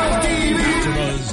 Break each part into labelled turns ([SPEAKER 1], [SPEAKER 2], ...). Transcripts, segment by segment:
[SPEAKER 1] AfterBuzz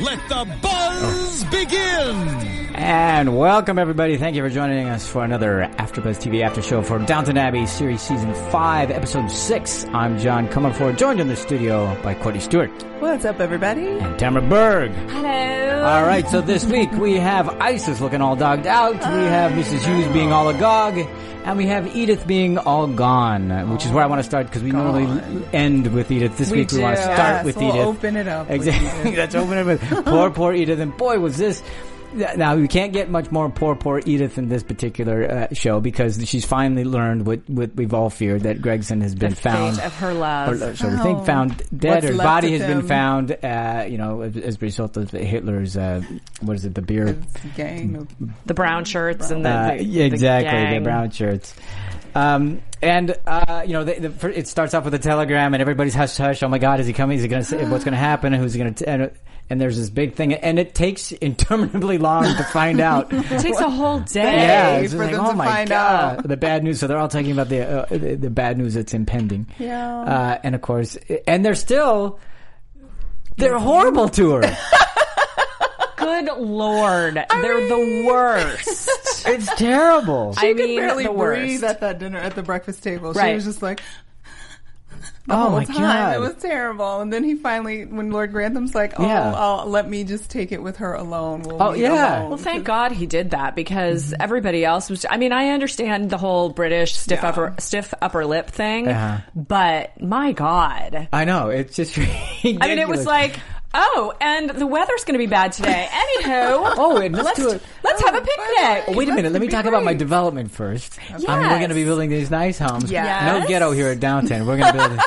[SPEAKER 1] let the buzz begin.
[SPEAKER 2] And welcome, everybody. Thank you for joining us for another AfterBuzz TV After Show for Downton Abbey Series Season 5, Episode 6. I'm John Comerford, joined in the studio by Cody Stewart
[SPEAKER 3] What's up, everybody?
[SPEAKER 2] and Tamara Berg.
[SPEAKER 3] Hello.
[SPEAKER 2] All right, so this week we have Isis looking all dogged out, we have Mrs. Hughes being all agog, and we have Edith being all gone, which is where I want to start because we normally end with Edith. This
[SPEAKER 3] We
[SPEAKER 2] week we want to
[SPEAKER 3] do.
[SPEAKER 2] start
[SPEAKER 3] Yes,
[SPEAKER 2] with
[SPEAKER 3] we'll
[SPEAKER 2] Edith.
[SPEAKER 3] open it up with
[SPEAKER 2] Exactly. That's open it with poor, poor Edith. And boy, was this. Now we can't get much more poor, poor Edith in this particular uh, show because she's finally learned what, what we've all feared that Gregson has been found
[SPEAKER 4] of her love.
[SPEAKER 2] or, or sort of thing found dead.
[SPEAKER 3] What's
[SPEAKER 2] Her
[SPEAKER 3] left
[SPEAKER 2] body
[SPEAKER 3] of
[SPEAKER 2] has been
[SPEAKER 3] him.
[SPEAKER 2] found, uh, you know, as, as a result of Hitler's uh, what is it, the beer?
[SPEAKER 3] Gang of
[SPEAKER 4] the brown shirts and the,
[SPEAKER 2] Uh,
[SPEAKER 4] the-
[SPEAKER 2] yeah,
[SPEAKER 4] the
[SPEAKER 2] exactly, the,
[SPEAKER 4] gang.
[SPEAKER 2] brown shirts. Um, and uh, you know, the, the, fir- it starts off with a telegram, and everybody's hush hush. Oh my God, is he coming? Is he going to say what's going to happen? Who's he going to? And, and there's this big thing, and it takes interminably long to find out.
[SPEAKER 4] It takes a whole day.
[SPEAKER 2] Yeah, it's
[SPEAKER 3] for
[SPEAKER 2] just
[SPEAKER 3] them
[SPEAKER 2] like, oh
[SPEAKER 3] to
[SPEAKER 2] my
[SPEAKER 3] find
[SPEAKER 2] God.
[SPEAKER 3] out.
[SPEAKER 2] the bad news. So they're all talking about the uh, the, the bad news that's impending.
[SPEAKER 3] Yeah.
[SPEAKER 2] uh, and of course, and they're still they're horrible to her.
[SPEAKER 4] Good lord, they're the worst.
[SPEAKER 2] it's terrible.
[SPEAKER 4] I
[SPEAKER 3] could
[SPEAKER 4] mean,
[SPEAKER 3] barely
[SPEAKER 4] the
[SPEAKER 3] breathe
[SPEAKER 4] worst.
[SPEAKER 3] at that dinner at the breakfast table. She
[SPEAKER 4] Right.
[SPEAKER 3] was just like the
[SPEAKER 2] oh
[SPEAKER 3] whole
[SPEAKER 2] my
[SPEAKER 3] time.
[SPEAKER 2] God,
[SPEAKER 3] It was terrible. And then he finally, when Lord Grantham's like, "Oh,
[SPEAKER 2] Yeah.
[SPEAKER 3] I'll- let me just take it with her alone." We'll
[SPEAKER 2] Oh,
[SPEAKER 3] be
[SPEAKER 2] yeah.
[SPEAKER 3] alone."
[SPEAKER 4] Well, thank God he did that because everybody else was. I mean, I understand the whole British stiff
[SPEAKER 3] Yeah.
[SPEAKER 4] upper stiff upper lip thing,
[SPEAKER 2] Uh-huh.
[SPEAKER 4] but my God,
[SPEAKER 2] I know. It's just. Ridiculous.
[SPEAKER 4] I mean, it was like. Oh, and the weather's going to be bad today. Anywho,
[SPEAKER 2] Oh, and let's do it.
[SPEAKER 4] let's have a picnic.
[SPEAKER 2] Oh, Wait a minute. Let me
[SPEAKER 3] be
[SPEAKER 2] talk about my
[SPEAKER 3] great.
[SPEAKER 2] development first. I mean, we're going to be
[SPEAKER 4] Yes.
[SPEAKER 2] building these nice homes.
[SPEAKER 3] Yes.
[SPEAKER 2] No ghetto here at downtown. We're going to build. It.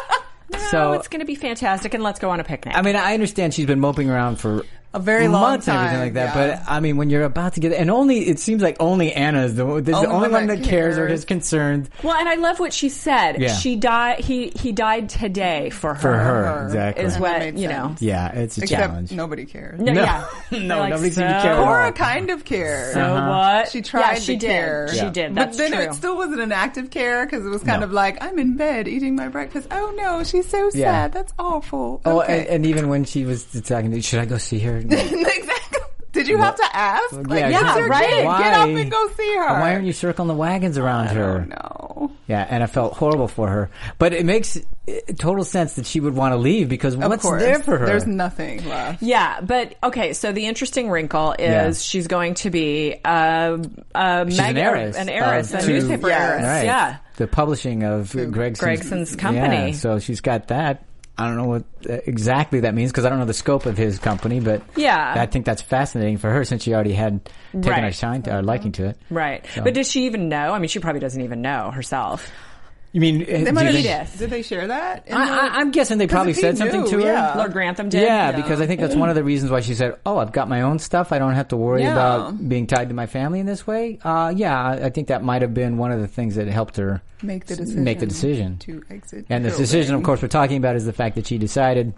[SPEAKER 4] oh,
[SPEAKER 2] so
[SPEAKER 4] it's going to be fantastic, and let's go on a picnic.
[SPEAKER 2] I mean, I understand she's been moping around for
[SPEAKER 3] A very long
[SPEAKER 2] months and everything
[SPEAKER 3] time,
[SPEAKER 2] like that.
[SPEAKER 3] yeah.
[SPEAKER 2] But I mean, when you're about to get and only it seems like only Anna is the, is the only, one that cares, or
[SPEAKER 3] cares.
[SPEAKER 2] is concerned
[SPEAKER 4] Well, and I love what she said.
[SPEAKER 2] Yeah.
[SPEAKER 4] She died. He he died today for her.
[SPEAKER 2] for her.
[SPEAKER 3] her.
[SPEAKER 2] Exactly.
[SPEAKER 4] is
[SPEAKER 3] That
[SPEAKER 4] what
[SPEAKER 3] made
[SPEAKER 4] you know.
[SPEAKER 3] sense.
[SPEAKER 2] yeah, it's a
[SPEAKER 3] Except
[SPEAKER 2] challenge.
[SPEAKER 3] nobody cares.
[SPEAKER 4] No,
[SPEAKER 2] No.
[SPEAKER 4] yeah.
[SPEAKER 2] No,
[SPEAKER 4] They're like,
[SPEAKER 2] nobody seemed to
[SPEAKER 4] so-
[SPEAKER 2] care Uh-huh. at all.
[SPEAKER 3] Or a kind of care.
[SPEAKER 4] So what?
[SPEAKER 3] She
[SPEAKER 4] Yeah,
[SPEAKER 3] tried
[SPEAKER 4] she
[SPEAKER 3] to
[SPEAKER 4] did.
[SPEAKER 3] care.
[SPEAKER 4] She did.
[SPEAKER 3] but
[SPEAKER 4] That's
[SPEAKER 3] then
[SPEAKER 4] true.
[SPEAKER 3] it still wasn't an active care because it was kind
[SPEAKER 2] No.
[SPEAKER 3] of like, I'm in bed eating my breakfast. Oh no, she's so sad.
[SPEAKER 2] Yeah.
[SPEAKER 3] That's awful.
[SPEAKER 2] Oh,
[SPEAKER 3] Okay.
[SPEAKER 2] and, and even when she was talking, to, should I go see her?
[SPEAKER 3] exactly. Did you have to ask? Like,
[SPEAKER 2] Yeah,
[SPEAKER 3] that's
[SPEAKER 2] yeah,
[SPEAKER 3] her
[SPEAKER 2] right.
[SPEAKER 3] kid.
[SPEAKER 2] Why?
[SPEAKER 3] Get up and go see her.
[SPEAKER 2] Why aren't you circling the wagons around her?
[SPEAKER 3] No.
[SPEAKER 2] Yeah, and I felt horrible for her. But it makes uh, total sense that she would want to leave because
[SPEAKER 3] Of
[SPEAKER 2] what's
[SPEAKER 3] course.
[SPEAKER 2] there for her?
[SPEAKER 3] There's nothing left.
[SPEAKER 4] Yeah, but okay. So the interesting wrinkle is
[SPEAKER 2] Yeah.
[SPEAKER 4] she's going to be uh, a
[SPEAKER 2] She's an
[SPEAKER 4] mega-
[SPEAKER 2] heiress.
[SPEAKER 4] an heiress,
[SPEAKER 2] of
[SPEAKER 4] a
[SPEAKER 2] two-
[SPEAKER 4] newspaper
[SPEAKER 3] Yeah.
[SPEAKER 4] heiress.
[SPEAKER 2] Right.
[SPEAKER 4] Yeah,
[SPEAKER 2] The publishing of Gregson's,
[SPEAKER 4] Gregson's company.
[SPEAKER 2] Yeah, so she's got that. I don't know what uh, exactly that means because I don't know the scope of his company, but
[SPEAKER 4] Yeah.
[SPEAKER 2] I think that's fascinating for her since she already had taken
[SPEAKER 4] Right.
[SPEAKER 2] a shine to, or liking to it.
[SPEAKER 4] right.
[SPEAKER 2] So-
[SPEAKER 4] But does she even know? I mean, she probably doesn't even know herself.
[SPEAKER 2] You mean uh, do you
[SPEAKER 3] They might have-
[SPEAKER 2] think-
[SPEAKER 4] Edith.
[SPEAKER 3] Did they share that? in
[SPEAKER 2] I,
[SPEAKER 3] the-
[SPEAKER 2] I, I'm guessing they
[SPEAKER 3] 'Cause
[SPEAKER 2] probably
[SPEAKER 3] if he
[SPEAKER 2] said something
[SPEAKER 3] knew,
[SPEAKER 2] to her.
[SPEAKER 3] yeah.
[SPEAKER 4] Lord Grantham did.
[SPEAKER 2] Yeah, because I think that's one of the reasons why she said, "Oh, I've got my own stuff. I don't have to worry
[SPEAKER 3] Yeah.
[SPEAKER 2] about being tied to my family in this way." Uh, yeah, I I think that might have been one of the things that helped her
[SPEAKER 3] make the
[SPEAKER 2] s-
[SPEAKER 3] decision.
[SPEAKER 2] Make the decision.
[SPEAKER 3] to exit.
[SPEAKER 2] and this
[SPEAKER 3] building.
[SPEAKER 2] decision, of course, we're talking about is the fact that she decided,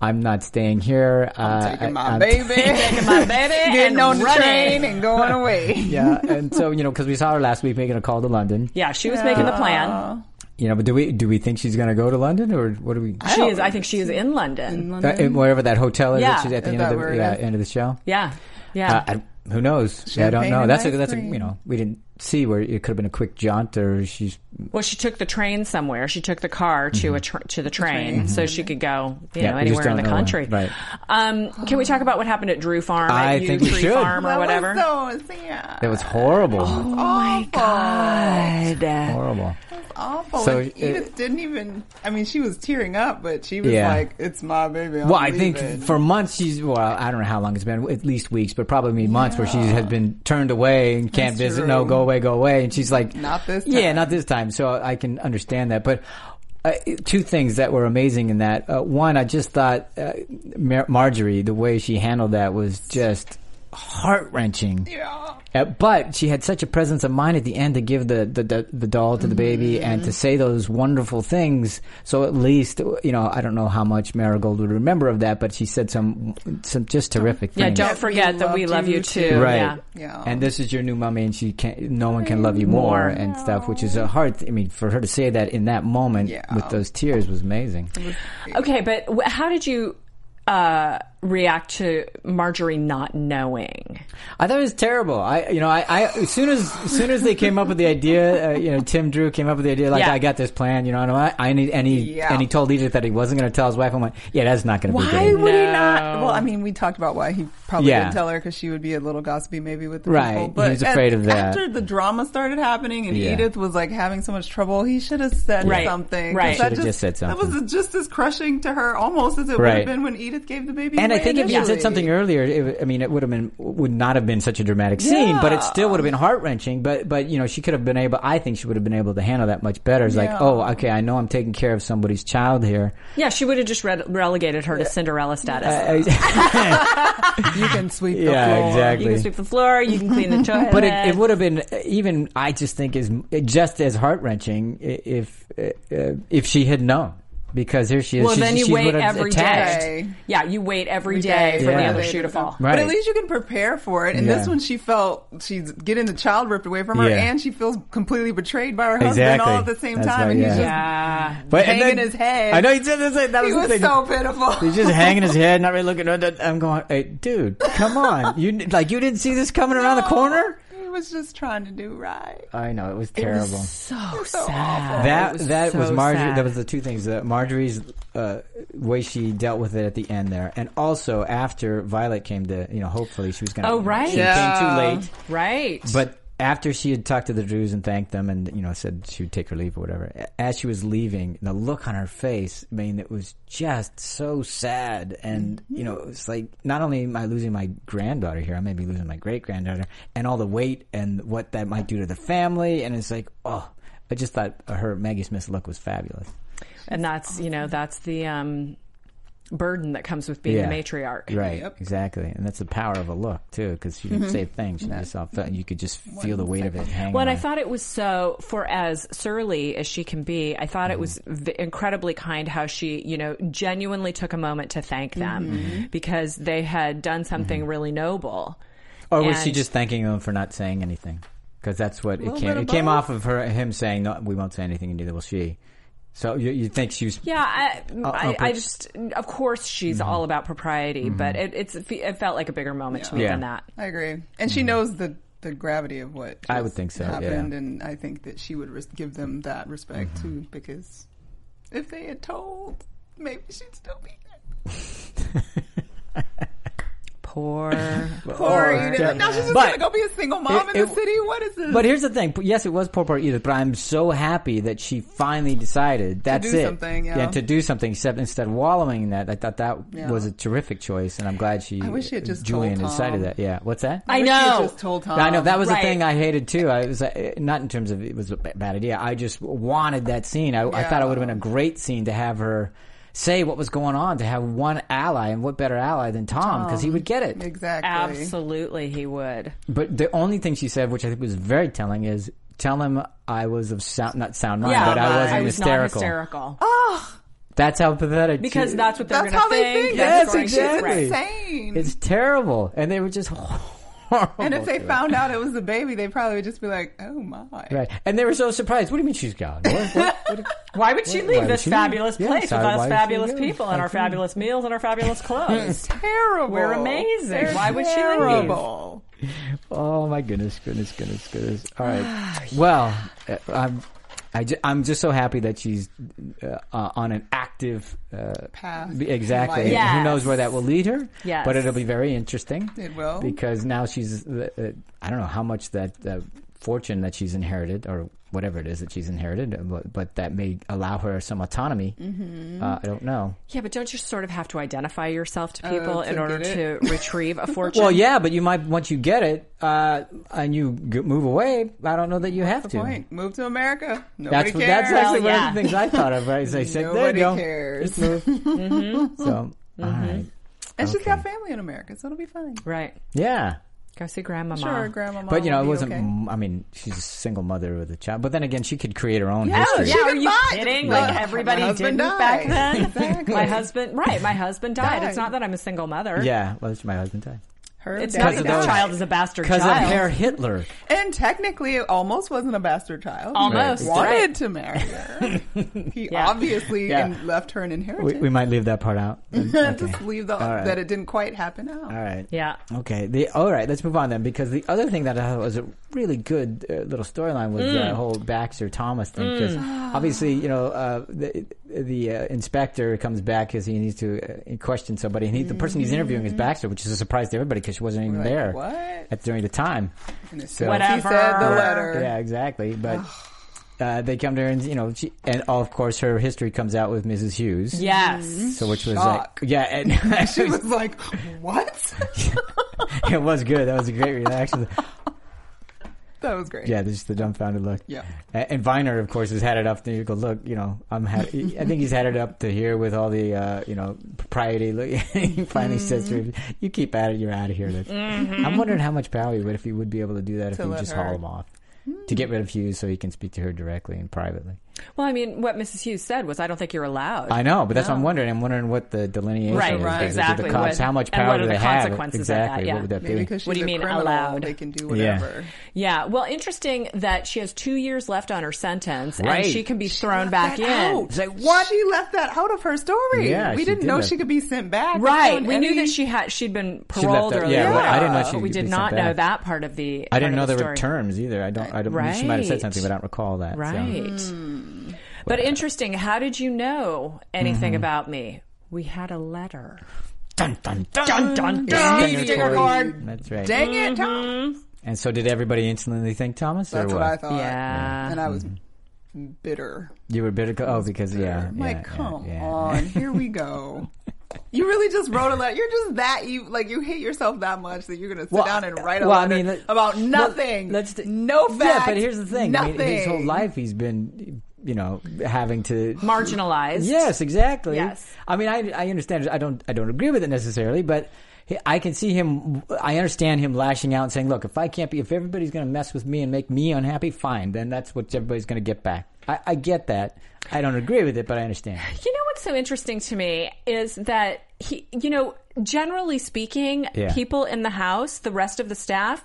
[SPEAKER 2] "I'm not staying here.
[SPEAKER 3] I'm
[SPEAKER 2] uh,
[SPEAKER 3] taking
[SPEAKER 2] I-
[SPEAKER 3] my
[SPEAKER 2] I'm-
[SPEAKER 3] baby,
[SPEAKER 4] Taking my baby
[SPEAKER 3] getting
[SPEAKER 4] and
[SPEAKER 3] on the
[SPEAKER 4] running.
[SPEAKER 3] train and going away.
[SPEAKER 2] yeah, and so you know, because we saw her last week making a call to London.
[SPEAKER 4] Yeah, she was making the plan.
[SPEAKER 2] You know, but do we do we think she's going to go to London or what do we?
[SPEAKER 4] She is. I think she is in London.
[SPEAKER 2] Uh, in wherever that hotel is,
[SPEAKER 4] Yeah.
[SPEAKER 2] which is at the
[SPEAKER 3] Is
[SPEAKER 2] end of
[SPEAKER 3] that
[SPEAKER 2] the
[SPEAKER 3] where it
[SPEAKER 2] yeah,
[SPEAKER 3] is?
[SPEAKER 2] end of the show.
[SPEAKER 4] Yeah, yeah.
[SPEAKER 2] Uh, I, who knows? Yeah, I don't
[SPEAKER 3] Champagne
[SPEAKER 2] know.
[SPEAKER 3] and
[SPEAKER 2] That's a
[SPEAKER 3] ice
[SPEAKER 2] that's a
[SPEAKER 3] cream.
[SPEAKER 2] you know we didn't see where it could have been a quick jaunt or she's
[SPEAKER 4] Well, she took the train somewhere. She took the car
[SPEAKER 2] Mm-hmm.
[SPEAKER 4] to a tr- to the train, so she could go you
[SPEAKER 2] Yeah,
[SPEAKER 4] know
[SPEAKER 2] we just
[SPEAKER 4] anywhere in the
[SPEAKER 2] don't know where.
[SPEAKER 4] country.
[SPEAKER 2] Right.
[SPEAKER 4] Um, can we talk about what happened at Drew Farm?
[SPEAKER 2] I
[SPEAKER 4] at U
[SPEAKER 2] think we
[SPEAKER 4] Tree
[SPEAKER 2] should.
[SPEAKER 4] Farm or
[SPEAKER 3] That
[SPEAKER 4] whatever.
[SPEAKER 3] Was so, yeah.
[SPEAKER 2] that was horrible,
[SPEAKER 3] "Oh my god.
[SPEAKER 2] horrible.
[SPEAKER 3] Awful.
[SPEAKER 2] So,
[SPEAKER 3] So Edith
[SPEAKER 2] uh,
[SPEAKER 3] didn't even. I mean, she was tearing up, but she was
[SPEAKER 2] Yeah.
[SPEAKER 3] like, "It's my baby." I'm
[SPEAKER 2] Well, I think
[SPEAKER 3] leaving."
[SPEAKER 2] for months she's well, I don't know how long it's been, at least weeks, but probably me months where she has been turned away and can't
[SPEAKER 3] That's
[SPEAKER 2] visit.
[SPEAKER 3] true.
[SPEAKER 2] No, go away, go away. And she's like,
[SPEAKER 3] Not this
[SPEAKER 2] Yeah,
[SPEAKER 3] time.
[SPEAKER 2] not this time. So I can understand that, but. Uh, two things that were amazing in that. Uh, one, I just thought uh, Mar- Marjorie, the way she handled that was just heart wrenching.
[SPEAKER 3] Yeah.
[SPEAKER 2] Uh, but she had such a presence of mind at the end to give the the, the, the doll
[SPEAKER 4] Mm-hmm.
[SPEAKER 2] to the baby and to say those wonderful things. So at least you know I don't know how much Marigold would remember of that, but she said some some just terrific
[SPEAKER 4] Yeah,
[SPEAKER 2] things.
[SPEAKER 4] don't forget that we love you too.
[SPEAKER 2] right.
[SPEAKER 4] Yeah.
[SPEAKER 3] Yeah.
[SPEAKER 2] And this is your new mummy, and she can't. No one can love you more,
[SPEAKER 4] More.
[SPEAKER 2] and stuff, which is a hard. I mean, for her to say that in that moment
[SPEAKER 3] Yeah.
[SPEAKER 2] with those tears was amazing.
[SPEAKER 4] Okay, but wh- how did you uh, react to Marjorie not knowing?
[SPEAKER 2] I thought it was terrible. I, you know, I, I as soon as, as soon as they came up with the idea, uh, you know, Tim Drew came up with the idea, like
[SPEAKER 4] Yeah.
[SPEAKER 2] I got this plan, you know, and I, I need, and he,
[SPEAKER 3] Yeah.
[SPEAKER 2] and he told Edith that he wasn't going to tell his wife. I went, yeah, that's not going to be
[SPEAKER 3] Why
[SPEAKER 2] good.
[SPEAKER 3] would he not? Well, I mean, we talked about why he probably
[SPEAKER 2] Yeah.
[SPEAKER 3] didn't tell her because she would be a little gossipy maybe with the
[SPEAKER 2] Right.
[SPEAKER 3] people.
[SPEAKER 2] He was afraid of that.
[SPEAKER 3] After the drama started happening and
[SPEAKER 2] Yeah.
[SPEAKER 3] Edith was like having so much trouble, he should have said
[SPEAKER 4] Right.
[SPEAKER 3] something. 'cause
[SPEAKER 4] Right. He
[SPEAKER 3] that
[SPEAKER 2] should've just said
[SPEAKER 3] That
[SPEAKER 2] something.
[SPEAKER 3] was just as crushing to her almost as it would
[SPEAKER 2] Right.
[SPEAKER 3] have been when Edith gave the baby.
[SPEAKER 2] And I
[SPEAKER 3] away
[SPEAKER 2] think if he had said
[SPEAKER 3] initially.
[SPEAKER 2] something earlier, it, would- I mean, it would have been would not have been such a dramatic scene, but it still would have been heart wrenching. But but you know, she could have been able. I think she would have been able to handle that much better. It's like,
[SPEAKER 3] Yeah.
[SPEAKER 2] oh, okay, I know I'm taking care of somebody's child here.
[SPEAKER 4] Yeah, she would have just re- relegated her to Cinderella status.
[SPEAKER 3] you can sweep the
[SPEAKER 2] yeah,
[SPEAKER 3] floor.
[SPEAKER 2] exactly.
[SPEAKER 4] you can sweep the floor. You can clean the toilet.
[SPEAKER 2] But it, it would have been even. I just think is just as heart wrenching if uh, if she had known because here she is.
[SPEAKER 4] Well,
[SPEAKER 2] she,
[SPEAKER 4] then you
[SPEAKER 2] she
[SPEAKER 4] wait
[SPEAKER 2] would have
[SPEAKER 4] every day.
[SPEAKER 2] attached.
[SPEAKER 3] Day.
[SPEAKER 4] Yeah, you wait every
[SPEAKER 3] Every
[SPEAKER 4] day
[SPEAKER 3] day
[SPEAKER 4] for
[SPEAKER 2] Yeah.
[SPEAKER 4] the other
[SPEAKER 2] day
[SPEAKER 4] shoe to fall.
[SPEAKER 2] Right.
[SPEAKER 3] But at least you can prepare for it. And this
[SPEAKER 2] Yeah.
[SPEAKER 3] one, she felt she's getting the child ripped away from her,
[SPEAKER 2] Yeah.
[SPEAKER 3] and she feels completely betrayed by her husband
[SPEAKER 2] Exactly.
[SPEAKER 3] all at the same
[SPEAKER 2] That's
[SPEAKER 3] time.
[SPEAKER 2] why-
[SPEAKER 3] and he's
[SPEAKER 2] yeah.
[SPEAKER 3] just
[SPEAKER 4] Yeah.
[SPEAKER 2] But,
[SPEAKER 3] hanging his head.
[SPEAKER 2] I know you said this. Like, that
[SPEAKER 3] he
[SPEAKER 2] was, the
[SPEAKER 3] was
[SPEAKER 2] thing.
[SPEAKER 3] so pitiful.
[SPEAKER 2] He's just hanging his head, not really looking. at it. I'm going, hey, dude, come on! You like you didn't see this coming around the corner?
[SPEAKER 3] He was just trying to do right.
[SPEAKER 2] I know it was terrible.
[SPEAKER 4] So
[SPEAKER 3] So
[SPEAKER 4] sad.
[SPEAKER 2] that
[SPEAKER 4] It was
[SPEAKER 2] that was
[SPEAKER 4] so
[SPEAKER 2] Marjorie.
[SPEAKER 4] sad.
[SPEAKER 2] That was the two things. Uh, Marjorie's uh, way she dealt with it at the end there, and also after Violet came to, you know, hopefully she was going. to
[SPEAKER 4] Oh, right.
[SPEAKER 2] She
[SPEAKER 3] Yeah.
[SPEAKER 2] came too late.
[SPEAKER 4] right.
[SPEAKER 2] But after she had talked to the Druze and thanked them, and you know said she would take her leave or whatever, as she was leaving, the look on her face, I mean, it was just so sad. And you know, it's like not only am I losing my granddaughter here, I may be losing my great granddaughter, and all the weight and what that might do to the family. And it's like, oh, I just thought her Maggie Smith's look was fabulous.
[SPEAKER 4] and that's you know that's the um, burden that comes with being
[SPEAKER 2] Yeah.
[SPEAKER 4] the matriarch. Mm-hmm.
[SPEAKER 2] Right, exactly, and that's the power of a look too, because she didn't say a thing. She just saw, you could just feel the weight of it hanging.
[SPEAKER 4] Well, and I
[SPEAKER 2] on her.
[SPEAKER 4] thought it was so, for as surly as she can be, I thought
[SPEAKER 2] Mm-hmm.
[SPEAKER 4] it was v- incredibly kind how she, you know, genuinely took a moment to thank them because they had done something
[SPEAKER 2] Mm-hmm.
[SPEAKER 4] really noble.
[SPEAKER 2] Or was she
[SPEAKER 4] And-
[SPEAKER 2] just thanking him for not saying anything? Because that's what it
[SPEAKER 3] Little
[SPEAKER 2] came.
[SPEAKER 3] bit of
[SPEAKER 2] It came
[SPEAKER 3] both.
[SPEAKER 2] off of her him saying, "No, we won't say anything," and neither will she. So you, you think she was?
[SPEAKER 4] Yeah, I, I,
[SPEAKER 2] upper-
[SPEAKER 4] I just, of course, she's
[SPEAKER 2] Mm-hmm.
[SPEAKER 4] all about propriety, but it, it's it felt like a bigger moment to me
[SPEAKER 2] Yeah.
[SPEAKER 4] than that.
[SPEAKER 3] I agree, and she knows the the gravity of what
[SPEAKER 2] Mm-hmm. I
[SPEAKER 3] just
[SPEAKER 2] would think so, yeah.
[SPEAKER 3] Happened, and I think that she would res- give them that respect
[SPEAKER 2] Mm-hmm.
[SPEAKER 3] too, because if they had told, maybe she'd still be there. Or
[SPEAKER 4] Poor, poor.
[SPEAKER 3] Edith.
[SPEAKER 2] yeah.
[SPEAKER 3] Now she's just
[SPEAKER 2] But
[SPEAKER 3] gonna go be a single mom
[SPEAKER 2] it-
[SPEAKER 3] in the
[SPEAKER 2] it-
[SPEAKER 3] city. What is this?
[SPEAKER 2] But here's the thing. Yes, it was poor part either. But I'm so happy that she finally decided that's
[SPEAKER 3] do
[SPEAKER 2] it.
[SPEAKER 3] something, yeah.
[SPEAKER 2] to do something. Except instead of wallowing in that, I thought that
[SPEAKER 3] Yeah.
[SPEAKER 2] was a terrific choice, and I'm glad she. I
[SPEAKER 3] wish she had just
[SPEAKER 2] Julian
[SPEAKER 3] told
[SPEAKER 2] decided
[SPEAKER 3] Tom.
[SPEAKER 2] that. Yeah. What's that?
[SPEAKER 4] I
[SPEAKER 3] But she had
[SPEAKER 4] know.
[SPEAKER 3] Just told Tom.
[SPEAKER 2] I know that was
[SPEAKER 4] Um, right.
[SPEAKER 2] the thing I hated too. I was uh, not in terms of it was a b- bad idea. I just wanted that scene. I, I thought it would have been a great scene to have her say what was going on, to have one ally, and what better ally than Tom because he would get it.
[SPEAKER 3] exactly.
[SPEAKER 4] Absolutely, he would.
[SPEAKER 2] But the only thing she said, which I think was very telling, is tell him I was of sound, not sound mind,
[SPEAKER 4] Yeah,
[SPEAKER 2] but I wasn't
[SPEAKER 4] I was
[SPEAKER 2] hysterical.
[SPEAKER 4] Not hysterical.
[SPEAKER 2] That's how pathetic.
[SPEAKER 4] because
[SPEAKER 2] she-
[SPEAKER 4] Oh, that's what they're
[SPEAKER 3] That's
[SPEAKER 4] going
[SPEAKER 3] how
[SPEAKER 4] to
[SPEAKER 3] they
[SPEAKER 4] think.
[SPEAKER 3] think.
[SPEAKER 4] That's
[SPEAKER 2] Yes,
[SPEAKER 4] going to think,
[SPEAKER 2] exactly.
[SPEAKER 4] right.
[SPEAKER 3] Insane.
[SPEAKER 2] it's terrible, and they were just horrible.
[SPEAKER 3] and if they
[SPEAKER 2] to her.
[SPEAKER 3] found out it was the baby, they probably would just be like, "Oh my!"
[SPEAKER 2] right, and they were so surprised. What do you mean she's gone? What- what- what-
[SPEAKER 4] Why would she
[SPEAKER 2] Why
[SPEAKER 4] leave
[SPEAKER 2] would
[SPEAKER 4] this
[SPEAKER 2] she leave?
[SPEAKER 4] fabulous
[SPEAKER 2] Yeah,
[SPEAKER 4] place
[SPEAKER 2] so
[SPEAKER 4] with
[SPEAKER 2] why
[SPEAKER 4] us
[SPEAKER 2] would she hmm.
[SPEAKER 4] fabulous
[SPEAKER 2] go?
[SPEAKER 4] people and our fabulous meals and our fabulous clothes?
[SPEAKER 3] Terrible.
[SPEAKER 4] We're amazing.
[SPEAKER 3] They're
[SPEAKER 4] Why would she leave?
[SPEAKER 3] terrible.
[SPEAKER 2] Oh my goodness, goodness, goodness, goodness. All
[SPEAKER 3] Oh,
[SPEAKER 2] right. Well, uh, I'm, I ju- I'm just so happy that she's uh, uh, on an active uh,
[SPEAKER 3] Path.
[SPEAKER 2] b- Exactly.
[SPEAKER 3] Life.
[SPEAKER 4] Yeah.
[SPEAKER 2] Who knows where that will lead her?
[SPEAKER 4] Yes.
[SPEAKER 2] But it'll be very interesting.
[SPEAKER 3] It will.
[SPEAKER 2] because now she's. Uh, uh, I don't know how much that uh, fortune that she's inherited or. Whatever it is that she's inherited, uh, but, but that may allow her some autonomy.
[SPEAKER 3] Mm-hmm.
[SPEAKER 2] Uh, I don't know.
[SPEAKER 4] Yeah, but don't you sort of have to identify yourself Uh, to people
[SPEAKER 3] to
[SPEAKER 4] in order
[SPEAKER 3] get
[SPEAKER 4] to
[SPEAKER 3] it.
[SPEAKER 4] retrieve a fortune?
[SPEAKER 2] Well, yeah, but you might once you get it uh, and you g- move away. I don't know that you have
[SPEAKER 3] That's
[SPEAKER 2] to.
[SPEAKER 3] the point. Move to America. Nobody
[SPEAKER 2] That's
[SPEAKER 3] cares.
[SPEAKER 2] that's actually
[SPEAKER 4] Well,
[SPEAKER 2] one
[SPEAKER 4] yeah.
[SPEAKER 2] of the things I thought of. Right? So I said, there
[SPEAKER 3] Nobody
[SPEAKER 2] you go.
[SPEAKER 3] cares.
[SPEAKER 2] Just move. So, all right.
[SPEAKER 3] and she's got family in America, so it'll be fine.
[SPEAKER 4] Right.
[SPEAKER 2] Yeah.
[SPEAKER 4] Go see grandmama.
[SPEAKER 3] Sure, grandma.
[SPEAKER 2] But you know, it
[SPEAKER 3] will be
[SPEAKER 2] wasn't.
[SPEAKER 3] okay.
[SPEAKER 2] I mean, she's a single mother with a child. But then again, she could create her own
[SPEAKER 3] Yeah,
[SPEAKER 2] history.
[SPEAKER 4] Yeah,
[SPEAKER 3] She
[SPEAKER 4] are
[SPEAKER 3] did
[SPEAKER 4] you
[SPEAKER 3] not.
[SPEAKER 4] kidding?
[SPEAKER 3] Well,
[SPEAKER 4] Like
[SPEAKER 3] my
[SPEAKER 4] everybody
[SPEAKER 3] husband
[SPEAKER 4] didn't back
[SPEAKER 3] died.
[SPEAKER 4] then.
[SPEAKER 3] Exactly.
[SPEAKER 4] My husband, right? My husband died.
[SPEAKER 3] Died.
[SPEAKER 4] It's not that I'm a single mother.
[SPEAKER 2] Yeah, well, that's my husband died
[SPEAKER 3] Her
[SPEAKER 4] It's
[SPEAKER 3] daddy
[SPEAKER 4] not that
[SPEAKER 2] of
[SPEAKER 4] this
[SPEAKER 2] those-
[SPEAKER 3] died.
[SPEAKER 4] child is a bastard
[SPEAKER 2] because of
[SPEAKER 4] child.
[SPEAKER 2] Herr Hitler.
[SPEAKER 3] And technically, it almost wasn't a bastard child.
[SPEAKER 4] Almost,
[SPEAKER 3] He wanted
[SPEAKER 4] right.
[SPEAKER 3] to marry her. He
[SPEAKER 4] Yeah.
[SPEAKER 3] obviously
[SPEAKER 2] Yeah.
[SPEAKER 3] in- left her an inheritance.
[SPEAKER 2] We, we might leave that part out. Okay.
[SPEAKER 3] Just leave the,
[SPEAKER 2] right.
[SPEAKER 3] that it didn't quite happen out.
[SPEAKER 2] All right.
[SPEAKER 4] Yeah.
[SPEAKER 2] Okay. The all right. Let's move on then, because the other thing that I thought was a really good uh, little storyline was the whole Baxter Thomas thing. Because obviously, you know, uh, the the uh, inspector comes back because he needs to uh, question somebody, and he, the person he's interviewing is Baxter, which is a surprise to everybody because she wasn't even
[SPEAKER 3] Like,
[SPEAKER 2] there
[SPEAKER 3] What?
[SPEAKER 2] at during the time.
[SPEAKER 3] And as
[SPEAKER 2] So-
[SPEAKER 3] soon as He said the
[SPEAKER 4] Whatever.
[SPEAKER 3] letter.
[SPEAKER 2] Yeah, exactly. But. Uh, they come to her and you know, she, and of course her history comes out with Mrs. Hughes.
[SPEAKER 4] Yes.
[SPEAKER 2] So which was
[SPEAKER 3] Shock.
[SPEAKER 2] like, yeah, and
[SPEAKER 3] She was like, "What?"
[SPEAKER 2] it was good. That was a great reaction.
[SPEAKER 3] that was great.
[SPEAKER 2] Yeah, just the dumbfounded look.
[SPEAKER 3] Yeah.
[SPEAKER 2] A- And Viner, of course, has had it up to you go, look, you know, I'm happy. I think he's had it up to here with all the, uh, you know, propriety. Look, he finally says to
[SPEAKER 4] Mm-hmm.
[SPEAKER 2] him, you keep at it, you're out of here. That's- I'm wondering how much power he would if he would be able to do that if
[SPEAKER 3] To
[SPEAKER 2] he
[SPEAKER 3] let
[SPEAKER 2] just
[SPEAKER 3] her-
[SPEAKER 2] haul him off. To get rid of Hughes so he can speak to her directly and privately.
[SPEAKER 4] Well, I mean, what Mrs. Hughes said was, "I don't think you're allowed."
[SPEAKER 2] I know, but that's what I'm wondering. I'm wondering what the delineation
[SPEAKER 4] Right,
[SPEAKER 2] is.
[SPEAKER 3] right,
[SPEAKER 2] is it
[SPEAKER 4] exactly.
[SPEAKER 2] The cops,
[SPEAKER 4] What-
[SPEAKER 2] how much
[SPEAKER 4] and
[SPEAKER 2] power
[SPEAKER 4] what
[SPEAKER 2] do
[SPEAKER 4] are
[SPEAKER 2] they
[SPEAKER 4] the
[SPEAKER 2] have?
[SPEAKER 4] consequences of that,
[SPEAKER 2] exactly.
[SPEAKER 4] yeah.
[SPEAKER 2] What would that
[SPEAKER 3] Maybe
[SPEAKER 2] be?
[SPEAKER 3] because she's
[SPEAKER 4] What do you
[SPEAKER 3] a
[SPEAKER 4] mean,
[SPEAKER 3] criminal,
[SPEAKER 4] allowed?
[SPEAKER 3] they can do
[SPEAKER 2] Yeah.
[SPEAKER 3] whatever.
[SPEAKER 4] Yeah. Well, interesting that she has two years left on her sentence,
[SPEAKER 2] Right.
[SPEAKER 4] and she can be thrown back in.
[SPEAKER 3] Out.
[SPEAKER 2] It's like, what?
[SPEAKER 3] She left that out of her story.
[SPEAKER 2] Yeah,
[SPEAKER 3] we
[SPEAKER 2] she
[SPEAKER 3] didn't
[SPEAKER 2] did
[SPEAKER 3] know
[SPEAKER 2] that.
[SPEAKER 3] she could be sent back.
[SPEAKER 4] Right.
[SPEAKER 3] on
[SPEAKER 4] We knew
[SPEAKER 3] any-
[SPEAKER 4] that she had she'd been
[SPEAKER 2] She left
[SPEAKER 4] paroled
[SPEAKER 2] out-
[SPEAKER 4] earlier.
[SPEAKER 2] yeah, well, I didn't know
[SPEAKER 4] but
[SPEAKER 2] she could
[SPEAKER 4] We
[SPEAKER 2] be
[SPEAKER 4] did
[SPEAKER 2] sent
[SPEAKER 4] not know
[SPEAKER 2] back.
[SPEAKER 4] that part of the.
[SPEAKER 2] I
[SPEAKER 4] part
[SPEAKER 2] didn't
[SPEAKER 4] of
[SPEAKER 2] know there were
[SPEAKER 4] story.
[SPEAKER 2] terms either. I don't. I don't. She might have said
[SPEAKER 4] Right.
[SPEAKER 2] something, but I don't recall that. so. Hmm.
[SPEAKER 4] Right. But interesting. How did you know anything
[SPEAKER 2] Mm-hmm.
[SPEAKER 4] about me? We had a letter.
[SPEAKER 2] Dun dun dun dun
[SPEAKER 3] dun.
[SPEAKER 2] Stinger
[SPEAKER 3] Stinger
[SPEAKER 2] toy.
[SPEAKER 3] card.
[SPEAKER 2] That's right.
[SPEAKER 3] Dang it,
[SPEAKER 4] Mm-hmm.
[SPEAKER 3] Tom.
[SPEAKER 2] And so did everybody instantly think Thomas?
[SPEAKER 3] That's
[SPEAKER 2] or
[SPEAKER 3] what I thought.
[SPEAKER 4] Yeah.
[SPEAKER 3] And I was bitter.
[SPEAKER 2] You were bitter. Oh, because Mm-hmm. yeah,
[SPEAKER 3] I'm
[SPEAKER 2] yeah,
[SPEAKER 3] like,
[SPEAKER 2] yeah,
[SPEAKER 3] come
[SPEAKER 2] yeah.
[SPEAKER 3] on, here we go. You really just wrote a letter. You're just that you like you hate yourself that much that you're gonna sit
[SPEAKER 2] Well,
[SPEAKER 3] down and write a
[SPEAKER 2] well, I
[SPEAKER 3] letter
[SPEAKER 2] mean, let-
[SPEAKER 3] about
[SPEAKER 2] let-
[SPEAKER 3] nothing.
[SPEAKER 2] let's d-
[SPEAKER 3] no facts.
[SPEAKER 2] Yeah, but here's the thing. I mean,
[SPEAKER 3] Nothing.
[SPEAKER 2] his whole life, he's been, you know, having to
[SPEAKER 4] Marginalized.
[SPEAKER 2] Yes, exactly.
[SPEAKER 4] Yes.
[SPEAKER 2] I mean, I, I understand. I don't I don't agree with it necessarily, but he- I can see him. I understand him lashing out and saying, "Look, if I can't be, if everybody's going to mess with me and make me unhappy, fine. Then that's what everybody's going to get back." I, I get that. I don't agree with it, but I understand.
[SPEAKER 4] You know what's so interesting to me is that he, you know, generally speaking,
[SPEAKER 2] Yeah.
[SPEAKER 4] people in the house, the rest of the staff,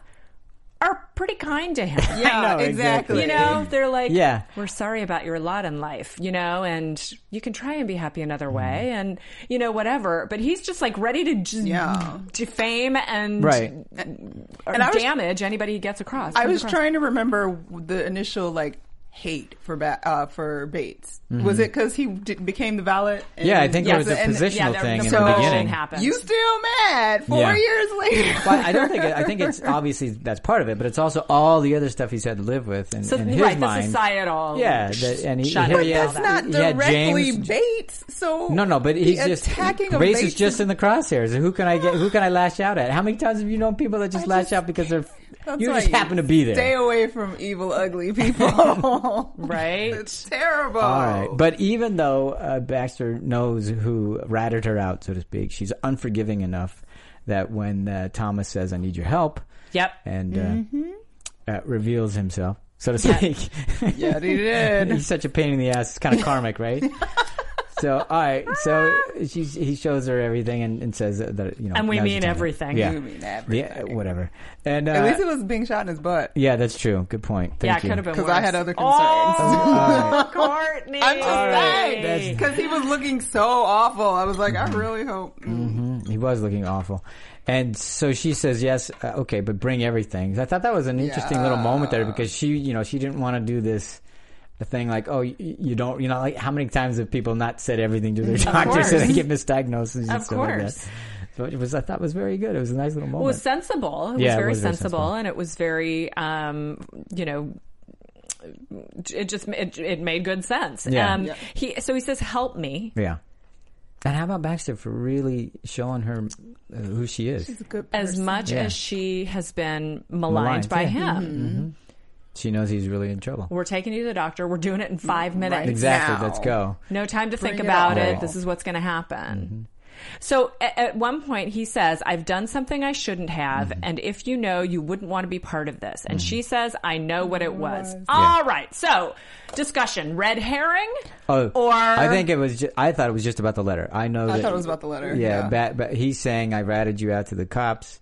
[SPEAKER 4] are pretty kind to him.
[SPEAKER 2] I
[SPEAKER 3] Yeah,
[SPEAKER 2] know,
[SPEAKER 3] exactly.
[SPEAKER 2] exactly.
[SPEAKER 4] You know, they're like,
[SPEAKER 2] Yeah.
[SPEAKER 4] we're sorry about your lot in life, you know, and you can try and be happy another
[SPEAKER 2] Mm-hmm.
[SPEAKER 4] way and, you know, whatever. But he's just like ready to just
[SPEAKER 3] Yeah.
[SPEAKER 4] defame and,
[SPEAKER 2] Right.
[SPEAKER 4] or
[SPEAKER 3] And I was-
[SPEAKER 4] damage anybody he gets across.
[SPEAKER 3] I
[SPEAKER 4] comes
[SPEAKER 3] was
[SPEAKER 4] across.
[SPEAKER 3] trying to remember the initial like hate for ba- uh, for Bates. Was it because he did, became the valet? and-
[SPEAKER 2] Mm-hmm. Yeah, I think
[SPEAKER 4] Yeah,
[SPEAKER 2] it was a
[SPEAKER 4] so- and-
[SPEAKER 2] positional
[SPEAKER 4] yeah, there-
[SPEAKER 2] thing
[SPEAKER 4] the
[SPEAKER 2] in
[SPEAKER 4] so-
[SPEAKER 2] the beginning.
[SPEAKER 4] happened.
[SPEAKER 3] You still mad four
[SPEAKER 2] Yeah.
[SPEAKER 3] years later?
[SPEAKER 2] But I don't think it, I think it's obviously that's part of it, but it's also all the other stuff he's had to live with and,
[SPEAKER 4] So,
[SPEAKER 2] his
[SPEAKER 4] right,
[SPEAKER 2] mind.
[SPEAKER 4] the societal.
[SPEAKER 2] Yeah, that- and he-
[SPEAKER 4] shut
[SPEAKER 2] here
[SPEAKER 4] up
[SPEAKER 2] he
[SPEAKER 4] and all
[SPEAKER 2] is.
[SPEAKER 4] that.
[SPEAKER 3] That's not
[SPEAKER 2] He had
[SPEAKER 3] directly
[SPEAKER 2] James-
[SPEAKER 3] Bates. So
[SPEAKER 2] No, no, but he's
[SPEAKER 3] the
[SPEAKER 2] just
[SPEAKER 3] attacking of
[SPEAKER 2] race is
[SPEAKER 3] Bates
[SPEAKER 2] just in the crosshairs. Who can I get? Who can I lash out at? How many times have you known people that just
[SPEAKER 3] I
[SPEAKER 2] lash
[SPEAKER 3] just-
[SPEAKER 2] out because they're
[SPEAKER 3] That's
[SPEAKER 2] you
[SPEAKER 3] why
[SPEAKER 2] just happen to be there?
[SPEAKER 3] Stay away from evil, ugly people.
[SPEAKER 4] Right.
[SPEAKER 3] It's terrible.
[SPEAKER 2] All right, but even though uh, Baxter knows who ratted her out, so to speak, she's unforgiving enough that when uh, Thomas says, "I need your help,"
[SPEAKER 4] Yep.
[SPEAKER 2] and uh,
[SPEAKER 3] Mm-hmm.
[SPEAKER 2] uh, reveals himself, so to speak,
[SPEAKER 3] yeah, they did.
[SPEAKER 2] he's such a pain in the ass. It's kind of karmic, right? So, all right. So she's, he shows her everything and, and says that, that, you know,
[SPEAKER 4] And we
[SPEAKER 2] now's the
[SPEAKER 4] mean
[SPEAKER 2] time.
[SPEAKER 4] everything.
[SPEAKER 2] Yeah,
[SPEAKER 3] You mean
[SPEAKER 2] Yeah,
[SPEAKER 3] everything.
[SPEAKER 2] whatever. And uh,
[SPEAKER 3] At least it was being shot in his butt.
[SPEAKER 2] yeah, that's true. Good point. Thank
[SPEAKER 4] yeah, it
[SPEAKER 2] you.
[SPEAKER 4] could have been
[SPEAKER 3] Because
[SPEAKER 4] worse.
[SPEAKER 3] I had other concerns.
[SPEAKER 4] Oh, Courtney.
[SPEAKER 3] I'm just
[SPEAKER 2] right,
[SPEAKER 3] saying. Because he was looking so awful. I was like, I really hope. mm.
[SPEAKER 2] He was Mm-hmm. looking awful. And so she says, "Yes, uh, okay, but bring everything." I thought that was an interesting little moment there because she, you know, she didn't want to do this thing like, "Oh, you, you don't," you know, like how many times have people not said everything to their doctor so they
[SPEAKER 4] course.
[SPEAKER 2] get misdiagnoses and
[SPEAKER 4] Of
[SPEAKER 2] stuff like
[SPEAKER 4] course.
[SPEAKER 2] that. So it was, I thought, it was very good. It was a nice little moment.
[SPEAKER 4] It was sensible. It
[SPEAKER 2] Yeah, it
[SPEAKER 4] was very
[SPEAKER 2] was very
[SPEAKER 4] sensible,
[SPEAKER 2] sensible.
[SPEAKER 4] and it was very, um, you know, it just it, it made good sense.
[SPEAKER 2] Yeah.
[SPEAKER 4] Um,
[SPEAKER 2] Yeah.
[SPEAKER 4] He so he says, "Help me,"
[SPEAKER 2] yeah. And how about Baxter for really showing her uh, who she is?
[SPEAKER 3] She's a good person.
[SPEAKER 4] as much
[SPEAKER 2] Yeah.
[SPEAKER 4] as she has been
[SPEAKER 2] Maligned,
[SPEAKER 4] maligned, by
[SPEAKER 2] yeah.
[SPEAKER 4] him.
[SPEAKER 3] Mm-hmm.
[SPEAKER 2] She knows he's really in trouble.
[SPEAKER 4] We're taking you to the doctor. We're doing it in five minutes.
[SPEAKER 2] Exactly.
[SPEAKER 3] now.
[SPEAKER 2] Let's go.
[SPEAKER 4] No time to think
[SPEAKER 3] it
[SPEAKER 4] about
[SPEAKER 3] on.
[SPEAKER 4] it. This is what's going to
[SPEAKER 2] Mm-hmm.
[SPEAKER 4] happen. So at, at one point he says, I've done something I shouldn't have.
[SPEAKER 2] Mm-hmm.
[SPEAKER 4] And if you know, you wouldn't want to be part of this. And she says, I know what it was. All right. So discussion, red herring
[SPEAKER 2] Oh,
[SPEAKER 4] or
[SPEAKER 2] I think it was. Ju- I thought it was just about the letter. I know.
[SPEAKER 3] I
[SPEAKER 2] that,
[SPEAKER 3] thought it was about the letter.
[SPEAKER 2] Yeah, But, but he's saying I ratted you out to the cops.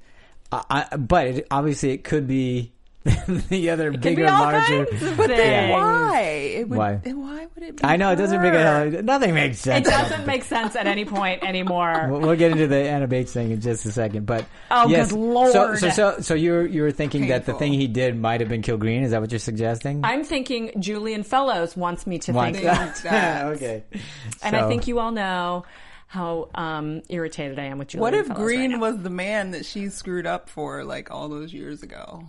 [SPEAKER 2] I, I, but it, obviously, it could be the other
[SPEAKER 4] Could
[SPEAKER 2] bigger,
[SPEAKER 4] be all
[SPEAKER 2] larger.
[SPEAKER 4] kinds of things.
[SPEAKER 3] why? It would,
[SPEAKER 2] Why?
[SPEAKER 3] and Why would it? Be
[SPEAKER 2] I know it doesn't make a
[SPEAKER 3] her?
[SPEAKER 2] hell. Nothing makes
[SPEAKER 4] It
[SPEAKER 2] sense.
[SPEAKER 4] doesn't make sense at any point anymore.
[SPEAKER 2] We'll, we'll get into the Anna Bates thing in just a second, but
[SPEAKER 4] Oh,
[SPEAKER 2] yes.
[SPEAKER 4] good lord.
[SPEAKER 2] So, so, so, so you're you're thinking that the
[SPEAKER 3] Painful.
[SPEAKER 2] thing he did might have been kill Green? Is that what you're suggesting?
[SPEAKER 4] I'm thinking Julian Fellows wants me to
[SPEAKER 2] Want-
[SPEAKER 4] think that.
[SPEAKER 3] Think that.
[SPEAKER 2] Ah, okay.
[SPEAKER 4] And
[SPEAKER 2] So-
[SPEAKER 4] I think you all know how um, irritated I am with Julian
[SPEAKER 3] What if
[SPEAKER 4] Fellows right
[SPEAKER 3] Green
[SPEAKER 4] now.
[SPEAKER 3] was the man that she screwed up for like all those years ago?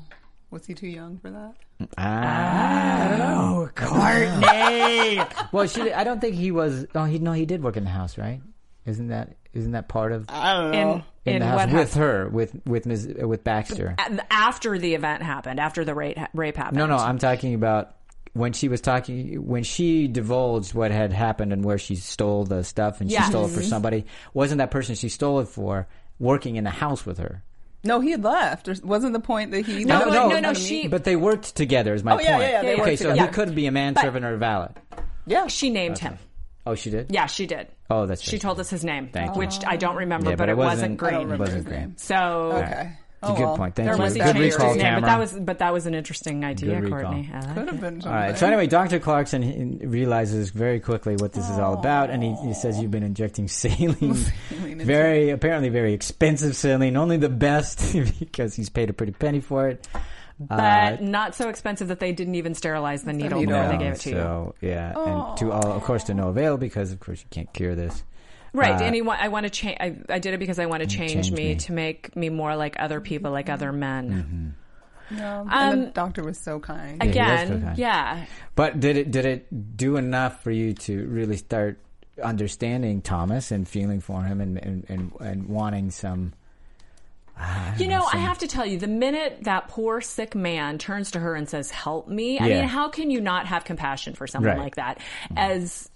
[SPEAKER 3] Was he too young for that?
[SPEAKER 2] Ah, I don't know. Courtney. well, she, I don't think he was. Oh, he no, he did work in the house, right? Isn't that isn't that part of
[SPEAKER 3] I don't
[SPEAKER 4] in,
[SPEAKER 2] in,
[SPEAKER 4] in
[SPEAKER 2] the
[SPEAKER 4] what
[SPEAKER 2] house
[SPEAKER 4] happened?
[SPEAKER 2] with her with with Ms., uh, with Baxter?
[SPEAKER 4] A- after the event happened, after the rape, rape happened.
[SPEAKER 2] No, no, I'm talking about when she was talking when she divulged what had happened and where she stole the stuff and she
[SPEAKER 4] Yes.
[SPEAKER 2] stole it for somebody. Wasn't that person she stole it for working in the house with her?
[SPEAKER 3] No, he had left. Or wasn't the point that he?
[SPEAKER 4] No,
[SPEAKER 3] left?
[SPEAKER 4] no, no, no, she-
[SPEAKER 2] But they worked together. Is my
[SPEAKER 3] Oh,
[SPEAKER 2] point?
[SPEAKER 3] yeah, yeah, yeah, they
[SPEAKER 2] okay,
[SPEAKER 3] worked
[SPEAKER 2] so he
[SPEAKER 3] together.
[SPEAKER 2] could be a manservant or a valet.
[SPEAKER 3] Yeah,
[SPEAKER 4] she named him.
[SPEAKER 2] Oh, she did.
[SPEAKER 4] Yeah, she did.
[SPEAKER 2] Oh, that's
[SPEAKER 4] she
[SPEAKER 2] right.
[SPEAKER 4] told us his name,
[SPEAKER 2] Thank you.
[SPEAKER 4] which I don't remember,
[SPEAKER 2] Yeah,
[SPEAKER 4] but, it wasn't,
[SPEAKER 3] I don't
[SPEAKER 4] Green.
[SPEAKER 3] remember
[SPEAKER 2] Wasn't
[SPEAKER 3] his
[SPEAKER 2] Green.
[SPEAKER 3] name.
[SPEAKER 4] So
[SPEAKER 3] Okay. Oh,
[SPEAKER 2] good
[SPEAKER 3] well.
[SPEAKER 2] point. Thank
[SPEAKER 3] There
[SPEAKER 4] there
[SPEAKER 2] you.
[SPEAKER 4] was
[SPEAKER 3] was
[SPEAKER 4] he
[SPEAKER 3] that
[SPEAKER 4] changed
[SPEAKER 2] recall,
[SPEAKER 4] his name, but
[SPEAKER 2] Tamara.
[SPEAKER 4] that was but that was an interesting idea,
[SPEAKER 2] Good recall.
[SPEAKER 4] Courtney. Uh, I like
[SPEAKER 3] Could
[SPEAKER 4] it.
[SPEAKER 3] have been
[SPEAKER 2] All right. So anyway, Dr. Clarkson he- realizes very quickly what this is all about, and he, he says you've been injecting saline,
[SPEAKER 3] into-
[SPEAKER 2] very apparently very expensive saline, only the best because he's paid a pretty penny for it.
[SPEAKER 4] But not so expensive that they didn't even sterilize the needle
[SPEAKER 3] needle.
[SPEAKER 4] before
[SPEAKER 2] Uh, No,
[SPEAKER 4] they gave it to you. Oh.
[SPEAKER 2] so yeah, and to all, of course, to no avail because of course you can't cure this.
[SPEAKER 4] Right,
[SPEAKER 2] Uh,
[SPEAKER 4] and he wa- I want to change. I, I did it because I want to change,
[SPEAKER 2] changed
[SPEAKER 4] me,
[SPEAKER 2] me. Mm-hmm.
[SPEAKER 4] to make me more like other people, like other men.
[SPEAKER 3] No. and the
[SPEAKER 4] Um,
[SPEAKER 3] doctor was so kind.
[SPEAKER 2] he was so
[SPEAKER 4] Again,
[SPEAKER 2] kind.
[SPEAKER 4] yeah,
[SPEAKER 2] But did it did it do enough for you to really start understanding Thomas and feeling for him and and and, and wanting some?
[SPEAKER 4] You know, I have to tell you, the minute that poor sick man turns to her and says, "Help me," I
[SPEAKER 2] Yeah.
[SPEAKER 4] mean, how can you not have compassion for someone
[SPEAKER 2] Right.
[SPEAKER 4] like that? As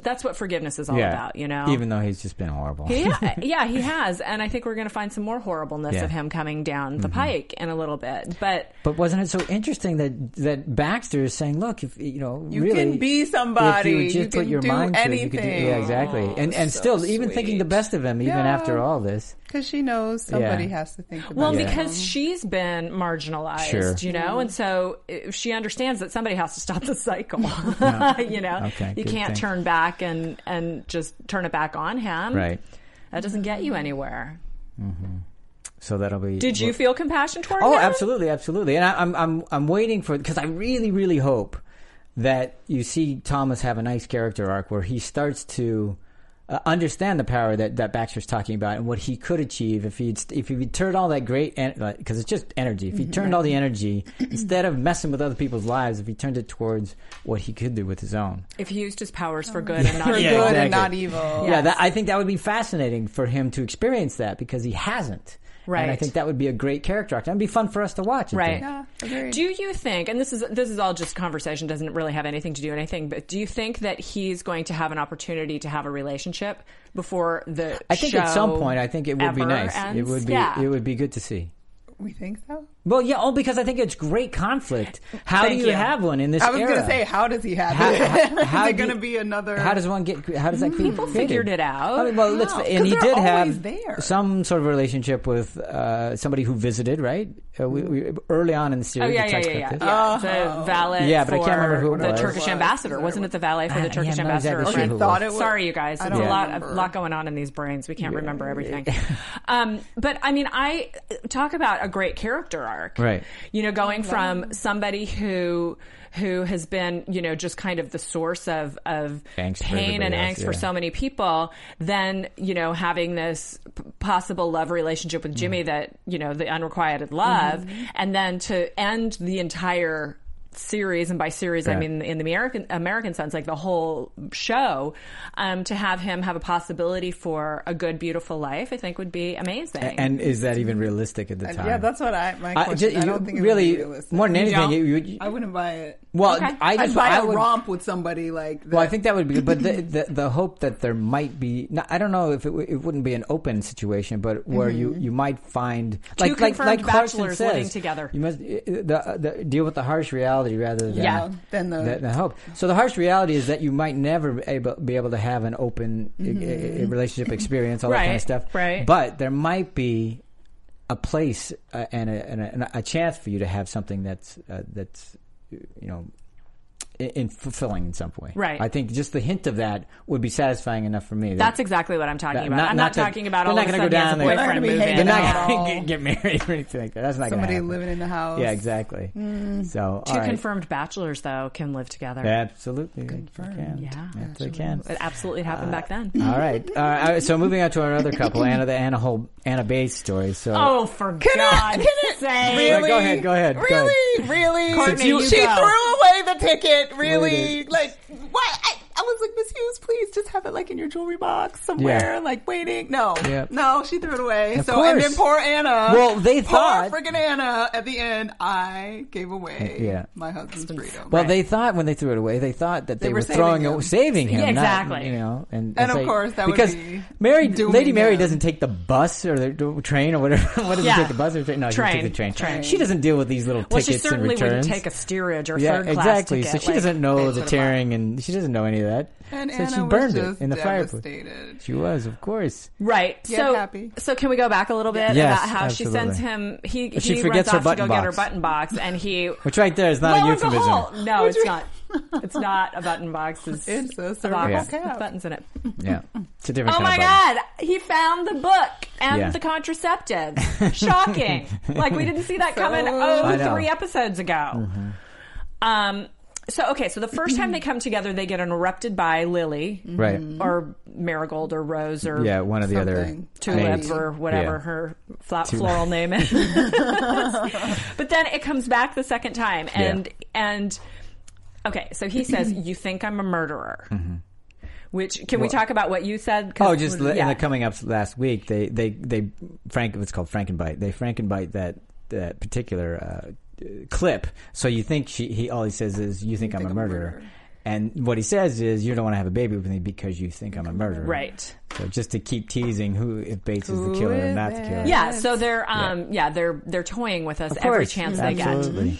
[SPEAKER 4] that's what forgiveness is all about, you know.
[SPEAKER 2] even though he's just been horrible.
[SPEAKER 4] yeah, yeah, he has, and I think we're going to find some more horribleness
[SPEAKER 2] Yeah. Mm-hmm.
[SPEAKER 4] of him coming down the pike in a little bit. But
[SPEAKER 2] But wasn't it so interesting that that Baxter is saying, "Look, if you know,
[SPEAKER 3] You
[SPEAKER 2] really,
[SPEAKER 3] can be somebody.
[SPEAKER 2] If you would just
[SPEAKER 3] You
[SPEAKER 2] put
[SPEAKER 3] can
[SPEAKER 2] your
[SPEAKER 3] do
[SPEAKER 2] mind to it, you could do,
[SPEAKER 3] anything."
[SPEAKER 2] yeah, exactly. And and
[SPEAKER 3] so
[SPEAKER 2] still, even thinking the
[SPEAKER 3] sweet.
[SPEAKER 2] best of him, even
[SPEAKER 3] Yeah.
[SPEAKER 2] after all this,
[SPEAKER 3] Because she knows somebody
[SPEAKER 2] Yeah.
[SPEAKER 3] has to think about
[SPEAKER 4] well,
[SPEAKER 3] him.
[SPEAKER 4] because she's been marginalized,
[SPEAKER 2] Sure.
[SPEAKER 4] you know, and so uh, she understands that somebody has to stop the cycle. you know,
[SPEAKER 2] Okay,
[SPEAKER 4] you
[SPEAKER 2] good
[SPEAKER 4] can't
[SPEAKER 2] thing.
[SPEAKER 4] turn back and and just turn it back on him,
[SPEAKER 2] right?
[SPEAKER 4] That doesn't get you anywhere.
[SPEAKER 2] So that'll be.
[SPEAKER 4] Did you feel compassion toward
[SPEAKER 2] Oh,
[SPEAKER 4] him?
[SPEAKER 2] absolutely, absolutely. And I, I'm I'm I'm waiting for because I really really hope that you see Thomas have a nice character arc where he starts to uh, understand the power that that Baxter's talking about and what he could achieve if he if he turned all that great because it's just energy. If
[SPEAKER 4] Mm-hmm.
[SPEAKER 2] he turned all the energy instead of messing with other people's lives, if he turned it towards what he could do with his own.
[SPEAKER 4] If he used his powers for good and not
[SPEAKER 3] For
[SPEAKER 4] evil.
[SPEAKER 2] Yeah,
[SPEAKER 3] good
[SPEAKER 2] exactly.
[SPEAKER 3] and not
[SPEAKER 4] Oh,
[SPEAKER 3] evil.
[SPEAKER 2] Yeah, that, I think that would be fascinating for him to experience that because he hasn't. And I
[SPEAKER 4] Right.
[SPEAKER 2] think that would be a great character arc. That'd be fun for us to watch. I
[SPEAKER 4] Right.
[SPEAKER 2] think.
[SPEAKER 3] Yeah, agreed.
[SPEAKER 4] Do you think, and this is this is all just conversation, doesn't really have anything to do with anything, but do you think that he's going to have an opportunity to have a relationship before the
[SPEAKER 2] I think at some
[SPEAKER 4] show
[SPEAKER 2] point, I think it would be
[SPEAKER 4] ever
[SPEAKER 2] nice. It
[SPEAKER 4] ends?
[SPEAKER 2] would be
[SPEAKER 4] Yeah.
[SPEAKER 2] it would be good to see.
[SPEAKER 3] We think so.
[SPEAKER 2] Well, yeah, all because I think it's great conflict. How
[SPEAKER 4] Thank
[SPEAKER 2] do you,
[SPEAKER 4] you.
[SPEAKER 2] have one in this
[SPEAKER 3] I was
[SPEAKER 2] era?
[SPEAKER 3] gonna say, how does he have
[SPEAKER 2] How-
[SPEAKER 3] it?
[SPEAKER 2] how- how
[SPEAKER 3] Is it
[SPEAKER 2] do you-
[SPEAKER 3] gonna be another?
[SPEAKER 2] How does one get? How does that create? People
[SPEAKER 4] Hmm, figured it out.
[SPEAKER 2] I mean, well, let's,
[SPEAKER 3] Wow.
[SPEAKER 2] and
[SPEAKER 3] 'Cause
[SPEAKER 2] he
[SPEAKER 3] they're
[SPEAKER 2] did have
[SPEAKER 3] always there.
[SPEAKER 2] some sort of relationship with uh, somebody who visited, right? Uh, we, we, early on in the
[SPEAKER 4] Oh
[SPEAKER 2] series.
[SPEAKER 4] yeah,
[SPEAKER 2] the
[SPEAKER 4] yeah,
[SPEAKER 2] text
[SPEAKER 4] yeah, yeah.
[SPEAKER 2] clip is.
[SPEAKER 4] yeah.
[SPEAKER 3] Oh.
[SPEAKER 4] The valet.
[SPEAKER 2] Yeah, but I can't
[SPEAKER 4] for
[SPEAKER 2] remember who it
[SPEAKER 4] the
[SPEAKER 2] was.
[SPEAKER 4] Turkish
[SPEAKER 3] Was.
[SPEAKER 4] ambassador wasn't it the valet for the Turkish
[SPEAKER 2] yeah, I'm not
[SPEAKER 4] ambassador?
[SPEAKER 2] exactly
[SPEAKER 4] or
[SPEAKER 2] sure who
[SPEAKER 4] something?
[SPEAKER 2] it was.
[SPEAKER 3] Thought it was-
[SPEAKER 4] Sorry, you guys.
[SPEAKER 3] I
[SPEAKER 4] It's
[SPEAKER 3] don't
[SPEAKER 4] a lot, a
[SPEAKER 3] remember.
[SPEAKER 4] lot going on in these brains. We can't remember everything. um, but I mean, I talk about a great character arc.
[SPEAKER 2] Right.
[SPEAKER 4] You know, going from somebody who who has been you know just kind of the source of of
[SPEAKER 2] Angst for
[SPEAKER 4] pain and
[SPEAKER 2] everybody
[SPEAKER 4] angst
[SPEAKER 2] else,
[SPEAKER 4] for
[SPEAKER 2] yeah.
[SPEAKER 4] so many people, then you know having this p- possible love relationship with
[SPEAKER 2] Mm-hmm.
[SPEAKER 4] Jimmy that you know the unrequited love, and then to end the entire series and by series I
[SPEAKER 2] Right.
[SPEAKER 4] mean in the American American sense like the whole show um, to have him have a possibility for a good beautiful life I think would be amazing
[SPEAKER 2] And is that even realistic at the time?
[SPEAKER 3] Yeah, that's what I. My
[SPEAKER 2] I-
[SPEAKER 3] question. I,
[SPEAKER 2] ju-
[SPEAKER 3] don't think it
[SPEAKER 2] really
[SPEAKER 3] would be realistic.
[SPEAKER 2] more than anything.
[SPEAKER 4] No.
[SPEAKER 2] You, you,
[SPEAKER 3] I wouldn't buy it.
[SPEAKER 2] well,
[SPEAKER 4] Okay.
[SPEAKER 2] I
[SPEAKER 3] I'd
[SPEAKER 2] just
[SPEAKER 3] buy
[SPEAKER 2] I
[SPEAKER 3] a
[SPEAKER 2] would,
[SPEAKER 3] romp with somebody like. That.
[SPEAKER 2] Well, I think that would be good, but the, the the hope that there might be. no, I don't know if it, w- it wouldn't be an open situation, but where you, you might find like like
[SPEAKER 4] Mm-hmm. confirmed
[SPEAKER 2] like Clarkson
[SPEAKER 4] bachelors
[SPEAKER 2] says,
[SPEAKER 4] living together.
[SPEAKER 2] You must uh, the, the, deal with the harsh reality rather than
[SPEAKER 4] Yeah.
[SPEAKER 3] Than the-
[SPEAKER 2] than hope. So the harsh reality is that you might never be able, be able to have an open uh, uh, relationship experience, all that kind
[SPEAKER 4] Mm-hmm. Right,
[SPEAKER 2] of stuff.
[SPEAKER 4] right.
[SPEAKER 2] But there might be a place uh, and, a, and, a, and a chance for you to have something that's uh, that's you know in, in fulfilling in some way.
[SPEAKER 4] Right.
[SPEAKER 2] I think just the hint of that would be satisfying enough for me.
[SPEAKER 4] that's exactly what I'm talking
[SPEAKER 2] That-
[SPEAKER 4] about
[SPEAKER 2] not-
[SPEAKER 4] I'm
[SPEAKER 2] not
[SPEAKER 4] not,
[SPEAKER 2] that-
[SPEAKER 4] talking about
[SPEAKER 2] they're
[SPEAKER 4] all
[SPEAKER 2] not
[SPEAKER 4] of a
[SPEAKER 2] gonna go
[SPEAKER 4] sudden he
[SPEAKER 2] down there.
[SPEAKER 4] has a
[SPEAKER 2] They're not
[SPEAKER 4] boyfriend
[SPEAKER 3] gonna be
[SPEAKER 4] moving
[SPEAKER 3] hating
[SPEAKER 2] They're
[SPEAKER 4] out.
[SPEAKER 2] not
[SPEAKER 3] No.
[SPEAKER 2] going to get married or anything like that. That's not gonna
[SPEAKER 3] somebody
[SPEAKER 2] happen.
[SPEAKER 3] living in the house. Mm.
[SPEAKER 2] Yeah, exactly. So
[SPEAKER 4] Two
[SPEAKER 2] all right.
[SPEAKER 4] confirmed bachelors though can live together
[SPEAKER 2] Absolutely, confirmed.
[SPEAKER 4] Yeah.
[SPEAKER 2] they can.
[SPEAKER 4] it absolutely happened back then
[SPEAKER 2] All right. Uh, all right, so moving on to another couple, Anna the Anna whole Anna Bays story. So
[SPEAKER 4] oh for
[SPEAKER 3] I- can
[SPEAKER 4] God's
[SPEAKER 3] I-
[SPEAKER 4] sake
[SPEAKER 3] Really?
[SPEAKER 2] go ahead, go ahead, go ahead.
[SPEAKER 3] Really? Really?
[SPEAKER 4] Courtney, you
[SPEAKER 3] she
[SPEAKER 4] go.
[SPEAKER 3] threw away the ticket. Really?
[SPEAKER 2] Waited.
[SPEAKER 3] Like, what? I, I was like, Miss Hughes, please just have it like in your jewelry box somewhere,
[SPEAKER 2] Yeah.
[SPEAKER 3] like waiting. No.
[SPEAKER 2] Yeah.
[SPEAKER 3] No, she threw it away.
[SPEAKER 2] Of
[SPEAKER 3] so, and then
[SPEAKER 2] course.
[SPEAKER 3] poor Anna.
[SPEAKER 2] Well, they thought-
[SPEAKER 3] Poor freaking Anna at the end, I gave away
[SPEAKER 2] Yeah.
[SPEAKER 3] my husband's freedom.
[SPEAKER 2] Well, they thought when they threw it away, they thought that they,
[SPEAKER 3] were
[SPEAKER 2] were,
[SPEAKER 3] saving
[SPEAKER 2] throwing
[SPEAKER 3] him.
[SPEAKER 2] it, saving him.
[SPEAKER 4] Yeah,
[SPEAKER 2] not,
[SPEAKER 4] exactly.
[SPEAKER 2] you know, and,
[SPEAKER 3] And of
[SPEAKER 2] like-
[SPEAKER 3] course, that would
[SPEAKER 2] because
[SPEAKER 3] be
[SPEAKER 2] Mary,
[SPEAKER 3] dooming
[SPEAKER 2] Lady Mary
[SPEAKER 3] him.
[SPEAKER 2] doesn't take the bus or the d- train or whatever. what does
[SPEAKER 4] Yeah.
[SPEAKER 2] she take the bus or train? No,
[SPEAKER 4] Train.
[SPEAKER 2] she takes the train.
[SPEAKER 4] Train.
[SPEAKER 2] She doesn't deal with these little
[SPEAKER 4] well she
[SPEAKER 2] tickets and
[SPEAKER 4] certainly wouldn't
[SPEAKER 2] returns.
[SPEAKER 4] take a steerage or
[SPEAKER 2] yeah,
[SPEAKER 4] third class
[SPEAKER 2] exactly.
[SPEAKER 4] ticket
[SPEAKER 2] so she
[SPEAKER 4] like,
[SPEAKER 2] doesn't know
[SPEAKER 4] they
[SPEAKER 2] the
[SPEAKER 4] would've
[SPEAKER 2] tearing, and she doesn't know any of that.
[SPEAKER 3] and
[SPEAKER 2] so
[SPEAKER 3] Anna
[SPEAKER 2] she burned
[SPEAKER 3] was
[SPEAKER 2] it
[SPEAKER 3] just
[SPEAKER 2] in the fireplace.
[SPEAKER 3] devastated.
[SPEAKER 2] She was, of course.
[SPEAKER 4] Right.
[SPEAKER 3] Get
[SPEAKER 4] so
[SPEAKER 3] happy.
[SPEAKER 4] so can we go back a little bit
[SPEAKER 2] Yes,
[SPEAKER 4] about how
[SPEAKER 2] absolutely.
[SPEAKER 4] she sends him he
[SPEAKER 2] She
[SPEAKER 4] he
[SPEAKER 2] forgets
[SPEAKER 4] runs
[SPEAKER 2] her
[SPEAKER 4] off to
[SPEAKER 2] button
[SPEAKER 4] go get her
[SPEAKER 2] box.
[SPEAKER 4] button box and he
[SPEAKER 2] Which right there is not a
[SPEAKER 4] Lo and
[SPEAKER 2] euphemism.
[SPEAKER 4] behold- No,
[SPEAKER 3] Would
[SPEAKER 4] it's
[SPEAKER 3] you-
[SPEAKER 4] not. It's not a button box. It's,
[SPEAKER 3] It's a
[SPEAKER 4] box
[SPEAKER 3] cervical
[SPEAKER 2] Yeah.
[SPEAKER 4] with
[SPEAKER 3] cap.
[SPEAKER 4] buttons in it.
[SPEAKER 2] Yeah, it's a different.
[SPEAKER 4] Oh
[SPEAKER 2] kind
[SPEAKER 4] my
[SPEAKER 2] of button.
[SPEAKER 4] god, he found the book and
[SPEAKER 2] Yeah.
[SPEAKER 4] the contraceptive. Shocking. like we didn't see that coming oh
[SPEAKER 2] I know. Mm-hmm.
[SPEAKER 4] three episodes ago. Um so okay, so the first time they come together they get interrupted by Lily
[SPEAKER 2] Right.
[SPEAKER 4] or Marigold or Rose or
[SPEAKER 2] Yeah, one of the other.
[SPEAKER 3] Something.
[SPEAKER 4] tulip
[SPEAKER 2] names.
[SPEAKER 4] or whatever
[SPEAKER 2] Yeah.
[SPEAKER 4] her fla- floral name is. but then it comes back the second time, and and okay, so he says, "You think I'm a murderer." Which can we talk about what you said? 'Cause-
[SPEAKER 2] Mm-hmm. Oh, just li- in
[SPEAKER 4] yeah.
[SPEAKER 2] the coming up last week, they they they Frank, it's called Frankenbite. They Frankenbite that that particular uh, uh, clip. So you think she he all he says is you think, I'm a murderer. And what he says is, "You don't want to have a baby with me because you think I'm a murderer."
[SPEAKER 4] Right.
[SPEAKER 2] So just to keep teasing who if Bates is the killer and
[SPEAKER 3] is
[SPEAKER 2] not the killer.
[SPEAKER 3] it?
[SPEAKER 4] Yeah. So they're um yeah they're they're toying with us
[SPEAKER 2] Of
[SPEAKER 4] every
[SPEAKER 2] course.
[SPEAKER 4] chance they get.
[SPEAKER 2] Absolutely.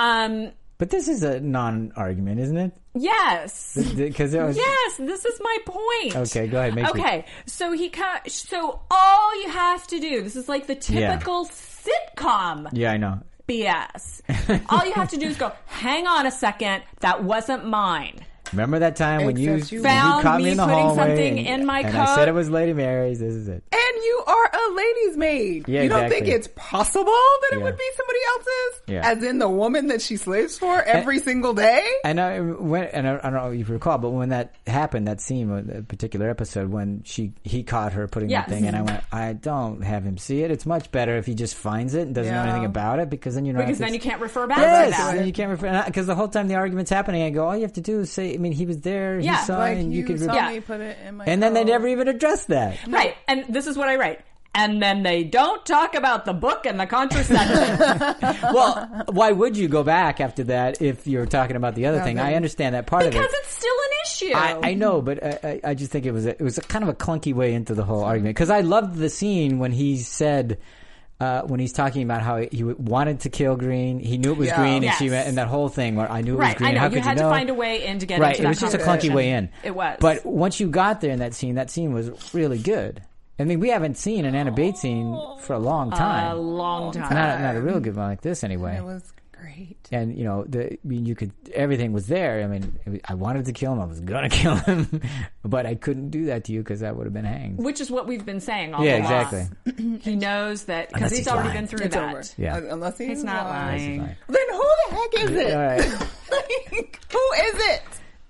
[SPEAKER 4] Um.
[SPEAKER 2] But this is a non-argument, isn't it?
[SPEAKER 4] Yes.
[SPEAKER 2] Because it was
[SPEAKER 4] Yes, this is my point.
[SPEAKER 2] Okay, go ahead, make your-
[SPEAKER 4] okay, so he co- so all you have to do. This is like the
[SPEAKER 2] Yeah.
[SPEAKER 4] typical sitcom
[SPEAKER 2] yeah, I know.
[SPEAKER 4] BS. all you have to do is go. Hang on a second, that wasn't mine.
[SPEAKER 2] Remember that time when you,
[SPEAKER 3] Except you-
[SPEAKER 2] when you
[SPEAKER 4] Found
[SPEAKER 2] caught me,
[SPEAKER 4] me
[SPEAKER 2] in the
[SPEAKER 4] putting
[SPEAKER 2] hallway
[SPEAKER 4] something
[SPEAKER 2] and,
[SPEAKER 4] in my
[SPEAKER 2] and I
[SPEAKER 4] coat?
[SPEAKER 2] said it was Lady Mary's. This is it.
[SPEAKER 3] And you are a lady's maid.
[SPEAKER 2] Yeah,
[SPEAKER 3] you don't
[SPEAKER 2] exactly.
[SPEAKER 3] think it's possible that it
[SPEAKER 2] Yeah.
[SPEAKER 3] would be somebody else's?
[SPEAKER 2] Yeah.
[SPEAKER 3] As in the woman that she slaves for every single day?
[SPEAKER 2] And I when and I, I don't know if you recall, but when that happened, that scene, uh, that particular episode, when she he caught her putting
[SPEAKER 4] Yes.
[SPEAKER 2] that thing, and I went, I don't have him see it. It's much better if he just finds it and doesn't know
[SPEAKER 3] Yeah.
[SPEAKER 2] anything about it, because then you know
[SPEAKER 4] Because then you can't refer back
[SPEAKER 2] Yes,
[SPEAKER 4] to
[SPEAKER 3] Right.
[SPEAKER 4] that.
[SPEAKER 2] then you can't refer because the whole time the argument's happening, I go, all you have to do is say, I mean, he was there,
[SPEAKER 4] Yeah.
[SPEAKER 2] he saw,
[SPEAKER 3] Like
[SPEAKER 2] and you,
[SPEAKER 3] you,
[SPEAKER 2] could,
[SPEAKER 3] saw
[SPEAKER 2] re-
[SPEAKER 4] Yeah.
[SPEAKER 3] me put it in my
[SPEAKER 2] and then they
[SPEAKER 3] coat.
[SPEAKER 2] never even addressed that.
[SPEAKER 4] Right. And this is what I write. And then they don't talk about the book and the contraceptive.
[SPEAKER 2] well, why would you go back after that if you're talking about the other thing? I understand that part of
[SPEAKER 4] because
[SPEAKER 2] it.
[SPEAKER 4] it's still an issue.
[SPEAKER 2] I, I know, but I, I I just think it was a, it was a kind of a clunky way into the whole argument because I loved the scene when he said. uh, when he's talking about how he wanted to kill Green, he knew it was
[SPEAKER 3] Yeah.
[SPEAKER 2] Green, and
[SPEAKER 4] Yes.
[SPEAKER 2] she and that whole thing where I knew it was
[SPEAKER 4] Right,
[SPEAKER 2] Green.
[SPEAKER 4] I know.
[SPEAKER 2] How
[SPEAKER 4] You
[SPEAKER 2] could
[SPEAKER 4] had
[SPEAKER 2] you
[SPEAKER 4] to
[SPEAKER 2] know?
[SPEAKER 4] find a way in to get
[SPEAKER 2] right.
[SPEAKER 4] into
[SPEAKER 2] it
[SPEAKER 4] that
[SPEAKER 2] was just a clunky
[SPEAKER 4] conversation.
[SPEAKER 2] way in.
[SPEAKER 4] It was.
[SPEAKER 2] But once you got there in that scene, that scene was really good. I mean, we haven't seen an Anna Bates scene for a long
[SPEAKER 4] a
[SPEAKER 2] time.
[SPEAKER 4] long time.
[SPEAKER 2] not, not a real good one like this, anyway
[SPEAKER 3] It was great.
[SPEAKER 2] and you know the I mean, you could everything was there. I mean, it was- I wanted to kill him. I was gonna kill him, but I couldn't do that to you because that would have been hanged.
[SPEAKER 4] which is what we've been saying all
[SPEAKER 2] Yeah,
[SPEAKER 4] along.
[SPEAKER 2] exactly.
[SPEAKER 4] He knows that because
[SPEAKER 2] Unless
[SPEAKER 4] he's,
[SPEAKER 2] he's
[SPEAKER 4] already
[SPEAKER 2] lying.
[SPEAKER 4] been through
[SPEAKER 3] It's
[SPEAKER 4] that.
[SPEAKER 3] over.
[SPEAKER 2] Yeah.
[SPEAKER 3] Un- Unless he's,
[SPEAKER 4] He's not lying.
[SPEAKER 2] Right.
[SPEAKER 3] Then who the heck is it?
[SPEAKER 2] All right,
[SPEAKER 3] like, who is it?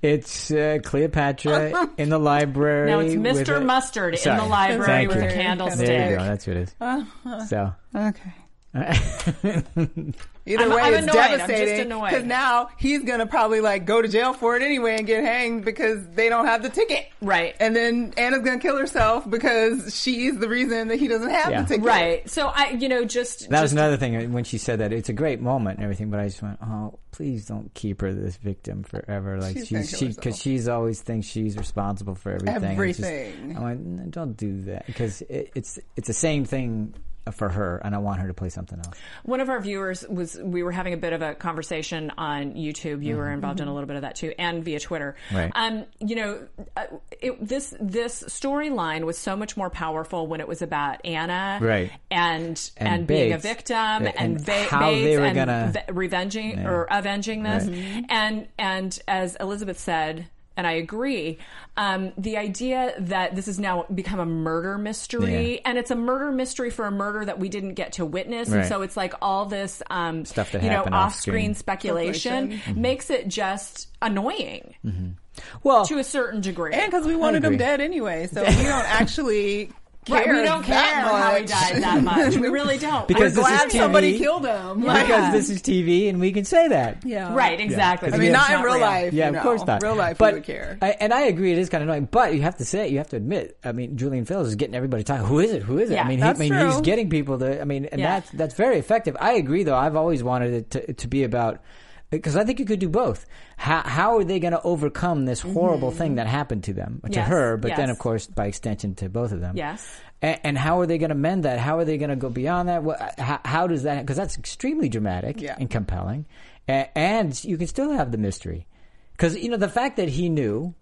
[SPEAKER 2] it's uh, Cleopatra in the library.
[SPEAKER 4] Now it's
[SPEAKER 2] with
[SPEAKER 4] Mr.
[SPEAKER 2] a-
[SPEAKER 4] Mustard in
[SPEAKER 2] Sorry.
[SPEAKER 4] the library
[SPEAKER 2] Thank
[SPEAKER 4] with
[SPEAKER 2] you.
[SPEAKER 4] a candlestick.
[SPEAKER 2] There you go. That's who it is.
[SPEAKER 4] Uh,
[SPEAKER 2] so
[SPEAKER 3] Okay. Either
[SPEAKER 4] I'm-
[SPEAKER 3] way,
[SPEAKER 4] I'm
[SPEAKER 3] it's
[SPEAKER 4] annoyed. I'm just
[SPEAKER 3] devastating
[SPEAKER 4] annoyed.
[SPEAKER 3] because now he's gonna probably like go to jail for it anyway and get hanged because they don't have the ticket.
[SPEAKER 4] Right.
[SPEAKER 3] And then Anna's gonna kill herself because she's the reason that he doesn't have
[SPEAKER 2] Yeah.
[SPEAKER 3] the ticket.
[SPEAKER 4] Right. So I, you know, just
[SPEAKER 2] that was
[SPEAKER 4] just-
[SPEAKER 2] another thing uh, when she said that. It's a great moment and everything, but I just went, oh, please don't keep her this victim forever. Like
[SPEAKER 3] She's gonna
[SPEAKER 2] she's
[SPEAKER 3] kill
[SPEAKER 2] she
[SPEAKER 3] herself.
[SPEAKER 2] because she's always thinks she's responsible for everything. It's just-
[SPEAKER 3] Everything.
[SPEAKER 2] I went, "No, don't do that because it, it's it's the same thing for her, and I want her to play something else.
[SPEAKER 4] one of our viewers was we were having a bit of a conversation on YouTube. You were involved in a little bit of that too, and via Twitter.
[SPEAKER 2] Mm-hmm. Right.
[SPEAKER 4] Um, you know, uh, it, this this storyline was so much more powerful when it was about Anna,
[SPEAKER 2] Right.
[SPEAKER 4] and and,
[SPEAKER 2] And
[SPEAKER 4] being a
[SPEAKER 2] Bates.
[SPEAKER 4] victim,
[SPEAKER 2] Yeah,
[SPEAKER 4] and,
[SPEAKER 2] and
[SPEAKER 4] ba-
[SPEAKER 2] how they
[SPEAKER 4] Bates
[SPEAKER 2] were
[SPEAKER 4] and
[SPEAKER 2] gonna- Mm-hmm.
[SPEAKER 4] ve- revenging or avenging this, and and as Elizabeth said. And I agree. Um, the idea that this has now become a murder mystery,
[SPEAKER 2] Yeah.
[SPEAKER 4] and it's a murder mystery for a murder that we didn't get to witness, and
[SPEAKER 2] Right.
[SPEAKER 4] so it's like all this um,
[SPEAKER 2] Stuff that
[SPEAKER 4] you know
[SPEAKER 2] happened off
[SPEAKER 4] off-screen
[SPEAKER 2] screen.
[SPEAKER 4] speculation makes it just annoying
[SPEAKER 2] Mm-hmm. Well,
[SPEAKER 4] to a certain degree.
[SPEAKER 3] And because we wanted him
[SPEAKER 2] agree.
[SPEAKER 3] dead anyway, so we don't actually care.
[SPEAKER 4] Right, we don't care
[SPEAKER 3] that
[SPEAKER 4] how he
[SPEAKER 3] much.
[SPEAKER 4] died that much. We really don't.
[SPEAKER 2] Because
[SPEAKER 4] We're
[SPEAKER 2] this is
[SPEAKER 4] glad
[SPEAKER 3] Glad somebody
[SPEAKER 2] TV.
[SPEAKER 3] killed him.
[SPEAKER 4] Yeah.
[SPEAKER 2] because this is TV, and we can say that.
[SPEAKER 3] yeah.
[SPEAKER 4] right, exactly.
[SPEAKER 2] 'cause
[SPEAKER 3] I
[SPEAKER 2] we
[SPEAKER 3] mean,
[SPEAKER 2] have-
[SPEAKER 3] not in real life.
[SPEAKER 2] Yeah,
[SPEAKER 3] no.
[SPEAKER 2] of course not.
[SPEAKER 3] Real life,
[SPEAKER 2] but
[SPEAKER 3] we would care.
[SPEAKER 2] I, and I agree, it is kind of annoying. But you have to say, you have to admit. I mean, Julian Phillips is getting everybody talking. Who is it? Who is it?
[SPEAKER 4] Yeah,
[SPEAKER 2] I mean, he, I
[SPEAKER 3] that's
[SPEAKER 2] mean,
[SPEAKER 3] true.
[SPEAKER 2] he's getting people to. I mean, and
[SPEAKER 4] Yeah.
[SPEAKER 2] that's that's very effective. I agree, though. I've always wanted it to, to be about. Because I think you could do both. How, how are they going to overcome this
[SPEAKER 3] Mm-hmm.
[SPEAKER 2] horrible thing that happened to them, to
[SPEAKER 4] Yes,
[SPEAKER 2] her, but then
[SPEAKER 4] yes.
[SPEAKER 2] of course by extension to both of them?
[SPEAKER 4] Yes.
[SPEAKER 2] And, and how are they going to mend that? How are they going to go beyond that? What, how, how does that? Because that's extremely dramatic
[SPEAKER 3] Yeah.
[SPEAKER 2] and compelling, and, and you can still have the mystery. Because you know the fact that he knew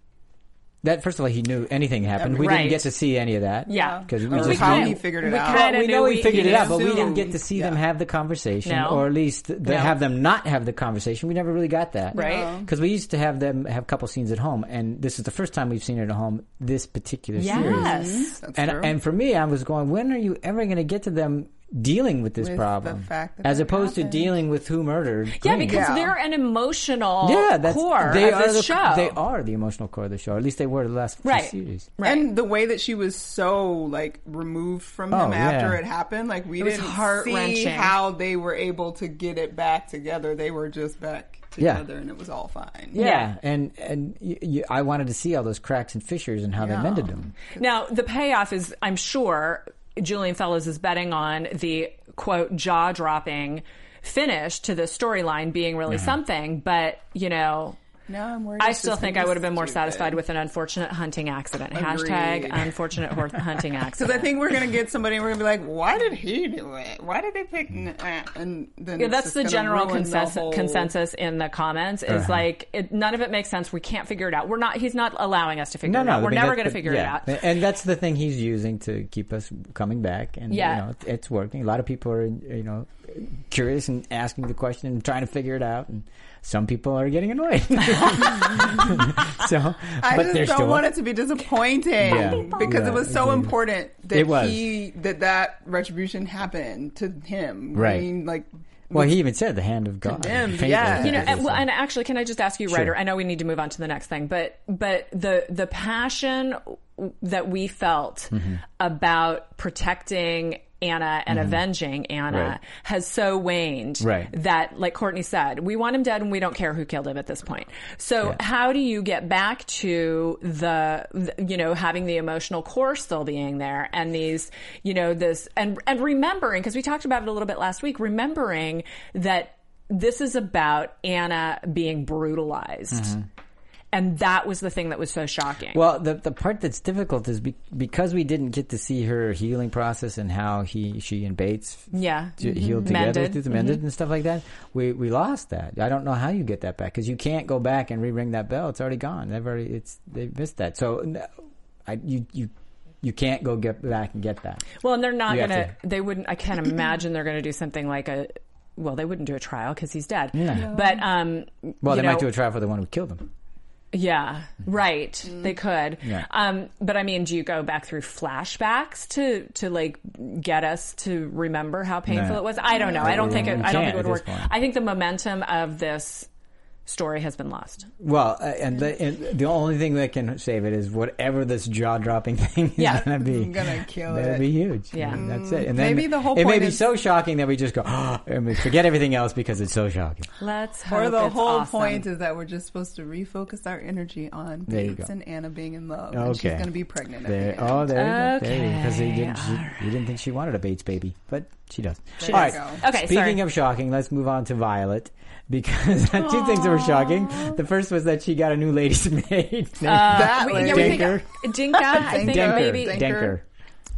[SPEAKER 2] that first of all he knew anything happened. We
[SPEAKER 4] Right.
[SPEAKER 2] didn't get to see any of that.
[SPEAKER 4] Yeah.
[SPEAKER 2] because we
[SPEAKER 3] Or
[SPEAKER 2] just
[SPEAKER 3] how
[SPEAKER 2] knew.
[SPEAKER 3] he figured it
[SPEAKER 4] we
[SPEAKER 3] out.
[SPEAKER 4] kinda
[SPEAKER 2] Well, we
[SPEAKER 4] knew
[SPEAKER 2] know he
[SPEAKER 4] he-
[SPEAKER 2] figured
[SPEAKER 4] he
[SPEAKER 2] it out, but we
[SPEAKER 3] knew.
[SPEAKER 2] didn't get to see them have the conversation,
[SPEAKER 4] No.
[SPEAKER 2] or at least th-
[SPEAKER 4] No.
[SPEAKER 2] have them not have the conversation. We never really got that,
[SPEAKER 4] Right. No.
[SPEAKER 2] Because we used to have them have couple scenes at home, and this is the first time we've seen it at home. This particular series,
[SPEAKER 4] Yes.
[SPEAKER 3] That's
[SPEAKER 2] and
[SPEAKER 3] true.
[SPEAKER 2] and for me, I was going, when are you ever going to get to them dealing with this
[SPEAKER 3] With
[SPEAKER 2] problem,
[SPEAKER 3] the fact that
[SPEAKER 2] as
[SPEAKER 3] that
[SPEAKER 2] opposed
[SPEAKER 3] happened.
[SPEAKER 2] to dealing with who murdered?
[SPEAKER 4] Yeah,
[SPEAKER 2] Green.
[SPEAKER 4] because
[SPEAKER 3] Yeah.
[SPEAKER 4] they're an emotional
[SPEAKER 2] yeah, that's
[SPEAKER 4] core
[SPEAKER 2] they
[SPEAKER 4] of
[SPEAKER 2] are
[SPEAKER 4] this
[SPEAKER 2] the
[SPEAKER 4] show.
[SPEAKER 2] they are the emotional core of the show. At least they were the last few
[SPEAKER 4] Right.
[SPEAKER 2] series.
[SPEAKER 4] Right.
[SPEAKER 3] And the way that she was so like removed from
[SPEAKER 2] Oh,
[SPEAKER 3] him after
[SPEAKER 2] yeah.
[SPEAKER 3] it happened, like we
[SPEAKER 4] It was
[SPEAKER 3] didn't see
[SPEAKER 4] heart-wrenching.
[SPEAKER 3] how they were able to get it back together. They were just back
[SPEAKER 2] Yeah.
[SPEAKER 3] together, and it was all fine.
[SPEAKER 2] Yeah, and and y y I I wanted to see all those cracks and fissures and how they mended them.
[SPEAKER 4] Now, the payoff is, I'm sure, Julian Fellows is betting on the quote jaw dropping finish to the storyline being really
[SPEAKER 3] Mm-hmm.
[SPEAKER 4] something, but you know.
[SPEAKER 3] Now I'm worried.
[SPEAKER 4] I
[SPEAKER 3] it's
[SPEAKER 4] still
[SPEAKER 3] just
[SPEAKER 4] think
[SPEAKER 3] gonna
[SPEAKER 4] I
[SPEAKER 3] be
[SPEAKER 4] would have been more
[SPEAKER 3] stupid.
[SPEAKER 4] satisfied with an unfortunate hunting accident.
[SPEAKER 3] Agreed.
[SPEAKER 4] Hashtag unfortunate hor- hunting accident.
[SPEAKER 3] Because I think we're gonna get somebody, and we're gonna be like, "Why did he do it? Why did they pick?" n- uh," And then
[SPEAKER 4] Yeah,
[SPEAKER 3] it's
[SPEAKER 4] that's
[SPEAKER 3] just
[SPEAKER 4] the
[SPEAKER 3] gonna
[SPEAKER 4] general
[SPEAKER 3] ruin the
[SPEAKER 4] consensus,
[SPEAKER 3] whole- Uh-huh.
[SPEAKER 4] consensus in the comments is like it, none of it makes sense. We can't figure it out. We're not. He's not allowing us to figure
[SPEAKER 2] No,
[SPEAKER 4] it
[SPEAKER 2] no,
[SPEAKER 4] out. We're
[SPEAKER 2] I mean,
[SPEAKER 4] never
[SPEAKER 2] that-
[SPEAKER 4] going to
[SPEAKER 2] but-
[SPEAKER 4] figure
[SPEAKER 2] yeah.
[SPEAKER 4] it out.
[SPEAKER 2] And that's the thing he's using to keep us coming back, and
[SPEAKER 4] Yeah.
[SPEAKER 2] you know, it- it's working. A lot of people are, you know, curious and asking the question and trying to figure it out, and some people are getting annoyed. so,
[SPEAKER 3] I
[SPEAKER 2] but they're
[SPEAKER 3] just
[SPEAKER 2] still
[SPEAKER 3] don't want it to be disappointing
[SPEAKER 2] Yeah.
[SPEAKER 3] because
[SPEAKER 2] Yeah,
[SPEAKER 3] it was so
[SPEAKER 2] agreed.
[SPEAKER 3] important that
[SPEAKER 2] It was.
[SPEAKER 3] he that that retribution happened to him.
[SPEAKER 2] Right.
[SPEAKER 3] I mean, like
[SPEAKER 2] Well, he even said the hand of God.
[SPEAKER 3] Condemned,
[SPEAKER 2] Faintly,
[SPEAKER 3] yeah.
[SPEAKER 2] I think
[SPEAKER 4] You know,
[SPEAKER 2] it is.
[SPEAKER 4] and, well, and actually, can I just ask you, writer? I know we need to move on to the next thing, but but the the passion w- that we felt
[SPEAKER 2] Mm-hmm.
[SPEAKER 4] about protecting Anna and avenging Anna
[SPEAKER 2] Right.
[SPEAKER 4] has so waned
[SPEAKER 2] Right.
[SPEAKER 4] that, like Courtney said, we want him dead and we don't care who killed him at this point. So how do you get back to the, the you know having the emotional core still being there and these you know this and and remembering because we talked about it a little bit last week, remembering that this is about Anna being brutalized. And that was the thing that was so shocking.
[SPEAKER 2] Mm-hmm. Well, the the part that's difficult is be, because we didn't get to see her healing process and how he she and Bates
[SPEAKER 4] yeah.
[SPEAKER 2] j- healed together
[SPEAKER 4] Mm-hmm. Mended.
[SPEAKER 2] through the mended and stuff like that. We we lost that. I don't know how you get that back because you can't go back and re-ring that bell. It's already gone. They've already it's they missed that. So no, I you you you can't go get back and get that.
[SPEAKER 4] Well, and they're not
[SPEAKER 2] You have
[SPEAKER 4] gonna. They wouldn't. I can't imagine they're gonna do something like a. Well, they wouldn't do a trial because he's dead.
[SPEAKER 2] Yeah.
[SPEAKER 4] But um.
[SPEAKER 2] Well,
[SPEAKER 4] you
[SPEAKER 2] they
[SPEAKER 4] know,
[SPEAKER 2] might do a trial for the one who killed him.
[SPEAKER 4] Yeah. Right. They could.
[SPEAKER 2] Yeah.
[SPEAKER 4] Um. But I mean, do you go back through flashbacks to to like get us to remember how painful
[SPEAKER 2] No.
[SPEAKER 4] it was? I don't know. I don't think it.
[SPEAKER 2] You
[SPEAKER 4] I don't think
[SPEAKER 2] can't
[SPEAKER 4] it would
[SPEAKER 2] at
[SPEAKER 4] work.
[SPEAKER 2] this point.
[SPEAKER 4] I think the momentum of this story has been lost.
[SPEAKER 2] Well, uh, and the, and the only thing that can save it is whatever this jaw dropping thing is
[SPEAKER 4] Yeah.
[SPEAKER 2] going to be.
[SPEAKER 3] I'm gonna kill
[SPEAKER 2] That'd
[SPEAKER 3] it.
[SPEAKER 2] be huge.
[SPEAKER 4] Yeah.
[SPEAKER 2] And that's it. And then
[SPEAKER 3] Maybe the whole
[SPEAKER 2] it may
[SPEAKER 3] point
[SPEAKER 2] be
[SPEAKER 3] is-
[SPEAKER 2] so shocking that we just go and we forget everything else because it's so shocking.
[SPEAKER 4] Let's hope
[SPEAKER 3] Or the
[SPEAKER 4] it's
[SPEAKER 3] whole
[SPEAKER 4] awesome.
[SPEAKER 3] point is that we're just supposed to refocus our energy on
[SPEAKER 2] There you
[SPEAKER 3] Bates
[SPEAKER 2] go.
[SPEAKER 3] and Anna being in love. And she's
[SPEAKER 2] Okay,
[SPEAKER 3] going to be pregnant. At
[SPEAKER 2] There,
[SPEAKER 3] the end.
[SPEAKER 2] oh, there, you go. there, because he
[SPEAKER 4] Okay,
[SPEAKER 2] didn't, she, he didn't think she wanted a Bates baby, but she does.
[SPEAKER 3] There
[SPEAKER 2] All
[SPEAKER 3] you
[SPEAKER 2] right.
[SPEAKER 3] go.
[SPEAKER 4] Okay,
[SPEAKER 2] Speaking
[SPEAKER 4] sorry.
[SPEAKER 2] of shocking, let's move on to Violet because two things that were shocking. The first was that she got a new lady's maid. named
[SPEAKER 3] that
[SPEAKER 4] Uh, we,
[SPEAKER 3] was
[SPEAKER 4] yeah, we think-
[SPEAKER 2] Denker.
[SPEAKER 4] Dinka, I think
[SPEAKER 3] Denker.
[SPEAKER 4] maybe
[SPEAKER 2] Denker.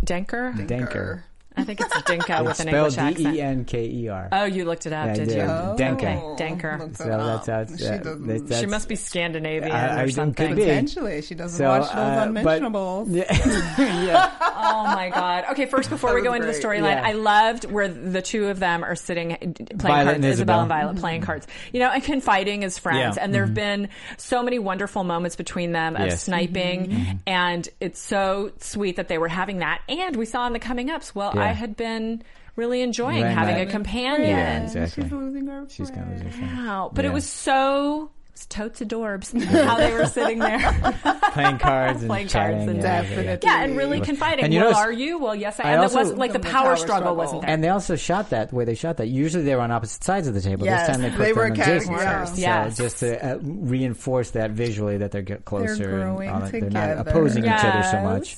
[SPEAKER 3] Denker.
[SPEAKER 4] Denker.
[SPEAKER 2] Denker.
[SPEAKER 4] I think it's Dinka with an
[SPEAKER 2] Spelled
[SPEAKER 4] English
[SPEAKER 2] D
[SPEAKER 4] accent.
[SPEAKER 2] E N K E R.
[SPEAKER 4] Oh, you looked it up,
[SPEAKER 2] Yeah, I
[SPEAKER 4] did
[SPEAKER 2] did.
[SPEAKER 4] you?
[SPEAKER 2] Oh. Denker.
[SPEAKER 4] Denker.
[SPEAKER 3] Look
[SPEAKER 2] So
[SPEAKER 3] that up.
[SPEAKER 2] that's how it's-
[SPEAKER 3] She
[SPEAKER 2] that-
[SPEAKER 3] doesn't-
[SPEAKER 2] that's-
[SPEAKER 4] She
[SPEAKER 2] that's-
[SPEAKER 4] must be Scandinavian
[SPEAKER 2] I- I
[SPEAKER 4] or
[SPEAKER 2] think
[SPEAKER 4] something.
[SPEAKER 2] could be.
[SPEAKER 3] potentially she doesn't
[SPEAKER 2] So,
[SPEAKER 3] watch those
[SPEAKER 2] uh, but-
[SPEAKER 3] unmentionables.
[SPEAKER 2] Yeah. yeah.
[SPEAKER 4] Oh my god. Okay, first before
[SPEAKER 3] That
[SPEAKER 4] we go
[SPEAKER 3] was
[SPEAKER 4] into the
[SPEAKER 3] great.
[SPEAKER 4] storyline,
[SPEAKER 2] Yeah.
[SPEAKER 4] I loved where the two of them are sitting playing
[SPEAKER 2] Violet
[SPEAKER 4] cards,
[SPEAKER 2] and
[SPEAKER 4] Isabel
[SPEAKER 2] Isabel.
[SPEAKER 4] and Violet playing cards. You know, and confiding as friends.
[SPEAKER 2] Yeah. Mm-hmm.
[SPEAKER 4] And there have been so many wonderful moments between them of
[SPEAKER 2] Yes. Mm-hmm.
[SPEAKER 4] sniping and it's so sweet that they were having that. And we saw in the coming ups, well,
[SPEAKER 2] Yeah.
[SPEAKER 4] I had been really enjoying
[SPEAKER 2] Right,
[SPEAKER 4] having
[SPEAKER 2] right.
[SPEAKER 4] a companion.
[SPEAKER 2] Yeah,
[SPEAKER 3] She's
[SPEAKER 2] exactly.
[SPEAKER 3] losing her.
[SPEAKER 2] She's kind of losing her.
[SPEAKER 4] Wow. But
[SPEAKER 2] Yeah.
[SPEAKER 4] it was so it's totes adorbs how they were sitting there.
[SPEAKER 2] Playing cards and
[SPEAKER 4] Playing cards
[SPEAKER 2] chatting.
[SPEAKER 4] and-
[SPEAKER 2] yeah, yeah, yeah.
[SPEAKER 3] Definitely.
[SPEAKER 4] yeah, and really confiding.
[SPEAKER 2] And you
[SPEAKER 4] well,
[SPEAKER 2] notice-
[SPEAKER 4] are you? Well, yes, I
[SPEAKER 2] I
[SPEAKER 4] am.
[SPEAKER 2] also-
[SPEAKER 4] it was like the
[SPEAKER 3] The
[SPEAKER 4] power,
[SPEAKER 3] power
[SPEAKER 4] struggle,
[SPEAKER 3] struggle.
[SPEAKER 4] wasn't there.
[SPEAKER 2] And they also shot that the way they shot that. Usually they were on opposite sides of the table.
[SPEAKER 3] Yes,
[SPEAKER 2] this time they put
[SPEAKER 3] they
[SPEAKER 2] them
[SPEAKER 3] were
[SPEAKER 2] on
[SPEAKER 3] kind of-
[SPEAKER 2] adjacent
[SPEAKER 3] yeah.
[SPEAKER 2] sides.
[SPEAKER 4] Yes.
[SPEAKER 2] So just to uh, reinforce that visually that they're get closer.
[SPEAKER 3] growing
[SPEAKER 2] and all that. They're
[SPEAKER 3] together.
[SPEAKER 2] not opposing each other so much.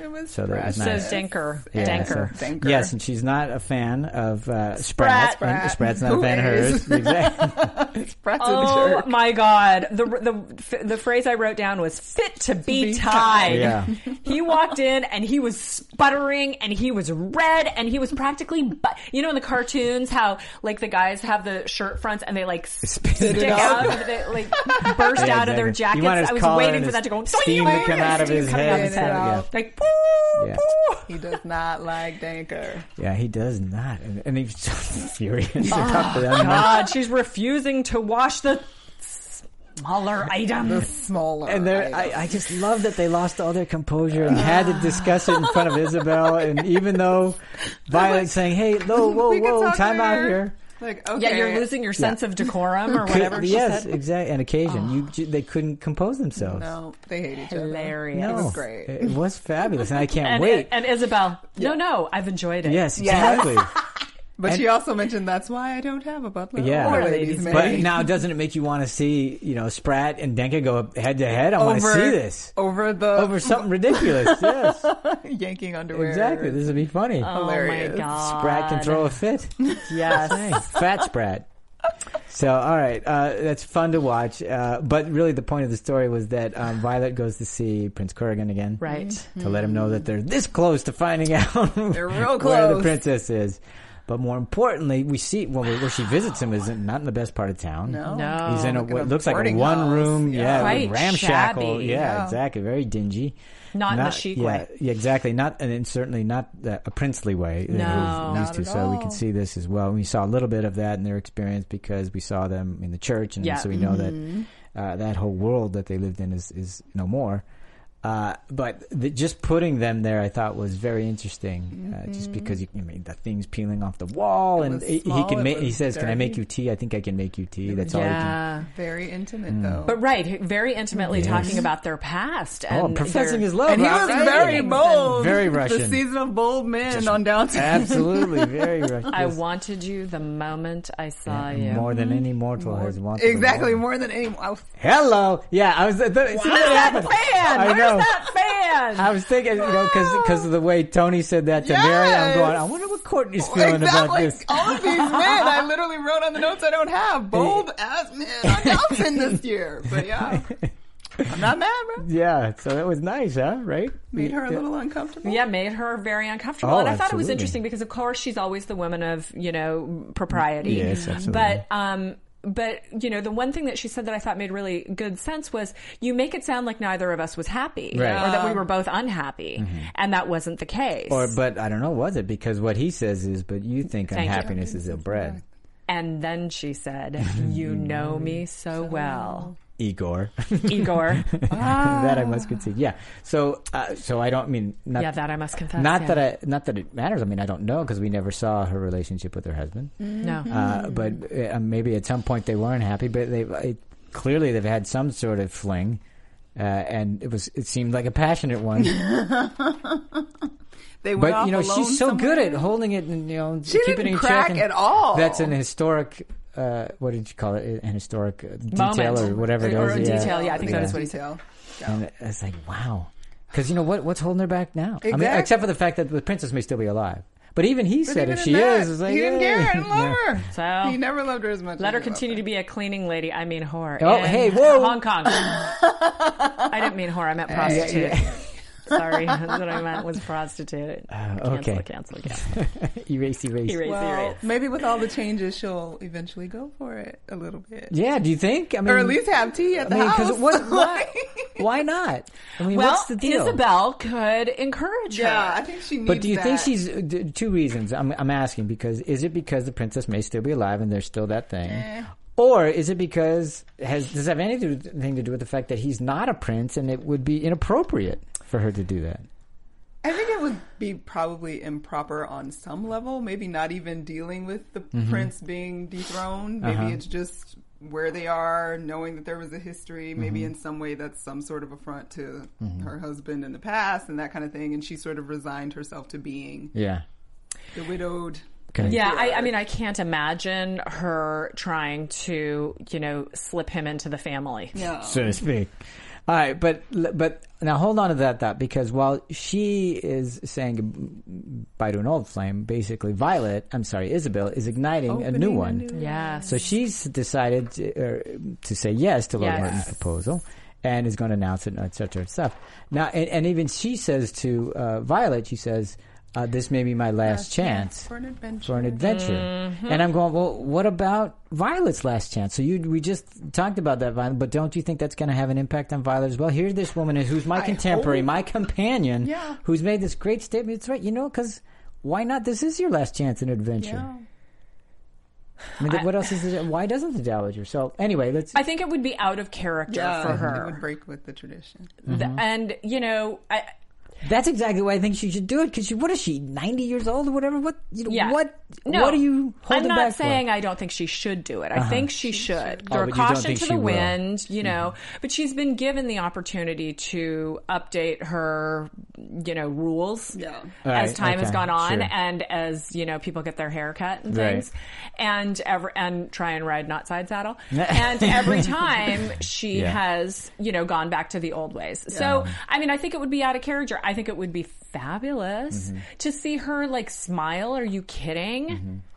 [SPEAKER 3] It was
[SPEAKER 2] So that was
[SPEAKER 3] precious.
[SPEAKER 4] so
[SPEAKER 2] nice.
[SPEAKER 4] Denker,
[SPEAKER 2] Yeah,
[SPEAKER 4] Denker.
[SPEAKER 2] so-
[SPEAKER 3] Denker.
[SPEAKER 2] Yes, and she's not a fan of uh, Sprat.
[SPEAKER 4] Sprat.
[SPEAKER 2] And Sprat's not a
[SPEAKER 3] Who
[SPEAKER 2] fan of
[SPEAKER 3] is?
[SPEAKER 2] hers. Exactly.
[SPEAKER 3] Brat's a
[SPEAKER 4] Oh
[SPEAKER 3] jerk.
[SPEAKER 4] my God! The, the the phrase I wrote down was "fit to be,
[SPEAKER 3] be
[SPEAKER 4] tied."
[SPEAKER 3] tied.
[SPEAKER 2] Yeah.
[SPEAKER 4] he walked in and he was sputtering and he was red and he was practically, bu- you know, in the cartoons how like the guys have the shirt fronts and they like
[SPEAKER 2] Spit
[SPEAKER 4] stick
[SPEAKER 2] it
[SPEAKER 4] out,
[SPEAKER 2] out.
[SPEAKER 4] and they like burst
[SPEAKER 2] Yeah,
[SPEAKER 4] out of their
[SPEAKER 2] exactly. You
[SPEAKER 4] jackets.
[SPEAKER 2] want his
[SPEAKER 4] I was
[SPEAKER 2] collar
[SPEAKER 4] waiting
[SPEAKER 2] and
[SPEAKER 4] for
[SPEAKER 2] his
[SPEAKER 4] that to go.
[SPEAKER 2] steam to come out of
[SPEAKER 4] steam
[SPEAKER 2] his
[SPEAKER 4] coming out
[SPEAKER 2] head
[SPEAKER 4] of
[SPEAKER 2] and
[SPEAKER 4] his
[SPEAKER 3] stuff, yeah.
[SPEAKER 4] Like poo,
[SPEAKER 2] Yeah. Uh-huh.
[SPEAKER 4] poo.
[SPEAKER 3] He does not like Danker.
[SPEAKER 2] Yeah, he does not. And, and he's so furious about that.
[SPEAKER 4] God, she's refusing to wash the smaller
[SPEAKER 3] The
[SPEAKER 4] items.
[SPEAKER 3] smaller.
[SPEAKER 2] And there,
[SPEAKER 3] item.
[SPEAKER 2] I, I just love that they lost all their composure and had to discuss it in front of Isabel. And even though Violet's saying, "Hey, whoa, whoa,
[SPEAKER 3] We can
[SPEAKER 2] whoa,
[SPEAKER 3] talk
[SPEAKER 2] time out
[SPEAKER 3] later.
[SPEAKER 2] here,"
[SPEAKER 3] Like, okay.
[SPEAKER 4] Yeah, you're losing your sense of decorum or
[SPEAKER 2] Could-
[SPEAKER 4] whatever she
[SPEAKER 2] yes,
[SPEAKER 4] said.
[SPEAKER 2] exactly. An occasion, you ju- they couldn't compose themselves.
[SPEAKER 3] No, they hate each other.
[SPEAKER 4] Hilarious.
[SPEAKER 2] No.
[SPEAKER 3] It was great.
[SPEAKER 2] It was fabulous, and I can't
[SPEAKER 4] And,
[SPEAKER 2] wait.
[SPEAKER 4] and Isabel, no, no, I've enjoyed it.
[SPEAKER 2] yes,
[SPEAKER 3] Yes.
[SPEAKER 2] exactly.
[SPEAKER 3] But she also mentioned that's why I don't have a butler
[SPEAKER 2] Yeah,
[SPEAKER 3] or a ladies' maid.
[SPEAKER 2] but now doesn't it make you want to see you know Sprat and Denka go head to head? I want to
[SPEAKER 3] over
[SPEAKER 2] see this
[SPEAKER 3] over the
[SPEAKER 2] over something ridiculous. yes,
[SPEAKER 3] yanking underwear.
[SPEAKER 2] exactly. This would be funny.
[SPEAKER 4] Oh my
[SPEAKER 3] Hilarious.
[SPEAKER 4] god.
[SPEAKER 2] Sprat can throw a fit. Yes. Fat Sprat. So, all right, uh, that's fun to watch. Uh, but really, the point of the story was that um, Violet goes to see Prince Corrigan again.
[SPEAKER 4] Right.
[SPEAKER 2] To let him know that they're this close to finding out
[SPEAKER 3] They're real
[SPEAKER 2] where the
[SPEAKER 3] close.
[SPEAKER 2] princess is. But more importantly, we see when we, where she visits him is not in the best part of town.
[SPEAKER 3] No. Oh,
[SPEAKER 4] No.
[SPEAKER 2] He's in a, what
[SPEAKER 3] a
[SPEAKER 2] looks like a
[SPEAKER 3] boarding
[SPEAKER 2] one room,
[SPEAKER 3] house.
[SPEAKER 2] yeah,
[SPEAKER 4] Quite
[SPEAKER 2] ramshackle.
[SPEAKER 4] shabby.
[SPEAKER 2] Yeah,
[SPEAKER 3] Yeah.
[SPEAKER 2] exactly. Very dingy.
[SPEAKER 4] Not in the chic
[SPEAKER 2] yeah,
[SPEAKER 4] way.
[SPEAKER 2] Yeah, exactly. Not and it's certainly not uh, a princely way. that
[SPEAKER 4] No.
[SPEAKER 2] we're used
[SPEAKER 3] Not
[SPEAKER 2] to.
[SPEAKER 3] at
[SPEAKER 2] So we can
[SPEAKER 3] all.
[SPEAKER 2] see this as well. We saw a little bit of that in their experience because we saw them in the church, and
[SPEAKER 4] Yeah.
[SPEAKER 2] so we know
[SPEAKER 3] mm-hmm.
[SPEAKER 2] that uh, that whole world that they lived in is is no more. Uh, but the, just putting them there, I thought was very interesting. Uh, just because you, I mean, the things peeling off the wall, and
[SPEAKER 3] was
[SPEAKER 2] he, he
[SPEAKER 3] small,
[SPEAKER 2] can
[SPEAKER 3] Mm-hmm. it
[SPEAKER 2] make. He
[SPEAKER 3] was
[SPEAKER 2] says, "Can I make
[SPEAKER 3] dirty."
[SPEAKER 2] you tea? I think I can make you tea." That's all he can
[SPEAKER 4] Yeah.
[SPEAKER 3] Very intimate
[SPEAKER 2] Mm.
[SPEAKER 3] though.
[SPEAKER 4] But right, very intimately talking about their past and
[SPEAKER 2] Oh, professing
[SPEAKER 4] their-
[SPEAKER 2] his love.
[SPEAKER 3] and he was
[SPEAKER 2] Rob.
[SPEAKER 4] Right.
[SPEAKER 3] very
[SPEAKER 4] And-
[SPEAKER 3] bold.
[SPEAKER 2] Very
[SPEAKER 3] The
[SPEAKER 2] Russian.
[SPEAKER 3] season of bold men on downtown.
[SPEAKER 2] Absolutely, very right.
[SPEAKER 4] I
[SPEAKER 2] Yes.
[SPEAKER 4] wanted you the moment I saw you.
[SPEAKER 2] more than any mortal has wanted.
[SPEAKER 3] Mm-hmm. Exactly,
[SPEAKER 2] more.
[SPEAKER 3] more than anyone. I was
[SPEAKER 2] Hello. Yeah, I was. That, see,
[SPEAKER 4] Where's
[SPEAKER 2] that
[SPEAKER 4] that
[SPEAKER 2] happened.
[SPEAKER 4] fan?
[SPEAKER 2] I
[SPEAKER 4] Where's
[SPEAKER 2] know.
[SPEAKER 4] that fan?
[SPEAKER 2] I was thinking, you know, because of the way Tony said that to
[SPEAKER 3] Yes.
[SPEAKER 2] Mary, I'm going. I wonder what Courtney's feeling about
[SPEAKER 3] exactly.
[SPEAKER 2] this.
[SPEAKER 3] All of these men, I literally wrote on the notes I don't have bold ass men on Dolphin this year. But yeah, I'm not mad, bro.
[SPEAKER 2] Yeah, so that was nice, huh? Right?
[SPEAKER 3] Made her a little uncomfortable.
[SPEAKER 4] Yeah, made her very uncomfortable.
[SPEAKER 2] Oh,
[SPEAKER 4] and I thought it was
[SPEAKER 2] absolutely.
[SPEAKER 4] interesting because, of course, she's always the woman of, you know, propriety. Mm-hmm.
[SPEAKER 2] Yes, absolutely.
[SPEAKER 4] But, um, but you know the one thing that she said that I thought made really good sense was you make it sound like neither of us was happy
[SPEAKER 2] Right. Mm-hmm.
[SPEAKER 4] or that we were both unhappy and that wasn't the case
[SPEAKER 2] Or, but I don't know, was it? Because what he says is, but you think
[SPEAKER 4] Thank you.
[SPEAKER 2] unhappiness is ill bred.
[SPEAKER 4] and then she said you know me so well
[SPEAKER 2] Igor.
[SPEAKER 4] Igor
[SPEAKER 2] that I
[SPEAKER 3] Ah.
[SPEAKER 2] must concede. Yeah. So, uh, so I don't mean not,
[SPEAKER 4] yeah that I must confess
[SPEAKER 2] not
[SPEAKER 4] yeah.
[SPEAKER 2] that I, not that it matters. I mean, I don't know because we never saw her relationship with her husband.
[SPEAKER 4] no
[SPEAKER 2] Uh, but uh, maybe at some point they weren't happy. But they it, clearly they've had some sort of fling, uh, and it was it seemed like a passionate one.
[SPEAKER 3] They went
[SPEAKER 2] But you know,
[SPEAKER 3] off alone
[SPEAKER 2] she's so good at
[SPEAKER 3] somewhere.
[SPEAKER 2] holding it and you know
[SPEAKER 3] She
[SPEAKER 2] keeping
[SPEAKER 3] didn't
[SPEAKER 2] it in
[SPEAKER 3] crack
[SPEAKER 2] check. and-
[SPEAKER 3] at all.
[SPEAKER 2] That's an historic. Uh, what did you call it? An historic uh, detail or whatever it
[SPEAKER 4] Or
[SPEAKER 2] is.
[SPEAKER 4] a detail, yeah, I think that is what he
[SPEAKER 3] said.
[SPEAKER 2] And it's like wow, because you know what? What's holding her back now? I mean,
[SPEAKER 3] Exactly.
[SPEAKER 2] except for the fact that the princess may still be alive. But even he said, if she is, it's like
[SPEAKER 3] he didn't
[SPEAKER 2] yeah.
[SPEAKER 3] care. He didn't love her.
[SPEAKER 4] So-
[SPEAKER 3] he never loved her as much.
[SPEAKER 4] Let
[SPEAKER 3] as
[SPEAKER 4] her
[SPEAKER 3] he
[SPEAKER 4] continue to
[SPEAKER 3] loved
[SPEAKER 4] be a cleaning lady. I mean whore.
[SPEAKER 2] Oh,
[SPEAKER 4] in
[SPEAKER 2] hey, whoa.
[SPEAKER 4] Hong Kong. I didn't mean whore. I meant prostitute. Sorry, that's what I meant was prostitute.
[SPEAKER 2] Uh, okay.
[SPEAKER 4] Cancel, cancel, cancel.
[SPEAKER 2] erase, erase.
[SPEAKER 4] Erase,
[SPEAKER 3] Well,
[SPEAKER 4] erase.
[SPEAKER 3] maybe with all the changes, she'll eventually go for it a little bit,
[SPEAKER 2] Yeah, do you think? I mean,
[SPEAKER 3] or at least have tea at
[SPEAKER 2] I
[SPEAKER 3] the
[SPEAKER 2] mean,
[SPEAKER 3] house.
[SPEAKER 2] because what? Why,
[SPEAKER 3] Like-
[SPEAKER 2] why not? I mean,
[SPEAKER 4] Well,
[SPEAKER 2] what's the deal?
[SPEAKER 4] Isabel could encourage
[SPEAKER 3] yeah,
[SPEAKER 4] her.
[SPEAKER 3] I think she needs.
[SPEAKER 2] But do you think
[SPEAKER 3] that.
[SPEAKER 2] she's uh, d- two reasons? I'm I'm asking because is it because the princess may still be alive and there's still that thing,
[SPEAKER 3] Eh.
[SPEAKER 2] or is it because has does it have anything to do with the fact that he's not a prince and it would be inappropriate for her to do that?
[SPEAKER 3] I think it would be probably improper on some level. Maybe not even dealing with the
[SPEAKER 2] Mm-hmm.
[SPEAKER 3] prince being dethroned. Maybe
[SPEAKER 2] Uh-huh.
[SPEAKER 3] it's just where they are, knowing that there was a history. Maybe
[SPEAKER 2] Mm-hmm.
[SPEAKER 3] in some way that's some sort of affront to her husband in the past and that kind of thing. And she sort of resigned herself to being
[SPEAKER 2] Yeah.
[SPEAKER 3] the widowed.
[SPEAKER 2] Okay.
[SPEAKER 4] Yeah, I, I mean, I can't imagine her trying to, you know, slip him into the family.
[SPEAKER 3] No.
[SPEAKER 2] so to speak. All right, but but now hold on to that thought because while she is saying goodbye to an old flame, basically Violet, I'm sorry, Isabel is igniting a new
[SPEAKER 3] Opening a
[SPEAKER 2] one.
[SPEAKER 3] new-
[SPEAKER 4] Yes.
[SPEAKER 2] So she's decided to, er, to say yes to Lord
[SPEAKER 4] Yes.
[SPEAKER 2] Martin's proposal and is going to announce it, etc. and stuff. Now, and, and even she says to uh, Violet, she says, uh, "This may be my last chance."
[SPEAKER 3] for an adventure.
[SPEAKER 2] for an adventure.
[SPEAKER 4] Mm-hmm.
[SPEAKER 2] And I'm going, well, what about Violet's last chance? So you, we just talked about that, Violet, but don't you think that's going to have an impact on Violet as well? Here, this woman is who's my contemporary,
[SPEAKER 3] hope.
[SPEAKER 2] my companion,
[SPEAKER 3] Yeah.
[SPEAKER 2] who's made this great statement. It's right, you know, because why not? This is your last chance in adventure.
[SPEAKER 3] Yeah.
[SPEAKER 2] I mean, what else is it? Why doesn't the dowager? So anyway, let's.
[SPEAKER 4] I think it would be out of character
[SPEAKER 3] Yeah,
[SPEAKER 4] for
[SPEAKER 3] It would
[SPEAKER 4] her.
[SPEAKER 3] break with the tradition.
[SPEAKER 2] Mm-hmm.
[SPEAKER 4] Th- And, you know, I,
[SPEAKER 2] that's exactly why I think she should do it. Because she, what is she, ninety years old or whatever? What? You know,
[SPEAKER 4] Yeah.
[SPEAKER 2] What?
[SPEAKER 4] No,
[SPEAKER 2] what are you
[SPEAKER 4] I'm
[SPEAKER 2] holding
[SPEAKER 4] not
[SPEAKER 2] back for? Uh-huh.
[SPEAKER 4] saying I don't think she should do it. I think she, should.
[SPEAKER 2] Oh, but you
[SPEAKER 4] Or
[SPEAKER 2] don't
[SPEAKER 4] caution
[SPEAKER 2] think
[SPEAKER 4] to
[SPEAKER 2] she
[SPEAKER 4] the
[SPEAKER 2] will. Mm-hmm.
[SPEAKER 4] wind, you know. But she's been given the opportunity to update her, you know, rules
[SPEAKER 3] Yeah.
[SPEAKER 2] right,
[SPEAKER 4] as time has
[SPEAKER 2] okay,
[SPEAKER 4] gone on
[SPEAKER 2] sure.
[SPEAKER 4] and as you know people get their hair cut and
[SPEAKER 2] Right.
[SPEAKER 4] things, and ever and try and ride not side saddle. and every time she
[SPEAKER 2] Yeah.
[SPEAKER 4] has, you know, gone back to the old ways. So I mean, I think it would be out of character. I think it would be fabulous
[SPEAKER 2] Mm-hmm.
[SPEAKER 4] to see her like smile. Are you kidding?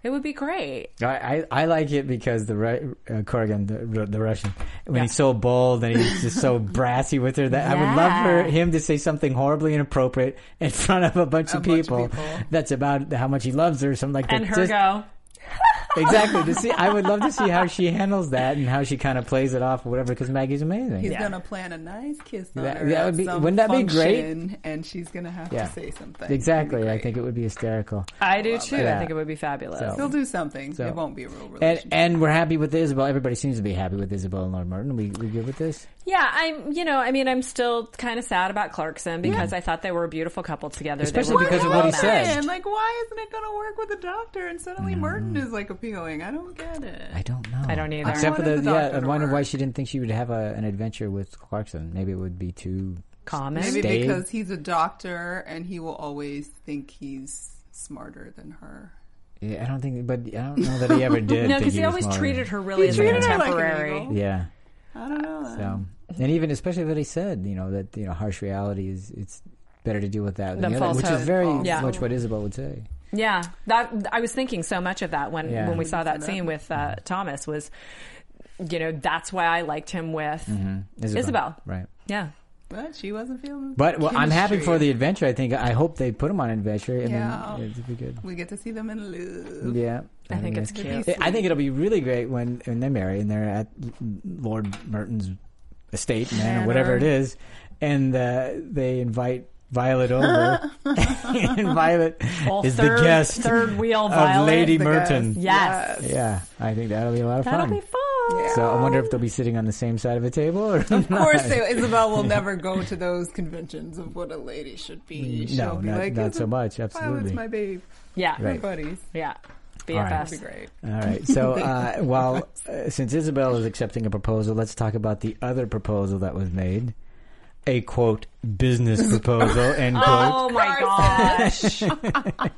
[SPEAKER 4] It would be great.
[SPEAKER 2] I, I, I like it because the Ru- uh, Corrigan, the, the Russian, when he's so bold and he's just so brassy with her, that I would love for
[SPEAKER 4] Yeah.
[SPEAKER 2] him to say something horribly inappropriate in front of a bunch, of,
[SPEAKER 3] bunch of
[SPEAKER 2] people
[SPEAKER 3] people.
[SPEAKER 2] That's about how much he loves her, or something like that.
[SPEAKER 4] And her
[SPEAKER 2] Just-
[SPEAKER 4] go.
[SPEAKER 2] exactly. To see, I would love to see how she handles that and how she kind of plays it off, or whatever. Because Maggie's amazing.
[SPEAKER 3] He's gonna plan a nice kiss on
[SPEAKER 2] That-
[SPEAKER 3] her.
[SPEAKER 2] that
[SPEAKER 3] at
[SPEAKER 2] would be-
[SPEAKER 3] some
[SPEAKER 2] wouldn't that be great?
[SPEAKER 3] function, And she's gonna have
[SPEAKER 2] Yeah.
[SPEAKER 3] to say something. It'd
[SPEAKER 2] Exactly.
[SPEAKER 3] be
[SPEAKER 2] I
[SPEAKER 3] great.
[SPEAKER 2] think it would be hysterical.
[SPEAKER 4] I do too.
[SPEAKER 2] Yeah.
[SPEAKER 4] I think it would be fabulous.
[SPEAKER 2] So-
[SPEAKER 3] He'll do something.
[SPEAKER 2] So-
[SPEAKER 3] it won't be a real
[SPEAKER 2] And,
[SPEAKER 3] relationship.
[SPEAKER 2] and we're happy with Isabel. Everybody seems to be happy with Isabel and Lord Martin. We, we good with this?
[SPEAKER 4] Yeah, I'm. You know, I mean, I'm still kind of sad about Clarkson because I thought they were a beautiful couple together. They
[SPEAKER 2] Especially
[SPEAKER 4] were
[SPEAKER 2] because of
[SPEAKER 4] well
[SPEAKER 2] what he
[SPEAKER 4] matched.
[SPEAKER 2] said. Mm.
[SPEAKER 3] And like, why isn't it gonna work with the doctor? And suddenly Merton is like appealing. I don't get it.
[SPEAKER 2] I don't know.
[SPEAKER 4] I don't either.
[SPEAKER 2] Except for
[SPEAKER 3] I
[SPEAKER 2] the,
[SPEAKER 3] wanted the
[SPEAKER 2] yeah,
[SPEAKER 3] doctor
[SPEAKER 2] I
[SPEAKER 3] to
[SPEAKER 2] wonder why
[SPEAKER 3] work.
[SPEAKER 2] she didn't think she would have a, an adventure with Clarkson. Maybe it would be too.
[SPEAKER 4] Common.
[SPEAKER 3] Maybe
[SPEAKER 2] Stay-
[SPEAKER 3] because he's a doctor and he will always think he's smarter than her.
[SPEAKER 2] Yeah, I don't think, but I don't know that he ever did.
[SPEAKER 4] No,
[SPEAKER 2] think
[SPEAKER 4] because
[SPEAKER 2] he
[SPEAKER 4] he
[SPEAKER 2] was
[SPEAKER 4] always
[SPEAKER 2] smarter.
[SPEAKER 4] treated her really as a
[SPEAKER 3] treated her like an
[SPEAKER 4] contemporary.
[SPEAKER 3] eagle.
[SPEAKER 2] Yeah.
[SPEAKER 3] I don't know. that.
[SPEAKER 2] So, and even especially what he said, you know, that you know, harsh reality is it's better to deal with that than
[SPEAKER 4] Than
[SPEAKER 2] the other, which is
[SPEAKER 4] falsehood.
[SPEAKER 2] very
[SPEAKER 4] Yeah.
[SPEAKER 2] much what Isabel would say.
[SPEAKER 4] yeah, that I was thinking so much of that when
[SPEAKER 2] Yeah.
[SPEAKER 4] when we saw that scene with uh, Thomas was. you know, that's why I liked him with
[SPEAKER 2] Mm-hmm. Isabel.
[SPEAKER 4] Isabel.
[SPEAKER 2] Right.
[SPEAKER 4] Yeah.
[SPEAKER 3] But she wasn't feeling.
[SPEAKER 2] But well, I'm happy for the
[SPEAKER 3] chemistry.
[SPEAKER 2] adventure. I think I hope they put him on an adventure. and
[SPEAKER 3] Yeah.
[SPEAKER 2] then it'd be good.
[SPEAKER 3] We get to see them in love.
[SPEAKER 2] Yeah,
[SPEAKER 4] I think it's
[SPEAKER 2] That'd be nice.
[SPEAKER 4] cute.
[SPEAKER 3] It'd be
[SPEAKER 2] I think it'll be really great when when they marry and they're at Lord Merton's estate man, or whatever it is, and uh, they invite Violet over, and Violet
[SPEAKER 4] Well,
[SPEAKER 2] is
[SPEAKER 4] third-
[SPEAKER 2] the guest
[SPEAKER 4] third wheel
[SPEAKER 2] of
[SPEAKER 4] Violet.
[SPEAKER 2] Lady
[SPEAKER 3] The
[SPEAKER 2] Merton.
[SPEAKER 3] guys.
[SPEAKER 4] Yes.
[SPEAKER 2] Yeah, I think that'll be a lot of
[SPEAKER 4] That'll
[SPEAKER 2] fun.
[SPEAKER 4] be fun.
[SPEAKER 3] Yeah.
[SPEAKER 2] So I wonder if they'll be sitting on the same side of a table. Or
[SPEAKER 3] Of course, they, Isabel will never go to those conventions of what a lady should be.
[SPEAKER 2] Mm, no,
[SPEAKER 3] She'll be
[SPEAKER 2] not,
[SPEAKER 3] like,
[SPEAKER 2] not so
[SPEAKER 3] "Isabel,
[SPEAKER 2] much. Absolutely.
[SPEAKER 3] Violet's my babe.
[SPEAKER 4] Yeah.
[SPEAKER 3] We're
[SPEAKER 2] Right.
[SPEAKER 3] buddies.
[SPEAKER 4] Yeah.
[SPEAKER 3] That'd be
[SPEAKER 4] BFFs.
[SPEAKER 3] great.
[SPEAKER 2] All right. So uh, while uh, since Isabel is accepting a proposal, let's talk about the other proposal that was made. A quote business proposal end
[SPEAKER 4] Oh
[SPEAKER 2] quote.
[SPEAKER 4] my gosh.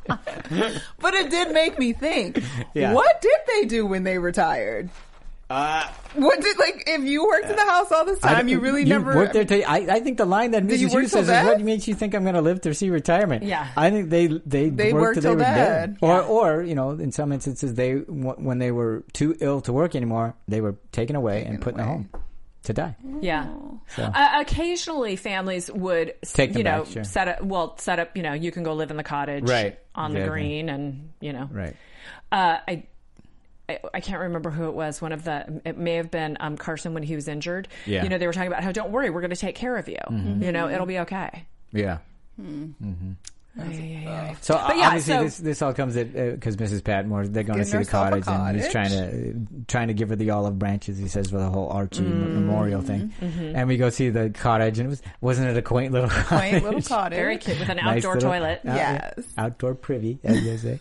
[SPEAKER 3] But it did make me think.
[SPEAKER 2] Yeah.
[SPEAKER 3] What did they do when they retired?
[SPEAKER 2] Uh,
[SPEAKER 3] What did like if you worked in the house all this time, you really never
[SPEAKER 2] worked there. Till, I, I think the line that
[SPEAKER 3] Did you
[SPEAKER 2] Mrs.
[SPEAKER 3] work
[SPEAKER 2] Hughes
[SPEAKER 3] till
[SPEAKER 2] says is, "What
[SPEAKER 3] then?
[SPEAKER 2] makes you think I'm going to live to see retirement?"
[SPEAKER 4] Yeah.
[SPEAKER 2] I think they they,
[SPEAKER 3] They worked
[SPEAKER 2] worked, till
[SPEAKER 3] till
[SPEAKER 2] they were
[SPEAKER 3] then.
[SPEAKER 2] dead, or or you know, in some instances, they when they were too ill to work anymore, they were taken away and put in a
[SPEAKER 3] away.
[SPEAKER 2] home to die.
[SPEAKER 4] Yeah. Uh, occasionally, families would s-
[SPEAKER 2] Take them
[SPEAKER 4] you know
[SPEAKER 2] back, sure.
[SPEAKER 4] set up well set up you know you can go live in the cottage
[SPEAKER 2] Right.
[SPEAKER 4] on the
[SPEAKER 2] Exactly.
[SPEAKER 4] green and you know
[SPEAKER 2] Right.
[SPEAKER 4] uh, I. I- I can't remember who it was. One of the, it may have been um, Carson when he was injured.
[SPEAKER 2] Yeah. Mm-hmm.
[SPEAKER 4] You know, they were talking about how don't worry, we're going to take care of you. You know, it'll be okay.
[SPEAKER 2] Yeah.
[SPEAKER 4] Yeah, yeah, yeah.
[SPEAKER 2] So
[SPEAKER 4] But yeah,
[SPEAKER 2] obviously,
[SPEAKER 4] so-
[SPEAKER 2] this this all comes at because Mrs. Patmore they're going to
[SPEAKER 3] Giving
[SPEAKER 2] see the
[SPEAKER 3] herself a
[SPEAKER 2] cottage, and he's trying
[SPEAKER 3] cottage.
[SPEAKER 2] to trying to give her the olive branches. He says for the whole Archie
[SPEAKER 3] Mm-hmm.
[SPEAKER 2] memorial thing, and we go see the cottage, and it was wasn't it a quaint little cottage?
[SPEAKER 3] quaint little cottage.
[SPEAKER 4] Very cute with an
[SPEAKER 2] Nice
[SPEAKER 4] outdoor
[SPEAKER 2] little-
[SPEAKER 4] toilet.
[SPEAKER 2] out-
[SPEAKER 3] Yes.
[SPEAKER 2] outdoor privy, as they say.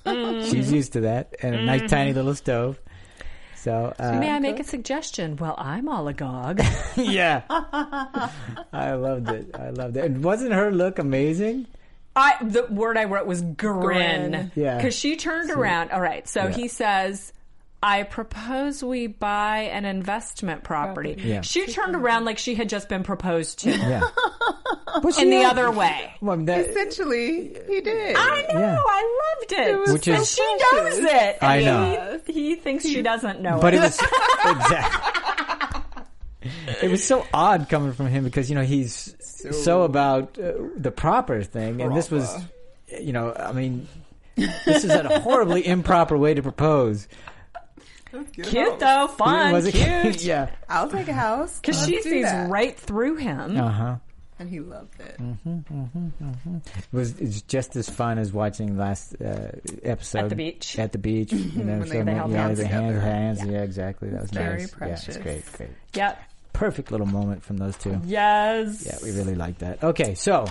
[SPEAKER 2] She's used to that, and a nice tiny little stove. So
[SPEAKER 4] May
[SPEAKER 2] uh,
[SPEAKER 4] I make a suggestion? Well, I'm all agog.
[SPEAKER 2] yeah, I loved it. I loved it. And wasn't her look amazing?
[SPEAKER 4] I the word I wrote was grin.
[SPEAKER 3] Grin.
[SPEAKER 2] Yeah.
[SPEAKER 4] Because she turned around. All right. So
[SPEAKER 2] Yeah.
[SPEAKER 4] he says, I propose we buy an investment property.
[SPEAKER 2] Yeah.
[SPEAKER 4] She turned around like she had just been proposed to
[SPEAKER 2] Yeah.
[SPEAKER 4] in the other way.
[SPEAKER 2] Well, I mean, that-
[SPEAKER 3] Essentially, he did.
[SPEAKER 4] I know.
[SPEAKER 2] Yeah.
[SPEAKER 4] I loved it.
[SPEAKER 2] was Which so
[SPEAKER 4] and
[SPEAKER 2] is-
[SPEAKER 4] she knows it.
[SPEAKER 2] I
[SPEAKER 4] And
[SPEAKER 2] know.
[SPEAKER 4] He, he thinks she doesn't know
[SPEAKER 2] But
[SPEAKER 4] it.
[SPEAKER 2] it was exactly. It was so odd coming from him because you know he's so, about uh, the proper thing, and this was, you know, I mean, this is a horribly improper way to propose.
[SPEAKER 4] Cute though, fun,
[SPEAKER 2] Was it-
[SPEAKER 4] cute.
[SPEAKER 2] yeah.
[SPEAKER 3] I'll take a house
[SPEAKER 4] Because she
[SPEAKER 3] Let's do
[SPEAKER 4] sees
[SPEAKER 3] that.
[SPEAKER 4] right through him.
[SPEAKER 2] Uh huh.
[SPEAKER 3] and he loved it.
[SPEAKER 2] Mm. It was it's just as fun as watching last uh, episode
[SPEAKER 4] At the beach.
[SPEAKER 2] At the beach, you know,
[SPEAKER 3] When they-
[SPEAKER 2] so
[SPEAKER 3] they
[SPEAKER 4] held
[SPEAKER 2] yeah,
[SPEAKER 4] hands
[SPEAKER 2] the hands,
[SPEAKER 3] together.
[SPEAKER 2] hands, yeah, exactly. That was
[SPEAKER 3] Very
[SPEAKER 2] nice. Yeah,
[SPEAKER 3] precious.
[SPEAKER 2] it's great, great,
[SPEAKER 4] Yep.
[SPEAKER 2] perfect little moment from those two.
[SPEAKER 4] Yes.
[SPEAKER 2] Yeah, we really like that. Okay, so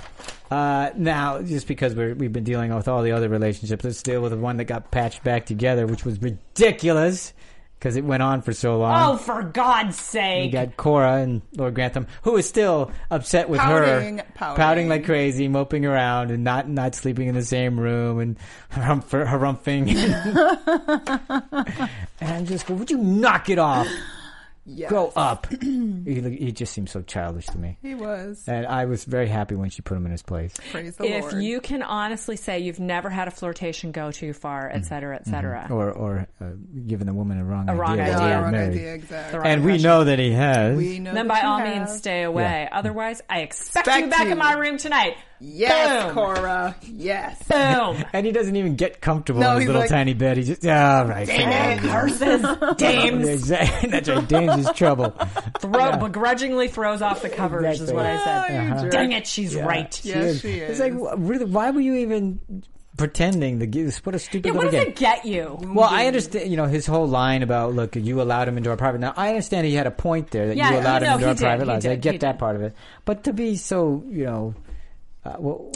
[SPEAKER 2] uh, now just because we're, we've been dealing with all the other relationships, let's deal with the one that got patched back together, which was ridiculous because it went on for so long.
[SPEAKER 4] Oh, for God's
[SPEAKER 2] You
[SPEAKER 4] sake.
[SPEAKER 2] got Cora and Lord Grantham, who is still upset with
[SPEAKER 3] Pouting,
[SPEAKER 2] her,
[SPEAKER 3] pouting.
[SPEAKER 2] like crazy, moping around and not not sleeping in the same room and harumph- harumphing. and I'm just going, would you knock it off?
[SPEAKER 3] Yes.
[SPEAKER 2] Grow up. he, look- he just seems so childish to me.
[SPEAKER 3] He was.
[SPEAKER 2] And I was very happy when she put him in his place.
[SPEAKER 3] Praise the
[SPEAKER 4] if
[SPEAKER 3] Lord.
[SPEAKER 4] you can honestly say you've never had a flirtation go too far, et cetera, et cetera.
[SPEAKER 2] Or, or uh, giving the woman a wrong idea.
[SPEAKER 4] wrong
[SPEAKER 2] that
[SPEAKER 4] idea.
[SPEAKER 2] they
[SPEAKER 3] yeah,
[SPEAKER 2] were
[SPEAKER 3] wrong
[SPEAKER 2] married.
[SPEAKER 3] idea, exactly.
[SPEAKER 4] Right.
[SPEAKER 2] And we know that he has.
[SPEAKER 3] We know
[SPEAKER 4] then
[SPEAKER 3] that
[SPEAKER 4] by
[SPEAKER 3] you
[SPEAKER 4] all
[SPEAKER 3] have.
[SPEAKER 4] means, stay away. Otherwise, I expect, you
[SPEAKER 3] Expect
[SPEAKER 4] back
[SPEAKER 3] you.
[SPEAKER 4] in my room tonight.
[SPEAKER 3] Yes,
[SPEAKER 4] Boom.
[SPEAKER 3] Cora. Yes.
[SPEAKER 4] Boom.
[SPEAKER 2] and he doesn't even get comfortable
[SPEAKER 3] No,
[SPEAKER 2] in his
[SPEAKER 3] he's
[SPEAKER 2] little
[SPEAKER 3] like,
[SPEAKER 2] tiny bed. He just, all right.
[SPEAKER 3] Damn it,
[SPEAKER 4] Versus Dames
[SPEAKER 2] Exactly. That's right. Dame's is trouble.
[SPEAKER 4] throw, begrudgingly throws off the covers, is
[SPEAKER 2] Exactly.
[SPEAKER 4] what I said.
[SPEAKER 3] you jerk.
[SPEAKER 4] Dang it, she's right. Yeah.
[SPEAKER 3] Yes, she
[SPEAKER 2] It's
[SPEAKER 3] is.
[SPEAKER 2] like, wh- really, why were you even pretending? The g- What a stupid
[SPEAKER 4] what
[SPEAKER 2] little
[SPEAKER 4] does
[SPEAKER 2] game.
[SPEAKER 4] it get you?
[SPEAKER 2] Well, I understand, you know, his whole line about, look, you allowed him into our private. Now, I understand he had a point there that
[SPEAKER 4] Yeah,
[SPEAKER 2] you allowed
[SPEAKER 4] no,
[SPEAKER 2] him into
[SPEAKER 4] he
[SPEAKER 2] our
[SPEAKER 4] did,
[SPEAKER 2] private
[SPEAKER 4] he
[SPEAKER 2] lives. I
[SPEAKER 4] did, he
[SPEAKER 2] get that
[SPEAKER 4] did.
[SPEAKER 2] part of it. But to be so, you know, uh, well,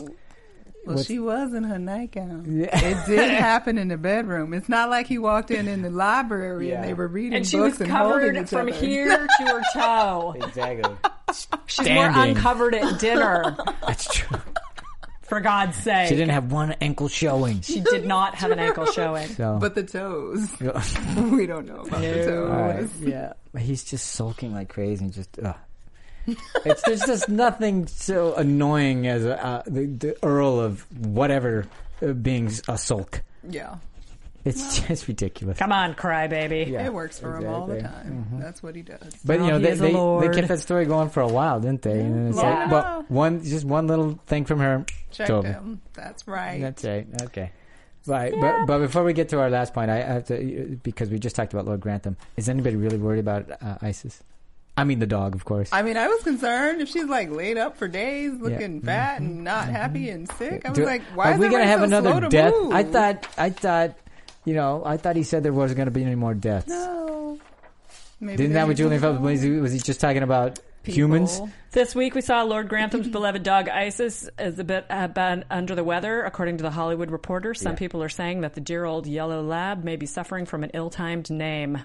[SPEAKER 3] well, she was in her nightgown. It did happen in the bedroom. It's not like he walked in in the library
[SPEAKER 2] Yeah.
[SPEAKER 3] and they were reading
[SPEAKER 4] And she was
[SPEAKER 3] books and holding
[SPEAKER 4] covered
[SPEAKER 3] each
[SPEAKER 4] from
[SPEAKER 3] other.
[SPEAKER 4] here to her toe.
[SPEAKER 2] exactly.
[SPEAKER 4] She's more
[SPEAKER 2] Standing.
[SPEAKER 4] uncovered at dinner,
[SPEAKER 2] That's true.
[SPEAKER 4] for God's sake.
[SPEAKER 2] She didn't have one ankle showing.
[SPEAKER 4] She did not have an ankle showing.
[SPEAKER 2] So,
[SPEAKER 3] But the toes,
[SPEAKER 2] all
[SPEAKER 3] we don't know about the toes.
[SPEAKER 2] right, yeah, he's just sulking like crazy. And just, uh. it's there's just nothing so annoying as uh, the, the Earl of whatever uh, being a sulk.
[SPEAKER 3] Yeah.
[SPEAKER 2] It's just ridiculous.
[SPEAKER 4] Come on, crybaby.
[SPEAKER 2] Yeah,
[SPEAKER 3] it works for him all the
[SPEAKER 2] exactly. Mm-hmm.
[SPEAKER 3] time. That's what he does.
[SPEAKER 2] But you know
[SPEAKER 4] He
[SPEAKER 2] they,
[SPEAKER 4] is a
[SPEAKER 2] they, they
[SPEAKER 4] lord.
[SPEAKER 2] kept that story going for a while, didn't they? And then it's
[SPEAKER 4] Long
[SPEAKER 2] like,
[SPEAKER 3] enough.
[SPEAKER 2] but one just one little thing from her.
[SPEAKER 3] Check
[SPEAKER 2] it's over.
[SPEAKER 3] him. That's right.
[SPEAKER 2] That's right. Okay. Right, but but before we get to our last point, I have to because we just talked about Lord Grantham. Is anybody really worried about uh, ISIS? I mean, the dog, of course.
[SPEAKER 3] I mean, I was concerned if she's like laid up for days, looking
[SPEAKER 2] Mhm.
[SPEAKER 3] fat and not happy and sick. I was
[SPEAKER 2] Do-
[SPEAKER 3] like, why
[SPEAKER 2] are
[SPEAKER 3] is
[SPEAKER 2] we gonna
[SPEAKER 3] everybody
[SPEAKER 2] have
[SPEAKER 3] so
[SPEAKER 2] another
[SPEAKER 3] slow to
[SPEAKER 2] death?
[SPEAKER 3] move?
[SPEAKER 2] I thought, I thought, you know, I thought he said there wasn't going to be any more deaphs.
[SPEAKER 3] no. Maybe
[SPEAKER 2] Didn't
[SPEAKER 3] they
[SPEAKER 2] that what
[SPEAKER 3] need
[SPEAKER 2] Julian
[SPEAKER 3] people.
[SPEAKER 2] Phelps was he, was he just talking about humans?
[SPEAKER 3] People.
[SPEAKER 4] This week we saw Lord Grantham's beloved dog Isis is a bit uh, been under the weather, according to the Hollywood Reporter. Some people are saying that the dear old yellow lab may be suffering from an ill-timed name.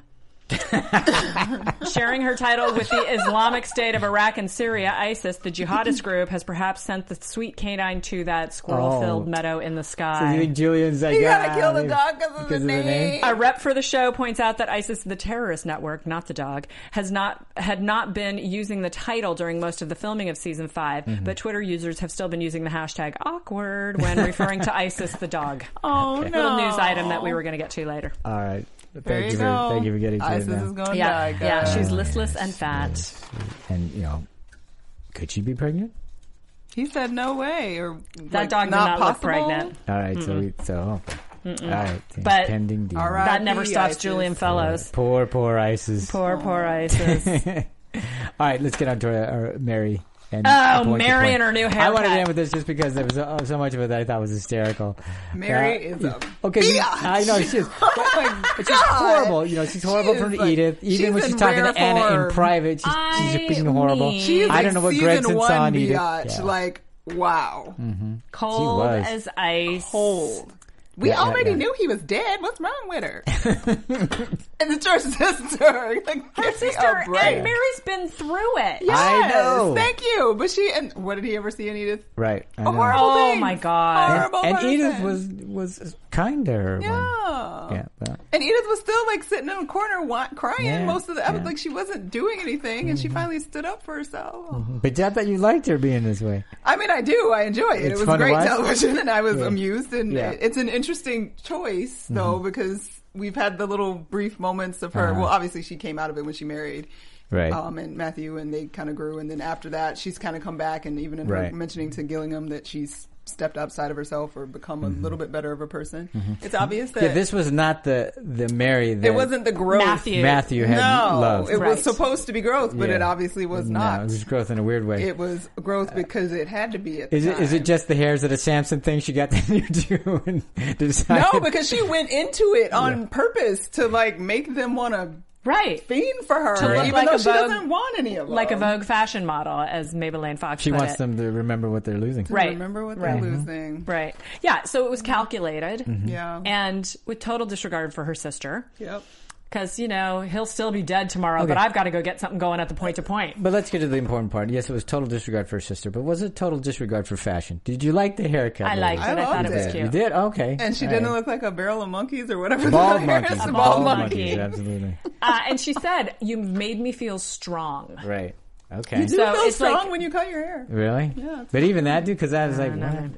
[SPEAKER 4] Sharing her title with the Islamic State of Iraq and Syria, ISIS, the jihadist group, has perhaps sent the sweet canine to that squirrel-filled
[SPEAKER 2] Oh.
[SPEAKER 4] meadow in the
[SPEAKER 2] So you
[SPEAKER 4] sky.
[SPEAKER 2] think Julian's like,
[SPEAKER 3] You gotta
[SPEAKER 2] "Ah,
[SPEAKER 3] kill the
[SPEAKER 2] they-
[SPEAKER 3] dog because of the name.
[SPEAKER 4] A rep for the show points out that ISIS, the terrorist network, not the dog, has not had not been using the title during most of the filming of season 5 but Twitter users have still been using the hashtag awkward when referring to ISIS, the dog.
[SPEAKER 3] Oh no!
[SPEAKER 4] Little news item that we were going to get to later.
[SPEAKER 2] All right, thank
[SPEAKER 3] There you,
[SPEAKER 2] you,
[SPEAKER 3] go.
[SPEAKER 2] for thank you for getting to
[SPEAKER 3] ISIS
[SPEAKER 2] it. now.
[SPEAKER 3] is gonna
[SPEAKER 4] Yeah,
[SPEAKER 3] die.
[SPEAKER 4] yeah,
[SPEAKER 3] guys.
[SPEAKER 4] she's listless and fat.
[SPEAKER 2] and you know, could she be pregnant?
[SPEAKER 3] He said no way, or
[SPEAKER 4] That dog did not look pregnant.
[SPEAKER 2] All right, so we, so oh. all right,
[SPEAKER 4] But-
[SPEAKER 2] pending deal.
[SPEAKER 3] All right.
[SPEAKER 4] That never
[SPEAKER 3] R.I.P.
[SPEAKER 4] stops
[SPEAKER 3] ISIS.
[SPEAKER 4] Julian Fellows.
[SPEAKER 2] poor poor ISIS.
[SPEAKER 4] Poor, poor ISIS.
[SPEAKER 2] All right, let's get on to our, our Mary. And
[SPEAKER 4] Oh,
[SPEAKER 2] point to
[SPEAKER 4] Mary
[SPEAKER 2] point.
[SPEAKER 4] and her new
[SPEAKER 2] I wanted to
[SPEAKER 4] haircut.
[SPEAKER 2] end with this just because there was so, so much of it that I thought was hysterical. Uh,
[SPEAKER 3] Mary is a
[SPEAKER 2] okay. she-
[SPEAKER 3] bitch.
[SPEAKER 2] I know she is.
[SPEAKER 3] Oh my
[SPEAKER 2] She's
[SPEAKER 3] God.
[SPEAKER 2] horrible. You know, she's horrible
[SPEAKER 3] She
[SPEAKER 2] from
[SPEAKER 3] is, like,
[SPEAKER 2] Edith. Even
[SPEAKER 3] she's
[SPEAKER 2] when she's
[SPEAKER 3] in
[SPEAKER 2] talking
[SPEAKER 3] rare
[SPEAKER 2] to Anna in
[SPEAKER 3] form.
[SPEAKER 2] private, she's, she's
[SPEAKER 4] I
[SPEAKER 2] freaking horrible.
[SPEAKER 4] mean-
[SPEAKER 3] She is
[SPEAKER 2] I
[SPEAKER 3] like
[SPEAKER 2] don't know what
[SPEAKER 3] season
[SPEAKER 2] Gregson's
[SPEAKER 3] one
[SPEAKER 2] on Edith.
[SPEAKER 3] biatch.
[SPEAKER 2] Yeah. Mm.
[SPEAKER 3] Like wow,
[SPEAKER 4] Cold
[SPEAKER 2] was.
[SPEAKER 4] as ice.
[SPEAKER 3] cold. We
[SPEAKER 2] Yeah, yeah,
[SPEAKER 3] already
[SPEAKER 2] yeah.
[SPEAKER 3] knew he was dead. What's wrong with her? and it's your sister. Like,
[SPEAKER 4] Her sister,
[SPEAKER 3] a break.
[SPEAKER 4] and Mary's been through it.
[SPEAKER 3] Yes,
[SPEAKER 2] I know.
[SPEAKER 3] Thank you. But she and what did he ever see in Edith?
[SPEAKER 2] right. I
[SPEAKER 3] A
[SPEAKER 2] know.
[SPEAKER 3] horrible
[SPEAKER 4] Oh
[SPEAKER 3] thing.
[SPEAKER 4] my God.
[SPEAKER 2] And,
[SPEAKER 3] Horrible
[SPEAKER 2] and
[SPEAKER 3] person.
[SPEAKER 2] Edith was was kind to her. when-
[SPEAKER 3] Yeah.
[SPEAKER 2] yeah. Well,
[SPEAKER 3] And Edith was still like sitting in the corner wa- crying
[SPEAKER 2] Yeah,
[SPEAKER 3] most of the episode.
[SPEAKER 2] yeah. Mm-hmm.
[SPEAKER 3] Like she wasn't doing anything, and she finally stood up for herself.
[SPEAKER 2] but I thought you liked her being this way.
[SPEAKER 3] I mean, I do. I enjoy it.
[SPEAKER 2] It's
[SPEAKER 3] it was
[SPEAKER 2] fun to
[SPEAKER 3] great
[SPEAKER 2] watch.
[SPEAKER 3] television, and I was
[SPEAKER 2] Yeah.
[SPEAKER 3] amused. And
[SPEAKER 2] Yeah. Mm-hmm.
[SPEAKER 3] it- it's an interesting choice, though, because we've had the little brief moments of her.
[SPEAKER 2] Uh-huh.
[SPEAKER 3] Well, obviously, she came out of it when she married.
[SPEAKER 2] Right.
[SPEAKER 3] Um, and Matthew, and they kind of grew. And then after that, she's kind of come back. And even in
[SPEAKER 2] Right.
[SPEAKER 3] her mentioning to Gillingham that she's stepped outside of herself or become a little bit better of a person, it's obvious that
[SPEAKER 2] Mm-hmm. Yeah, this was not the the Mary that
[SPEAKER 3] it wasn't the growth.
[SPEAKER 4] Matthew.
[SPEAKER 2] Matthew had
[SPEAKER 3] no,
[SPEAKER 2] loved.
[SPEAKER 3] it
[SPEAKER 4] Right.
[SPEAKER 3] was supposed to be growth, but
[SPEAKER 2] Yeah.
[SPEAKER 3] it obviously was
[SPEAKER 2] No,
[SPEAKER 3] not.
[SPEAKER 2] it was growth in a weird way.
[SPEAKER 3] It was growth because it had to be. At the
[SPEAKER 2] Is it is
[SPEAKER 3] time.
[SPEAKER 2] it just the hairs that a Samson thing she got that you do and decided?
[SPEAKER 3] No, because she went into it on purpose to like make them want to
[SPEAKER 4] Right.
[SPEAKER 3] fiend for her,
[SPEAKER 4] look
[SPEAKER 3] even
[SPEAKER 4] like
[SPEAKER 3] though
[SPEAKER 4] a
[SPEAKER 3] she
[SPEAKER 4] Vogue-
[SPEAKER 3] doesn't want any of them.
[SPEAKER 4] Like a Vogue fashion model, as Maybelline Fox
[SPEAKER 2] she
[SPEAKER 4] put
[SPEAKER 2] wants
[SPEAKER 4] it.
[SPEAKER 2] them to remember what they're losing.
[SPEAKER 4] Right.
[SPEAKER 3] Remember what
[SPEAKER 4] Right. Mm-hmm.
[SPEAKER 3] they're losing.
[SPEAKER 4] Right. Yeah. So it was
[SPEAKER 2] Mm-hmm.
[SPEAKER 4] calculated.
[SPEAKER 3] Yeah.
[SPEAKER 4] And with total disregard for her sister.
[SPEAKER 3] yep.
[SPEAKER 4] Because, you know, he'll still be dead tomorrow, but I've got to go get something going at the point to point.
[SPEAKER 2] But let's get to the important part. Yes, it was total disregard for her sister, but was it total disregard for fashion? Did you like the haircut?
[SPEAKER 4] I liked it.
[SPEAKER 3] I
[SPEAKER 4] I thought
[SPEAKER 3] loved
[SPEAKER 4] it was
[SPEAKER 3] it.
[SPEAKER 4] cute.
[SPEAKER 2] You did? Okay.
[SPEAKER 3] And she
[SPEAKER 2] All
[SPEAKER 3] didn't
[SPEAKER 2] right.
[SPEAKER 3] look like a barrel of monkeys or whatever.
[SPEAKER 2] Bald
[SPEAKER 3] the hair
[SPEAKER 2] monkeys.
[SPEAKER 3] is.
[SPEAKER 4] A
[SPEAKER 3] Bald
[SPEAKER 4] bald
[SPEAKER 3] monkey.
[SPEAKER 4] monkey.
[SPEAKER 2] Absolutely.
[SPEAKER 4] Uh, and she said, You made me feel strong.
[SPEAKER 2] Right. Okay.
[SPEAKER 3] You
[SPEAKER 4] So
[SPEAKER 3] feel
[SPEAKER 4] it's
[SPEAKER 3] strong
[SPEAKER 4] like-
[SPEAKER 3] when you cut your hair.
[SPEAKER 2] Really? Yeah. But even that, dude, because I was like, what? no,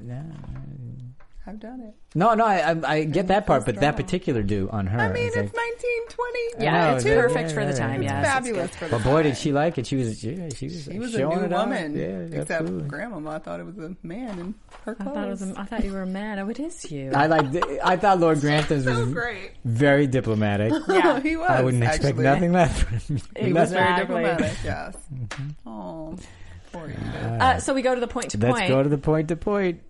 [SPEAKER 3] I've done it.
[SPEAKER 2] no, no. I, I, I get that part, but that
[SPEAKER 3] strong.
[SPEAKER 2] particular do on her.
[SPEAKER 3] I mean,
[SPEAKER 2] was
[SPEAKER 3] it's
[SPEAKER 2] like,
[SPEAKER 3] 1920.
[SPEAKER 4] Yeah,
[SPEAKER 2] know,
[SPEAKER 4] it's
[SPEAKER 2] that-
[SPEAKER 4] perfect
[SPEAKER 2] yeah,
[SPEAKER 4] for the
[SPEAKER 2] yeah,
[SPEAKER 4] time.
[SPEAKER 2] yeah.
[SPEAKER 4] Yes.
[SPEAKER 2] It's
[SPEAKER 4] it's
[SPEAKER 3] Fabulous for the
[SPEAKER 2] But boy,
[SPEAKER 3] time.
[SPEAKER 2] did she like it. She was, yeah, she was,
[SPEAKER 3] She
[SPEAKER 2] like,
[SPEAKER 3] was a
[SPEAKER 2] showing
[SPEAKER 3] new
[SPEAKER 2] it off.
[SPEAKER 3] woman.
[SPEAKER 2] Yeah,
[SPEAKER 3] except
[SPEAKER 2] absolutely.
[SPEAKER 3] Grandma, I thought it was a man in her
[SPEAKER 4] good. I
[SPEAKER 3] clothes.
[SPEAKER 4] thought, it was a, I thought you were a man. Oh, it is you.
[SPEAKER 2] I like. I thought Lord Grantham's
[SPEAKER 3] so
[SPEAKER 2] was
[SPEAKER 3] great.
[SPEAKER 2] very diplomatic.
[SPEAKER 4] yeah.
[SPEAKER 3] he was.
[SPEAKER 2] I wouldn't expect
[SPEAKER 3] actually.
[SPEAKER 2] nothing less. from him.
[SPEAKER 4] It
[SPEAKER 3] He was
[SPEAKER 4] Exactly.
[SPEAKER 3] very diplomatic. Yes.
[SPEAKER 2] Mm-hmm.
[SPEAKER 3] Oh, poor Edith.
[SPEAKER 4] Uh, so we go to the point to
[SPEAKER 2] Let's
[SPEAKER 4] point.
[SPEAKER 2] go to the point to point,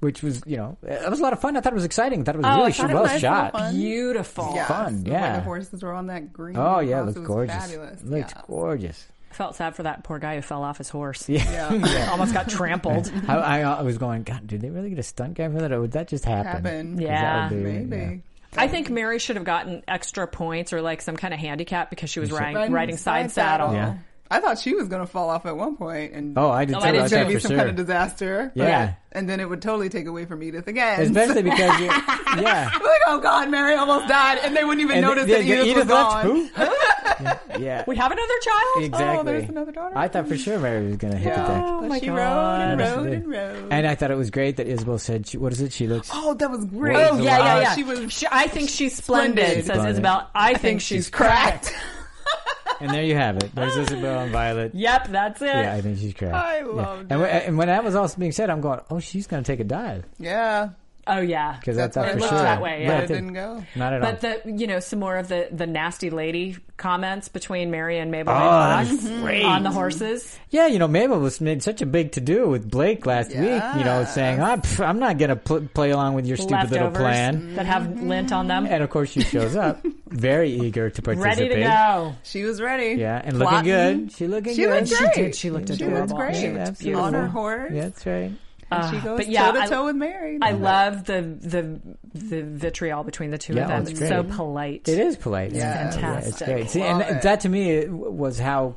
[SPEAKER 2] which was you know it was a lot of fun. I thought it was exciting. I thought it was
[SPEAKER 4] Oh, I
[SPEAKER 2] really
[SPEAKER 4] thought it
[SPEAKER 2] well
[SPEAKER 4] was
[SPEAKER 2] shot.
[SPEAKER 3] fun.
[SPEAKER 4] Beautiful.
[SPEAKER 3] Yes.
[SPEAKER 2] fun,
[SPEAKER 3] The way
[SPEAKER 2] yeah.
[SPEAKER 3] the horses were on that green.
[SPEAKER 2] Oh yeah, it
[SPEAKER 3] grass,
[SPEAKER 2] looked
[SPEAKER 3] was
[SPEAKER 2] gorgeous.
[SPEAKER 3] Fabulous.
[SPEAKER 2] Looked
[SPEAKER 3] yeah.
[SPEAKER 2] gorgeous.
[SPEAKER 4] Felt sad for that poor guy who fell off his horse.
[SPEAKER 3] Yeah.
[SPEAKER 4] Almost got trampled.
[SPEAKER 2] I, I, I was going, God, did they really get a stunt guy for that? Or would that just happen?
[SPEAKER 3] Happened.
[SPEAKER 2] 'Cause that would
[SPEAKER 4] Yeah.
[SPEAKER 2] be-
[SPEAKER 3] Maybe.
[SPEAKER 2] yeah.
[SPEAKER 4] I think Mary should have gotten extra points or like some kind of handicap because she was riding,
[SPEAKER 3] Riding
[SPEAKER 4] riding side saddle.
[SPEAKER 2] Yeah.
[SPEAKER 3] I I thought she was going to fall off at one point, and
[SPEAKER 2] Oh, I did
[SPEAKER 4] Oh,
[SPEAKER 2] too.
[SPEAKER 4] I
[SPEAKER 3] it
[SPEAKER 4] did
[SPEAKER 3] was
[SPEAKER 4] thought
[SPEAKER 3] going to
[SPEAKER 4] that
[SPEAKER 3] be
[SPEAKER 2] for
[SPEAKER 3] some
[SPEAKER 2] sure.
[SPEAKER 3] kind of disaster.
[SPEAKER 2] Yeah.
[SPEAKER 3] and then it would totally take away from Edith again.
[SPEAKER 2] Especially
[SPEAKER 3] So-
[SPEAKER 2] because you, yeah.
[SPEAKER 3] I'm like, oh God, Mary almost died, and they wouldn't even
[SPEAKER 2] And
[SPEAKER 3] notice
[SPEAKER 2] the-
[SPEAKER 3] that
[SPEAKER 2] the-
[SPEAKER 3] Edith, was
[SPEAKER 2] left.
[SPEAKER 3] gone.
[SPEAKER 2] Who? yeah.
[SPEAKER 4] We have another child.
[SPEAKER 2] Exactly.
[SPEAKER 3] oh, there's another daughter?
[SPEAKER 2] I thought for sure Mary was going to hit the deck.
[SPEAKER 4] Oh
[SPEAKER 3] But
[SPEAKER 4] my
[SPEAKER 3] she
[SPEAKER 4] God.
[SPEAKER 3] rode and
[SPEAKER 2] Yes, she
[SPEAKER 3] rode
[SPEAKER 2] did.
[SPEAKER 3] and rode.
[SPEAKER 2] And I thought it was great that Isabel said, she, "What is it? She looks."
[SPEAKER 3] oh, that was great.
[SPEAKER 2] Oh, yeah, yeah, yeah.
[SPEAKER 3] She was.
[SPEAKER 4] She- I think she's splendid,
[SPEAKER 3] Splendid.
[SPEAKER 4] says Isabel. I, think, she's, cracked.
[SPEAKER 2] And there you have it. There's Isabel and Violet.
[SPEAKER 4] Yep, that's it.
[SPEAKER 2] Yeah, I think she's cracked.
[SPEAKER 3] I
[SPEAKER 2] Yeah. And,
[SPEAKER 3] loved it.
[SPEAKER 2] when, and when that was also being said, I'm going, "Oh, she's going to take a dive
[SPEAKER 3] yeah,
[SPEAKER 4] oh yeah.
[SPEAKER 2] because I
[SPEAKER 3] That's
[SPEAKER 2] thought
[SPEAKER 3] what
[SPEAKER 2] for
[SPEAKER 3] it
[SPEAKER 2] sure."
[SPEAKER 3] looked that
[SPEAKER 4] way,
[SPEAKER 2] But I
[SPEAKER 4] yeah.
[SPEAKER 3] but it
[SPEAKER 2] think-
[SPEAKER 3] didn't go.
[SPEAKER 2] Not at all.
[SPEAKER 4] But the you know some more of the the nasty lady comments between Mary and Mabel
[SPEAKER 2] that
[SPEAKER 4] Fox
[SPEAKER 2] was great.
[SPEAKER 4] on the horses.
[SPEAKER 2] Yeah, you know, Mabel was made such a big to do with Blake last week. You know, saying, "I'm, pff, I'm not going to pl- play along with your stupid little
[SPEAKER 4] leftovers
[SPEAKER 3] Mm-hmm.
[SPEAKER 2] plan."
[SPEAKER 4] that have lint on them,
[SPEAKER 2] And of course, she shows up, very eager to participate.
[SPEAKER 4] ready to go.
[SPEAKER 3] She was ready.
[SPEAKER 2] Yeah, and
[SPEAKER 3] Plotting.
[SPEAKER 2] looking good. She looking
[SPEAKER 3] She
[SPEAKER 2] good.
[SPEAKER 3] looked great.
[SPEAKER 4] did. She looked
[SPEAKER 3] She
[SPEAKER 4] adorable.
[SPEAKER 3] looked great.
[SPEAKER 4] She looked beautiful.
[SPEAKER 3] on her horse.
[SPEAKER 2] Yeah, that's right.
[SPEAKER 3] And she
[SPEAKER 4] Ah,
[SPEAKER 3] goes
[SPEAKER 4] but yeah,
[SPEAKER 3] toe
[SPEAKER 4] I-
[SPEAKER 3] to toe with Mary.
[SPEAKER 4] I love the the the vitriol between the two
[SPEAKER 2] Yeah,
[SPEAKER 4] of
[SPEAKER 2] oh,
[SPEAKER 4] them.
[SPEAKER 2] it's
[SPEAKER 4] It's
[SPEAKER 2] great.
[SPEAKER 4] so polite.
[SPEAKER 2] It is polite.
[SPEAKER 3] Yeah,
[SPEAKER 2] It's- yeah, it's
[SPEAKER 4] fantastic.
[SPEAKER 2] great. See,
[SPEAKER 3] Love
[SPEAKER 2] and
[SPEAKER 3] it.
[SPEAKER 2] that to me it w- was how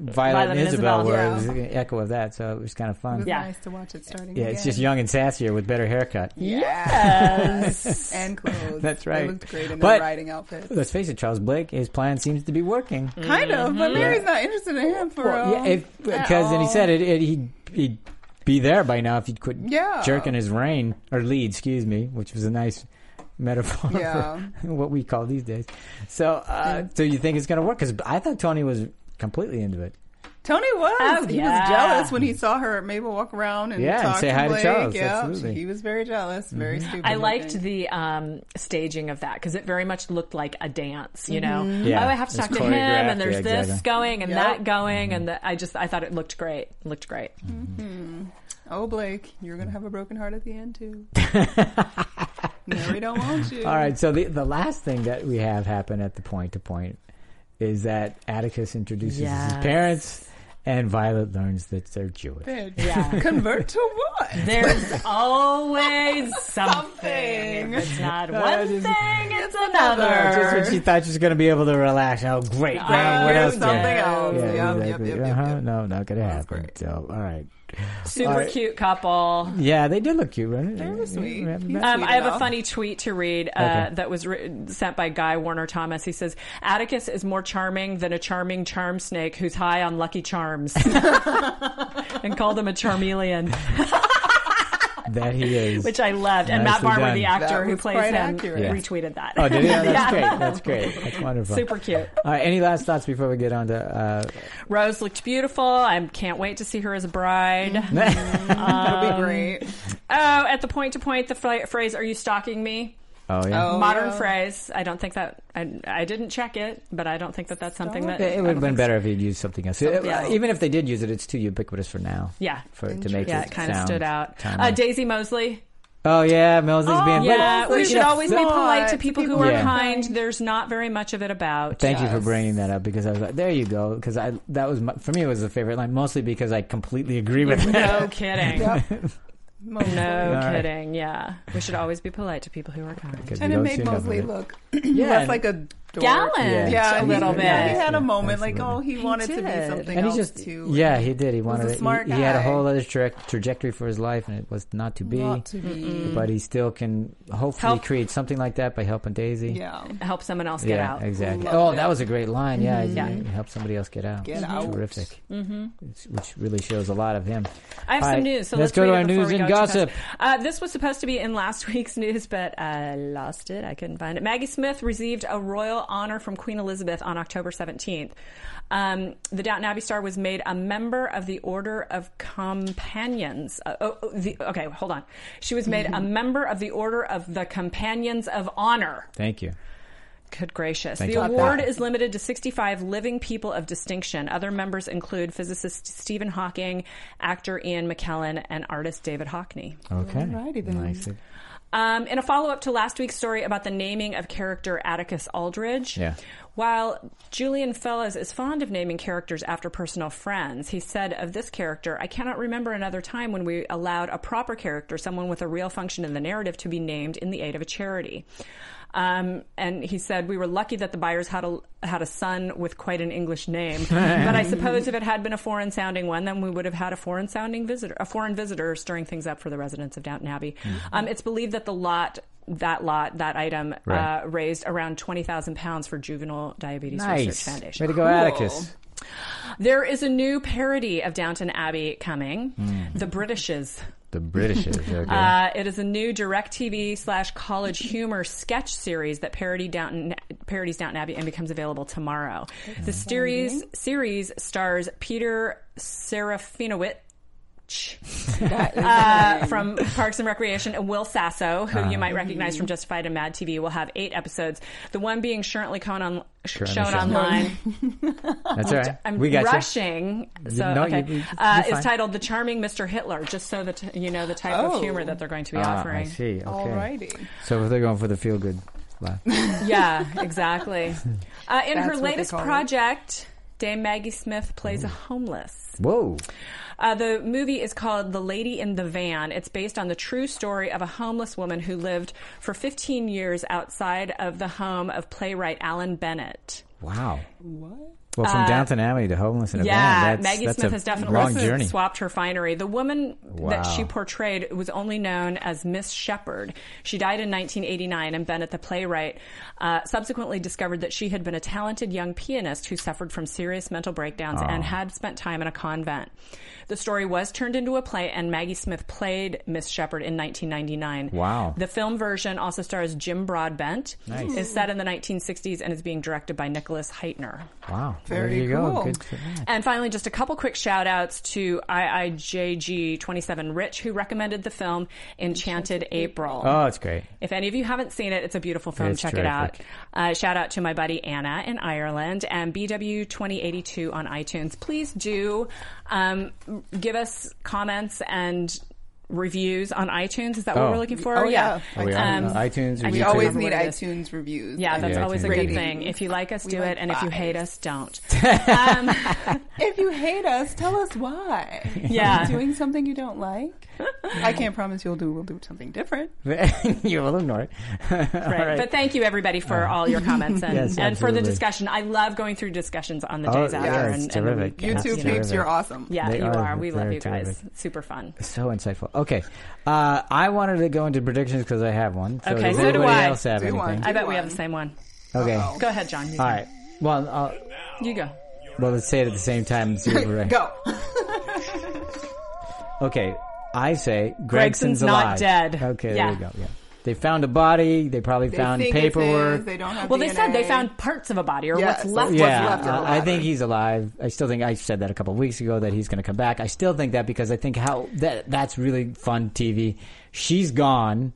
[SPEAKER 2] Violet, and Isabel, were. It was an echo of that, so it was kind of fun.
[SPEAKER 4] Yeah.
[SPEAKER 3] Nice to watch it starting.
[SPEAKER 2] Yeah, it's just young and sassier with better haircut.
[SPEAKER 3] Yes. and clothes.
[SPEAKER 2] That's right.
[SPEAKER 3] They looked great in
[SPEAKER 2] But-
[SPEAKER 3] their riding outfits.
[SPEAKER 2] Let's face it, Charles Blake, his plan seems to be working.
[SPEAKER 3] Kind of, but Mary's not interested in him for
[SPEAKER 2] Well,
[SPEAKER 3] real.
[SPEAKER 2] yeah, if
[SPEAKER 3] at
[SPEAKER 2] because and he
[SPEAKER 3] all.
[SPEAKER 2] said it, it he'd, he'd be there by now if he'd quit
[SPEAKER 3] Yeah.
[SPEAKER 2] jerking his rein or lead, excuse me, which was a nice metaphor
[SPEAKER 3] Yeah.
[SPEAKER 2] for what we call these days. So, uh, so you think it's going to work? Because I thought Tony was completely into it.
[SPEAKER 3] Tony was.
[SPEAKER 4] Oh,
[SPEAKER 3] he
[SPEAKER 4] yeah.
[SPEAKER 3] was jealous when he saw her Mabel walk around and
[SPEAKER 2] Yeah, and
[SPEAKER 3] talk
[SPEAKER 2] say
[SPEAKER 3] to
[SPEAKER 2] hi to
[SPEAKER 3] Blake.
[SPEAKER 2] Charles, Mm-hmm.
[SPEAKER 3] Yeah,
[SPEAKER 2] absolutely.
[SPEAKER 3] he was very jealous, very stupid.
[SPEAKER 4] I liked
[SPEAKER 3] looking.
[SPEAKER 4] the um, staging of that because it very much looked like a dance, you know.
[SPEAKER 2] Yeah,
[SPEAKER 4] oh, I have to
[SPEAKER 2] it's
[SPEAKER 4] talk to him, and
[SPEAKER 2] choreographed,
[SPEAKER 4] there's
[SPEAKER 2] yeah,
[SPEAKER 4] this
[SPEAKER 2] exactly. Mm-hmm.
[SPEAKER 4] going and
[SPEAKER 3] Yep.
[SPEAKER 4] that going, and the, I just I thought it looked great. Looked great.
[SPEAKER 3] Oh, Blake, you're gonna have a broken heart at the end too. Mary don't want you.
[SPEAKER 2] All right. So the the last thing that we have happen at the point to point is that Atticus introduces his
[SPEAKER 4] Yes.
[SPEAKER 2] parents, and Violet learns that they're Jewish.
[SPEAKER 3] Bitch.
[SPEAKER 4] Yeah.
[SPEAKER 3] Convert to what?
[SPEAKER 4] There's always something.
[SPEAKER 3] Something.
[SPEAKER 4] If It's not one
[SPEAKER 2] I just-
[SPEAKER 4] thing, it's
[SPEAKER 2] Oh,
[SPEAKER 4] another.
[SPEAKER 2] just when she thought she was going to be able to relax. Oh, great! Now
[SPEAKER 4] Uh,
[SPEAKER 2] what
[SPEAKER 3] There's
[SPEAKER 2] else? do I-
[SPEAKER 3] something
[SPEAKER 4] there?
[SPEAKER 3] else.
[SPEAKER 2] Yeah,
[SPEAKER 3] yep,
[SPEAKER 2] exactly.
[SPEAKER 3] yep, yep, yep,
[SPEAKER 2] uh-huh.
[SPEAKER 3] yep.
[SPEAKER 2] No, not gonna happen.
[SPEAKER 3] great.
[SPEAKER 2] So, all right.
[SPEAKER 4] Super
[SPEAKER 2] All right.
[SPEAKER 4] cute couple.
[SPEAKER 2] Yeah, they did look cute, right? They
[SPEAKER 3] were sweet.
[SPEAKER 4] Um,
[SPEAKER 3] Sweet
[SPEAKER 4] I have
[SPEAKER 3] enough.
[SPEAKER 4] a funny tweet to read uh,
[SPEAKER 2] Okay.
[SPEAKER 4] that was written, sent by Guy Warner Thomas. He says, Atticus is more charming than a charming charm snake who's high on lucky charms. and called him a charmeleon,
[SPEAKER 2] That he is.
[SPEAKER 4] which I loved. And Matt
[SPEAKER 2] Nicely
[SPEAKER 4] Barber, the
[SPEAKER 2] done.
[SPEAKER 4] actor
[SPEAKER 3] That
[SPEAKER 4] who
[SPEAKER 3] was
[SPEAKER 4] plays
[SPEAKER 3] quite
[SPEAKER 4] him,
[SPEAKER 3] accurate. Yeah.
[SPEAKER 4] retweeted that.
[SPEAKER 2] oh, did he? Oh, that's
[SPEAKER 4] Yeah.
[SPEAKER 2] great. That's great. That's wonderful.
[SPEAKER 4] Super cute.
[SPEAKER 2] All right. Any last thoughts before we get on to? Uh,
[SPEAKER 4] Rose looked beautiful. I can't wait to see her as a bride. Mm.
[SPEAKER 3] That'll
[SPEAKER 2] Um,
[SPEAKER 3] be great.
[SPEAKER 4] Oh, at the point to point, the fra- phrase "Are you stalking me?"
[SPEAKER 2] oh yeah.
[SPEAKER 3] Oh,
[SPEAKER 4] Modern
[SPEAKER 3] yeah.
[SPEAKER 4] phrase. I don't think that I, I didn't check it, but I don't think that that's something that
[SPEAKER 2] It would have been better if he'd used something else. It-
[SPEAKER 4] Something else.
[SPEAKER 2] Even if they did use it, it's too ubiquitous for now.
[SPEAKER 4] Yeah.
[SPEAKER 2] For to make
[SPEAKER 4] Yeah,
[SPEAKER 2] it,
[SPEAKER 4] it kind of
[SPEAKER 2] sound
[SPEAKER 4] stood out. Uh,
[SPEAKER 2] timeless.
[SPEAKER 4] Daisy Mosley.
[SPEAKER 2] oh yeah, Mosley's being. but-
[SPEAKER 4] yeah,
[SPEAKER 2] but,
[SPEAKER 4] we
[SPEAKER 2] you
[SPEAKER 4] should
[SPEAKER 2] know,
[SPEAKER 4] always be
[SPEAKER 3] God,
[SPEAKER 4] polite to people who are
[SPEAKER 2] Yeah.
[SPEAKER 4] kind. There's not very much of it about.
[SPEAKER 2] Thank you for bringing that up because I was like, there you go. Because I that was my, for me it was the favorite line mostly because I completely agree with it.
[SPEAKER 4] No kidding.
[SPEAKER 3] Mosley.
[SPEAKER 4] No
[SPEAKER 2] right.
[SPEAKER 4] kidding. Yeah, we should always be polite to people who are kind.
[SPEAKER 2] Because
[SPEAKER 3] And
[SPEAKER 2] you
[SPEAKER 3] it
[SPEAKER 2] don't
[SPEAKER 3] made
[SPEAKER 2] see enough of
[SPEAKER 3] Mosley
[SPEAKER 2] it.
[SPEAKER 3] look
[SPEAKER 2] Yeah,
[SPEAKER 3] less
[SPEAKER 2] and-
[SPEAKER 3] like a dork.
[SPEAKER 4] Gallant,
[SPEAKER 3] Yeah,
[SPEAKER 4] a
[SPEAKER 3] he-
[SPEAKER 4] little bit.
[SPEAKER 3] yeah, He had
[SPEAKER 2] Yeah,
[SPEAKER 3] a moment like,
[SPEAKER 2] absolutely.
[SPEAKER 3] oh, he wanted to be
[SPEAKER 4] did.
[SPEAKER 3] something
[SPEAKER 2] and he
[SPEAKER 3] else
[SPEAKER 2] just
[SPEAKER 3] too.
[SPEAKER 2] yeah he did he wanted
[SPEAKER 3] a
[SPEAKER 2] it.
[SPEAKER 3] smart
[SPEAKER 2] he, he had a
[SPEAKER 3] guy.
[SPEAKER 2] whole other tra- trajectory for his life and it was not to be
[SPEAKER 3] Not to be.
[SPEAKER 2] but he still can hopefully
[SPEAKER 4] Help.
[SPEAKER 2] create something like that by helping Daisy
[SPEAKER 3] Yeah.
[SPEAKER 4] Help someone else get
[SPEAKER 2] yeah
[SPEAKER 4] out.
[SPEAKER 2] exactly
[SPEAKER 3] Love
[SPEAKER 2] oh
[SPEAKER 3] it.
[SPEAKER 2] that was a great line yeah, Mm-hmm. yeah. Mm-hmm.
[SPEAKER 4] Yeah.
[SPEAKER 2] help somebody else get out
[SPEAKER 3] Get out.
[SPEAKER 2] terrific It's- which really shows a lot of him
[SPEAKER 4] I have
[SPEAKER 2] All
[SPEAKER 4] some
[SPEAKER 2] right,
[SPEAKER 4] news. So
[SPEAKER 2] let's
[SPEAKER 4] let's,
[SPEAKER 2] go to
[SPEAKER 4] read
[SPEAKER 2] our
[SPEAKER 4] it before
[SPEAKER 2] news
[SPEAKER 4] we
[SPEAKER 2] and
[SPEAKER 4] go to
[SPEAKER 2] gossip.
[SPEAKER 4] post. Uh, this was supposed to be in last week's news, but I lost it. I couldn't find it. Maggie Smith received a royal honor from Queen Elizabeth on October 17th. Um, the Downton Abbey star was made a member of the Order of Companions. Uh, oh, oh, the, okay, hold on. She was made
[SPEAKER 2] Mm-hmm.
[SPEAKER 4] a member of the Order of the Companions of Honor.
[SPEAKER 2] thank you
[SPEAKER 4] Good gracious.
[SPEAKER 2] Thank
[SPEAKER 4] the
[SPEAKER 2] you.
[SPEAKER 4] award is limited to 65 living people of distinction. Other members include physicist Stephen Hawking, actor Ian McKellen, and artist David Hockney.
[SPEAKER 2] okay
[SPEAKER 3] Alrighty then.
[SPEAKER 2] Nice.
[SPEAKER 4] Um, in a follow up to last week's story about the naming of character Atticus Aldridge,
[SPEAKER 2] Yeah.
[SPEAKER 4] while Julian Fellows is fond of naming characters after personal friends, he said of this character, I cannot remember another time when we allowed a proper character, someone with a real function in the narrative, to be named in the aid of a charity. Um, and he said, We were lucky that the buyers had a, had a son with quite an English name. but I suppose if it had been a foreign sounding one, then we would have had a foreign sounding visitor, a foreign visitor stirring things up for the residents of Downton Abbey. Um, it's believed that the lot, that lot, that item,
[SPEAKER 5] Right.
[SPEAKER 4] uh, raised around £20,000 for Juvenile Diabetes Research
[SPEAKER 2] Nice.
[SPEAKER 4] Foundation.
[SPEAKER 2] Way to go, Atticus.
[SPEAKER 4] There is a new parody of Downton Abbey coming,
[SPEAKER 2] Hmm.
[SPEAKER 4] The Britishes.
[SPEAKER 5] The British is okay.
[SPEAKER 4] Uh, it is a new DirecTV slash College Humor sketch series that parody Downton, parodies Downton Abbey and becomes available tomorrow. The series series stars Peter Serafinowicz. uh, from Parks and Recreation and Will Sasso, who
[SPEAKER 2] Uh,
[SPEAKER 4] you might recognize from Justified and Mad TV, will have eight episodes. The one being currently shown, on,
[SPEAKER 5] Currently
[SPEAKER 4] shown
[SPEAKER 5] shown.
[SPEAKER 4] online
[SPEAKER 2] That's all right.
[SPEAKER 4] I'm
[SPEAKER 2] we got you.
[SPEAKER 4] rushing. So
[SPEAKER 2] no,
[SPEAKER 4] okay,
[SPEAKER 2] you- you-
[SPEAKER 4] uh,
[SPEAKER 2] you're
[SPEAKER 4] it's
[SPEAKER 2] fine.
[SPEAKER 4] titled "The Charming Mr. Hitler," just so that you know the type
[SPEAKER 3] Oh.
[SPEAKER 4] of humor that they're going to be
[SPEAKER 2] Ah, I
[SPEAKER 4] offering.
[SPEAKER 2] see. Okay.
[SPEAKER 3] Alrighty.
[SPEAKER 2] So if they're going for the feel good laugh.
[SPEAKER 4] Yeah, exactly. Uh, in
[SPEAKER 3] That's
[SPEAKER 4] her
[SPEAKER 3] what they
[SPEAKER 4] latest
[SPEAKER 3] call it. Mm.
[SPEAKER 4] project, Dame Maggie Smith plays a homeless.
[SPEAKER 2] Whoa.
[SPEAKER 4] Uh, the movie is called The Lady in the Van. It's based on the true story of a homeless woman who lived for 15 years outside of the home of playwright Alan Bennett.
[SPEAKER 2] Wow. What? Well, from Downton Abbey to homeless in a
[SPEAKER 4] Uh, Yeah,
[SPEAKER 2] van. That's,
[SPEAKER 4] Maggie
[SPEAKER 2] that's
[SPEAKER 4] Smith
[SPEAKER 2] a
[SPEAKER 4] has definitely
[SPEAKER 2] long
[SPEAKER 4] s-
[SPEAKER 2] journey.
[SPEAKER 4] swapped her finery. The woman
[SPEAKER 5] Wow.
[SPEAKER 4] that she portrayed was only known as Miss Shepherd. She died in 1989, and Bennett, the playwright, uh, subsequently discovered that she had been a talented young pianist who suffered from serious mental breakdowns and had spent time in a convent. The story was turned into a play, and Maggie Smith played Miss Shepherd in 1999.
[SPEAKER 2] Wow.
[SPEAKER 4] The film version also stars Jim Broadbent. Nice. Is set in the 1960s and is being directed by Nicholas Heitner.
[SPEAKER 2] Wow.
[SPEAKER 3] Very
[SPEAKER 2] there you go.
[SPEAKER 3] cool.
[SPEAKER 2] Good for that.
[SPEAKER 4] And finally, just a couple quick shout outs to IIJG27 Rich, who recommended the film Enchanted April.
[SPEAKER 2] Oh, it's great.
[SPEAKER 4] If any of you haven't seen it, it's a beautiful film.
[SPEAKER 2] It's
[SPEAKER 4] Check it out.
[SPEAKER 2] terrific.
[SPEAKER 4] Uh, shout out to my buddy Anna in Ireland and BW2082 on iTunes. Please do um, give us comments and reviews on iTunes. Is that what
[SPEAKER 2] Oh.
[SPEAKER 4] we're looking for? Um,
[SPEAKER 3] Oh, yeah.
[SPEAKER 2] Are we on uh, iTunes or
[SPEAKER 4] I
[SPEAKER 3] We
[SPEAKER 4] YouTube.
[SPEAKER 3] always
[SPEAKER 4] Remember
[SPEAKER 3] need
[SPEAKER 4] what it is.
[SPEAKER 3] iTunes reviews.
[SPEAKER 4] Yeah, that's
[SPEAKER 2] Yeah,
[SPEAKER 4] always a
[SPEAKER 2] iTunes
[SPEAKER 4] good
[SPEAKER 2] reviews.
[SPEAKER 4] thing. If you like us, do
[SPEAKER 3] like
[SPEAKER 4] it. And if you
[SPEAKER 3] vibes.
[SPEAKER 4] hate us, don't.
[SPEAKER 3] If you hate us, tell us why.
[SPEAKER 4] Yeah.
[SPEAKER 3] doing something you don't like. I can't promise you'll do. We'll do something different.
[SPEAKER 2] you will ignore it.
[SPEAKER 4] Right. But thank you everybody for all your comments and,
[SPEAKER 2] Yes,
[SPEAKER 4] and for the
[SPEAKER 2] absolutely.
[SPEAKER 4] discussion. I love going through discussions on the
[SPEAKER 2] Oh,
[SPEAKER 4] days
[SPEAKER 2] yeah,
[SPEAKER 4] after
[SPEAKER 2] it's
[SPEAKER 4] and, and the
[SPEAKER 2] terrific.
[SPEAKER 4] weekends.
[SPEAKER 3] You
[SPEAKER 2] That's
[SPEAKER 3] two
[SPEAKER 4] know.
[SPEAKER 3] peeps,
[SPEAKER 2] terrific.
[SPEAKER 3] you're awesome.
[SPEAKER 4] Yeah,
[SPEAKER 2] They
[SPEAKER 4] you
[SPEAKER 2] are
[SPEAKER 4] are. We love
[SPEAKER 2] very
[SPEAKER 4] you guys.
[SPEAKER 2] terrific.
[SPEAKER 4] Super fun.
[SPEAKER 2] So insightful. Okay, uh, I wanted to go into predictions because I have one. So
[SPEAKER 4] Okay,
[SPEAKER 2] does
[SPEAKER 4] so do
[SPEAKER 2] anybody
[SPEAKER 4] I.
[SPEAKER 2] else have
[SPEAKER 3] Do one.
[SPEAKER 2] anything?
[SPEAKER 4] I bet we
[SPEAKER 3] one.
[SPEAKER 4] have the same one.
[SPEAKER 2] Okay,
[SPEAKER 3] Uh-oh.
[SPEAKER 4] Go ahead, John. You,
[SPEAKER 2] all right. Well, I'll,
[SPEAKER 4] you go.
[SPEAKER 2] well, let's say it at the same time. And see if we're right.
[SPEAKER 3] Go.
[SPEAKER 2] Okay, I say Gregson's,
[SPEAKER 4] Gregson's not
[SPEAKER 2] alive.
[SPEAKER 4] dead.
[SPEAKER 2] Okay,
[SPEAKER 4] Yeah.
[SPEAKER 2] there you go. Yeah, they found a body. They probably
[SPEAKER 3] They
[SPEAKER 2] found
[SPEAKER 3] think it's
[SPEAKER 2] paperwork.
[SPEAKER 3] his, They don't have
[SPEAKER 4] Well, they said they
[SPEAKER 3] DNA.
[SPEAKER 4] found parts of a body or
[SPEAKER 3] Yeah,
[SPEAKER 4] what's
[SPEAKER 3] so-
[SPEAKER 4] left.
[SPEAKER 3] what's
[SPEAKER 2] Oh, yeah, uh,
[SPEAKER 3] left of the
[SPEAKER 2] I
[SPEAKER 3] ladder.
[SPEAKER 2] think he's alive. I still think I said that a couple of weeks ago that he's going to come back. I still think that because I think how that that's really fun TV. She's gone.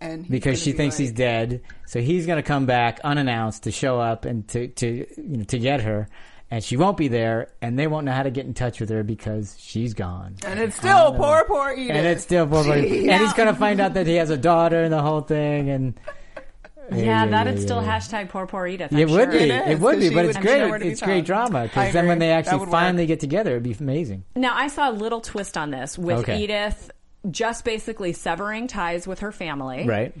[SPEAKER 3] and he's
[SPEAKER 2] because
[SPEAKER 3] gonna
[SPEAKER 2] she
[SPEAKER 3] be
[SPEAKER 2] thinks
[SPEAKER 3] like,
[SPEAKER 2] he's dead. So he's going to come back unannounced to show up and to to you know, to get her, and she won't be there, and they won't know how to get in touch with her because she's gone.
[SPEAKER 3] And it's still poor, poor Edith.
[SPEAKER 2] And it's still Boba.
[SPEAKER 3] Jeez.
[SPEAKER 2] And he's going to find out that he has a daughter and the whole thing. And
[SPEAKER 4] Yeah, that'd still hashtag poor poor Edith. I'm
[SPEAKER 2] It would
[SPEAKER 4] sure.
[SPEAKER 2] be.
[SPEAKER 3] It
[SPEAKER 2] It,
[SPEAKER 3] is,
[SPEAKER 2] would
[SPEAKER 3] 'cause
[SPEAKER 2] be.
[SPEAKER 3] she
[SPEAKER 2] But
[SPEAKER 3] would
[SPEAKER 2] it's
[SPEAKER 3] be
[SPEAKER 2] great.
[SPEAKER 3] nowhere to be
[SPEAKER 2] It's great
[SPEAKER 3] found.
[SPEAKER 2] drama
[SPEAKER 3] I
[SPEAKER 2] because then when
[SPEAKER 3] agree.
[SPEAKER 2] they
[SPEAKER 3] That
[SPEAKER 2] actually
[SPEAKER 3] would work.
[SPEAKER 2] finally get together, it'd be amazing.
[SPEAKER 4] Now, I saw a little twist on this with
[SPEAKER 2] Okay.
[SPEAKER 4] Edith just basically severing ties with her family.
[SPEAKER 2] Right.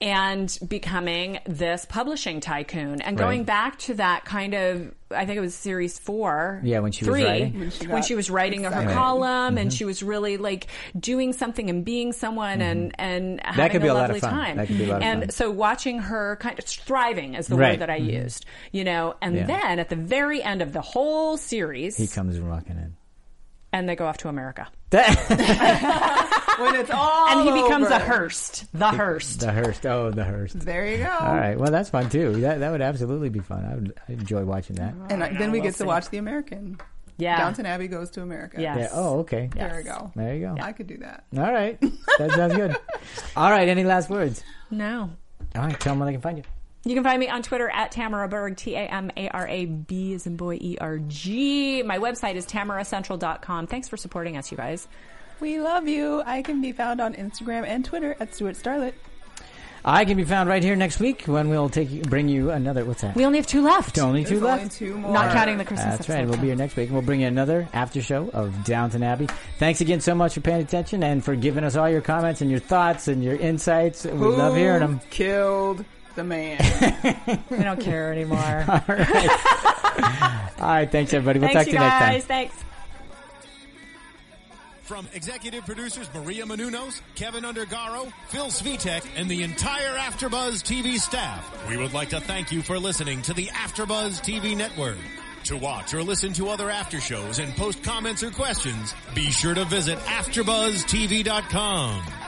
[SPEAKER 4] And becoming this publishing tycoon and going
[SPEAKER 2] Right.
[SPEAKER 4] back to that kind of, I think it was series four.
[SPEAKER 2] Yeah, when she was
[SPEAKER 4] three,
[SPEAKER 2] writing. Mm-hmm.
[SPEAKER 4] When she,
[SPEAKER 3] got
[SPEAKER 4] was writing her
[SPEAKER 3] excited.
[SPEAKER 4] column and she was really like doing something and being someone and, and having
[SPEAKER 2] Mm-hmm. could be a lot of
[SPEAKER 4] lovely
[SPEAKER 2] fun.
[SPEAKER 4] time.
[SPEAKER 2] That could be a lot of
[SPEAKER 4] and
[SPEAKER 2] fun.
[SPEAKER 4] so watching her kind of thriving is the
[SPEAKER 2] Right. Mm-hmm.
[SPEAKER 4] word that I used, you know, and
[SPEAKER 2] Yeah.
[SPEAKER 4] then at the very end of the whole series,
[SPEAKER 2] He comes rocking in.
[SPEAKER 4] and they go off to America.
[SPEAKER 3] when it's all
[SPEAKER 4] and he becomes
[SPEAKER 3] over.
[SPEAKER 4] a Hearst, the Hearst.
[SPEAKER 2] the Hearst. Oh, the Hearst.
[SPEAKER 3] There you go.
[SPEAKER 2] All right. Well, that's fun too. That that would absolutely be fun. I would I'd enjoy watching that.
[SPEAKER 3] And I- then we get to
[SPEAKER 4] see.
[SPEAKER 3] watch The American.
[SPEAKER 4] Yeah.
[SPEAKER 3] Downton Abbey goes to America.
[SPEAKER 4] Yes.
[SPEAKER 2] Yeah. Oh, okay.
[SPEAKER 3] There we go.
[SPEAKER 2] There you go.
[SPEAKER 3] I could do that.
[SPEAKER 2] All right. That sounds good. All right. Any last words?
[SPEAKER 4] No.
[SPEAKER 2] All right. Tell them where they can find you.
[SPEAKER 4] You can find me on Twitter at Tamara Berg, T A M A R A B is in boy E R G. My website is tamaracentral.com. Thanks for supporting us, you guys.
[SPEAKER 3] We love you. I can be found on Instagram and Twitter at Stuart Starlet.
[SPEAKER 2] I can be found right here next week when we'll take you, bring you another. What's that?
[SPEAKER 4] We only have two left.
[SPEAKER 2] only two
[SPEAKER 3] There's
[SPEAKER 2] left.
[SPEAKER 3] only two more.
[SPEAKER 4] Not counting the Christmas
[SPEAKER 2] That's right.
[SPEAKER 4] episode.
[SPEAKER 2] We'll be here next week, and we'll bring you another after show of Downton Abbey. Thanks again so much for paying attention and for giving us all your comments and your thoughts and your insights. We love hearing them.
[SPEAKER 3] Killed the man.
[SPEAKER 4] We don't care anymore.
[SPEAKER 2] All right, thanks everybody. We'll talk to
[SPEAKER 4] Thanks, you
[SPEAKER 2] you next time.
[SPEAKER 4] guys. Thanks.
[SPEAKER 1] From executive producers Maria Menounos, Kevin Undergaro, Phil Svitek, and the entire Afterbuzz TV staff, we would like to thank you for listening to the Afterbuzz TV network. To watch or listen to other after shows and post comments or questions, be sure to visit AfterbuzzTV.com.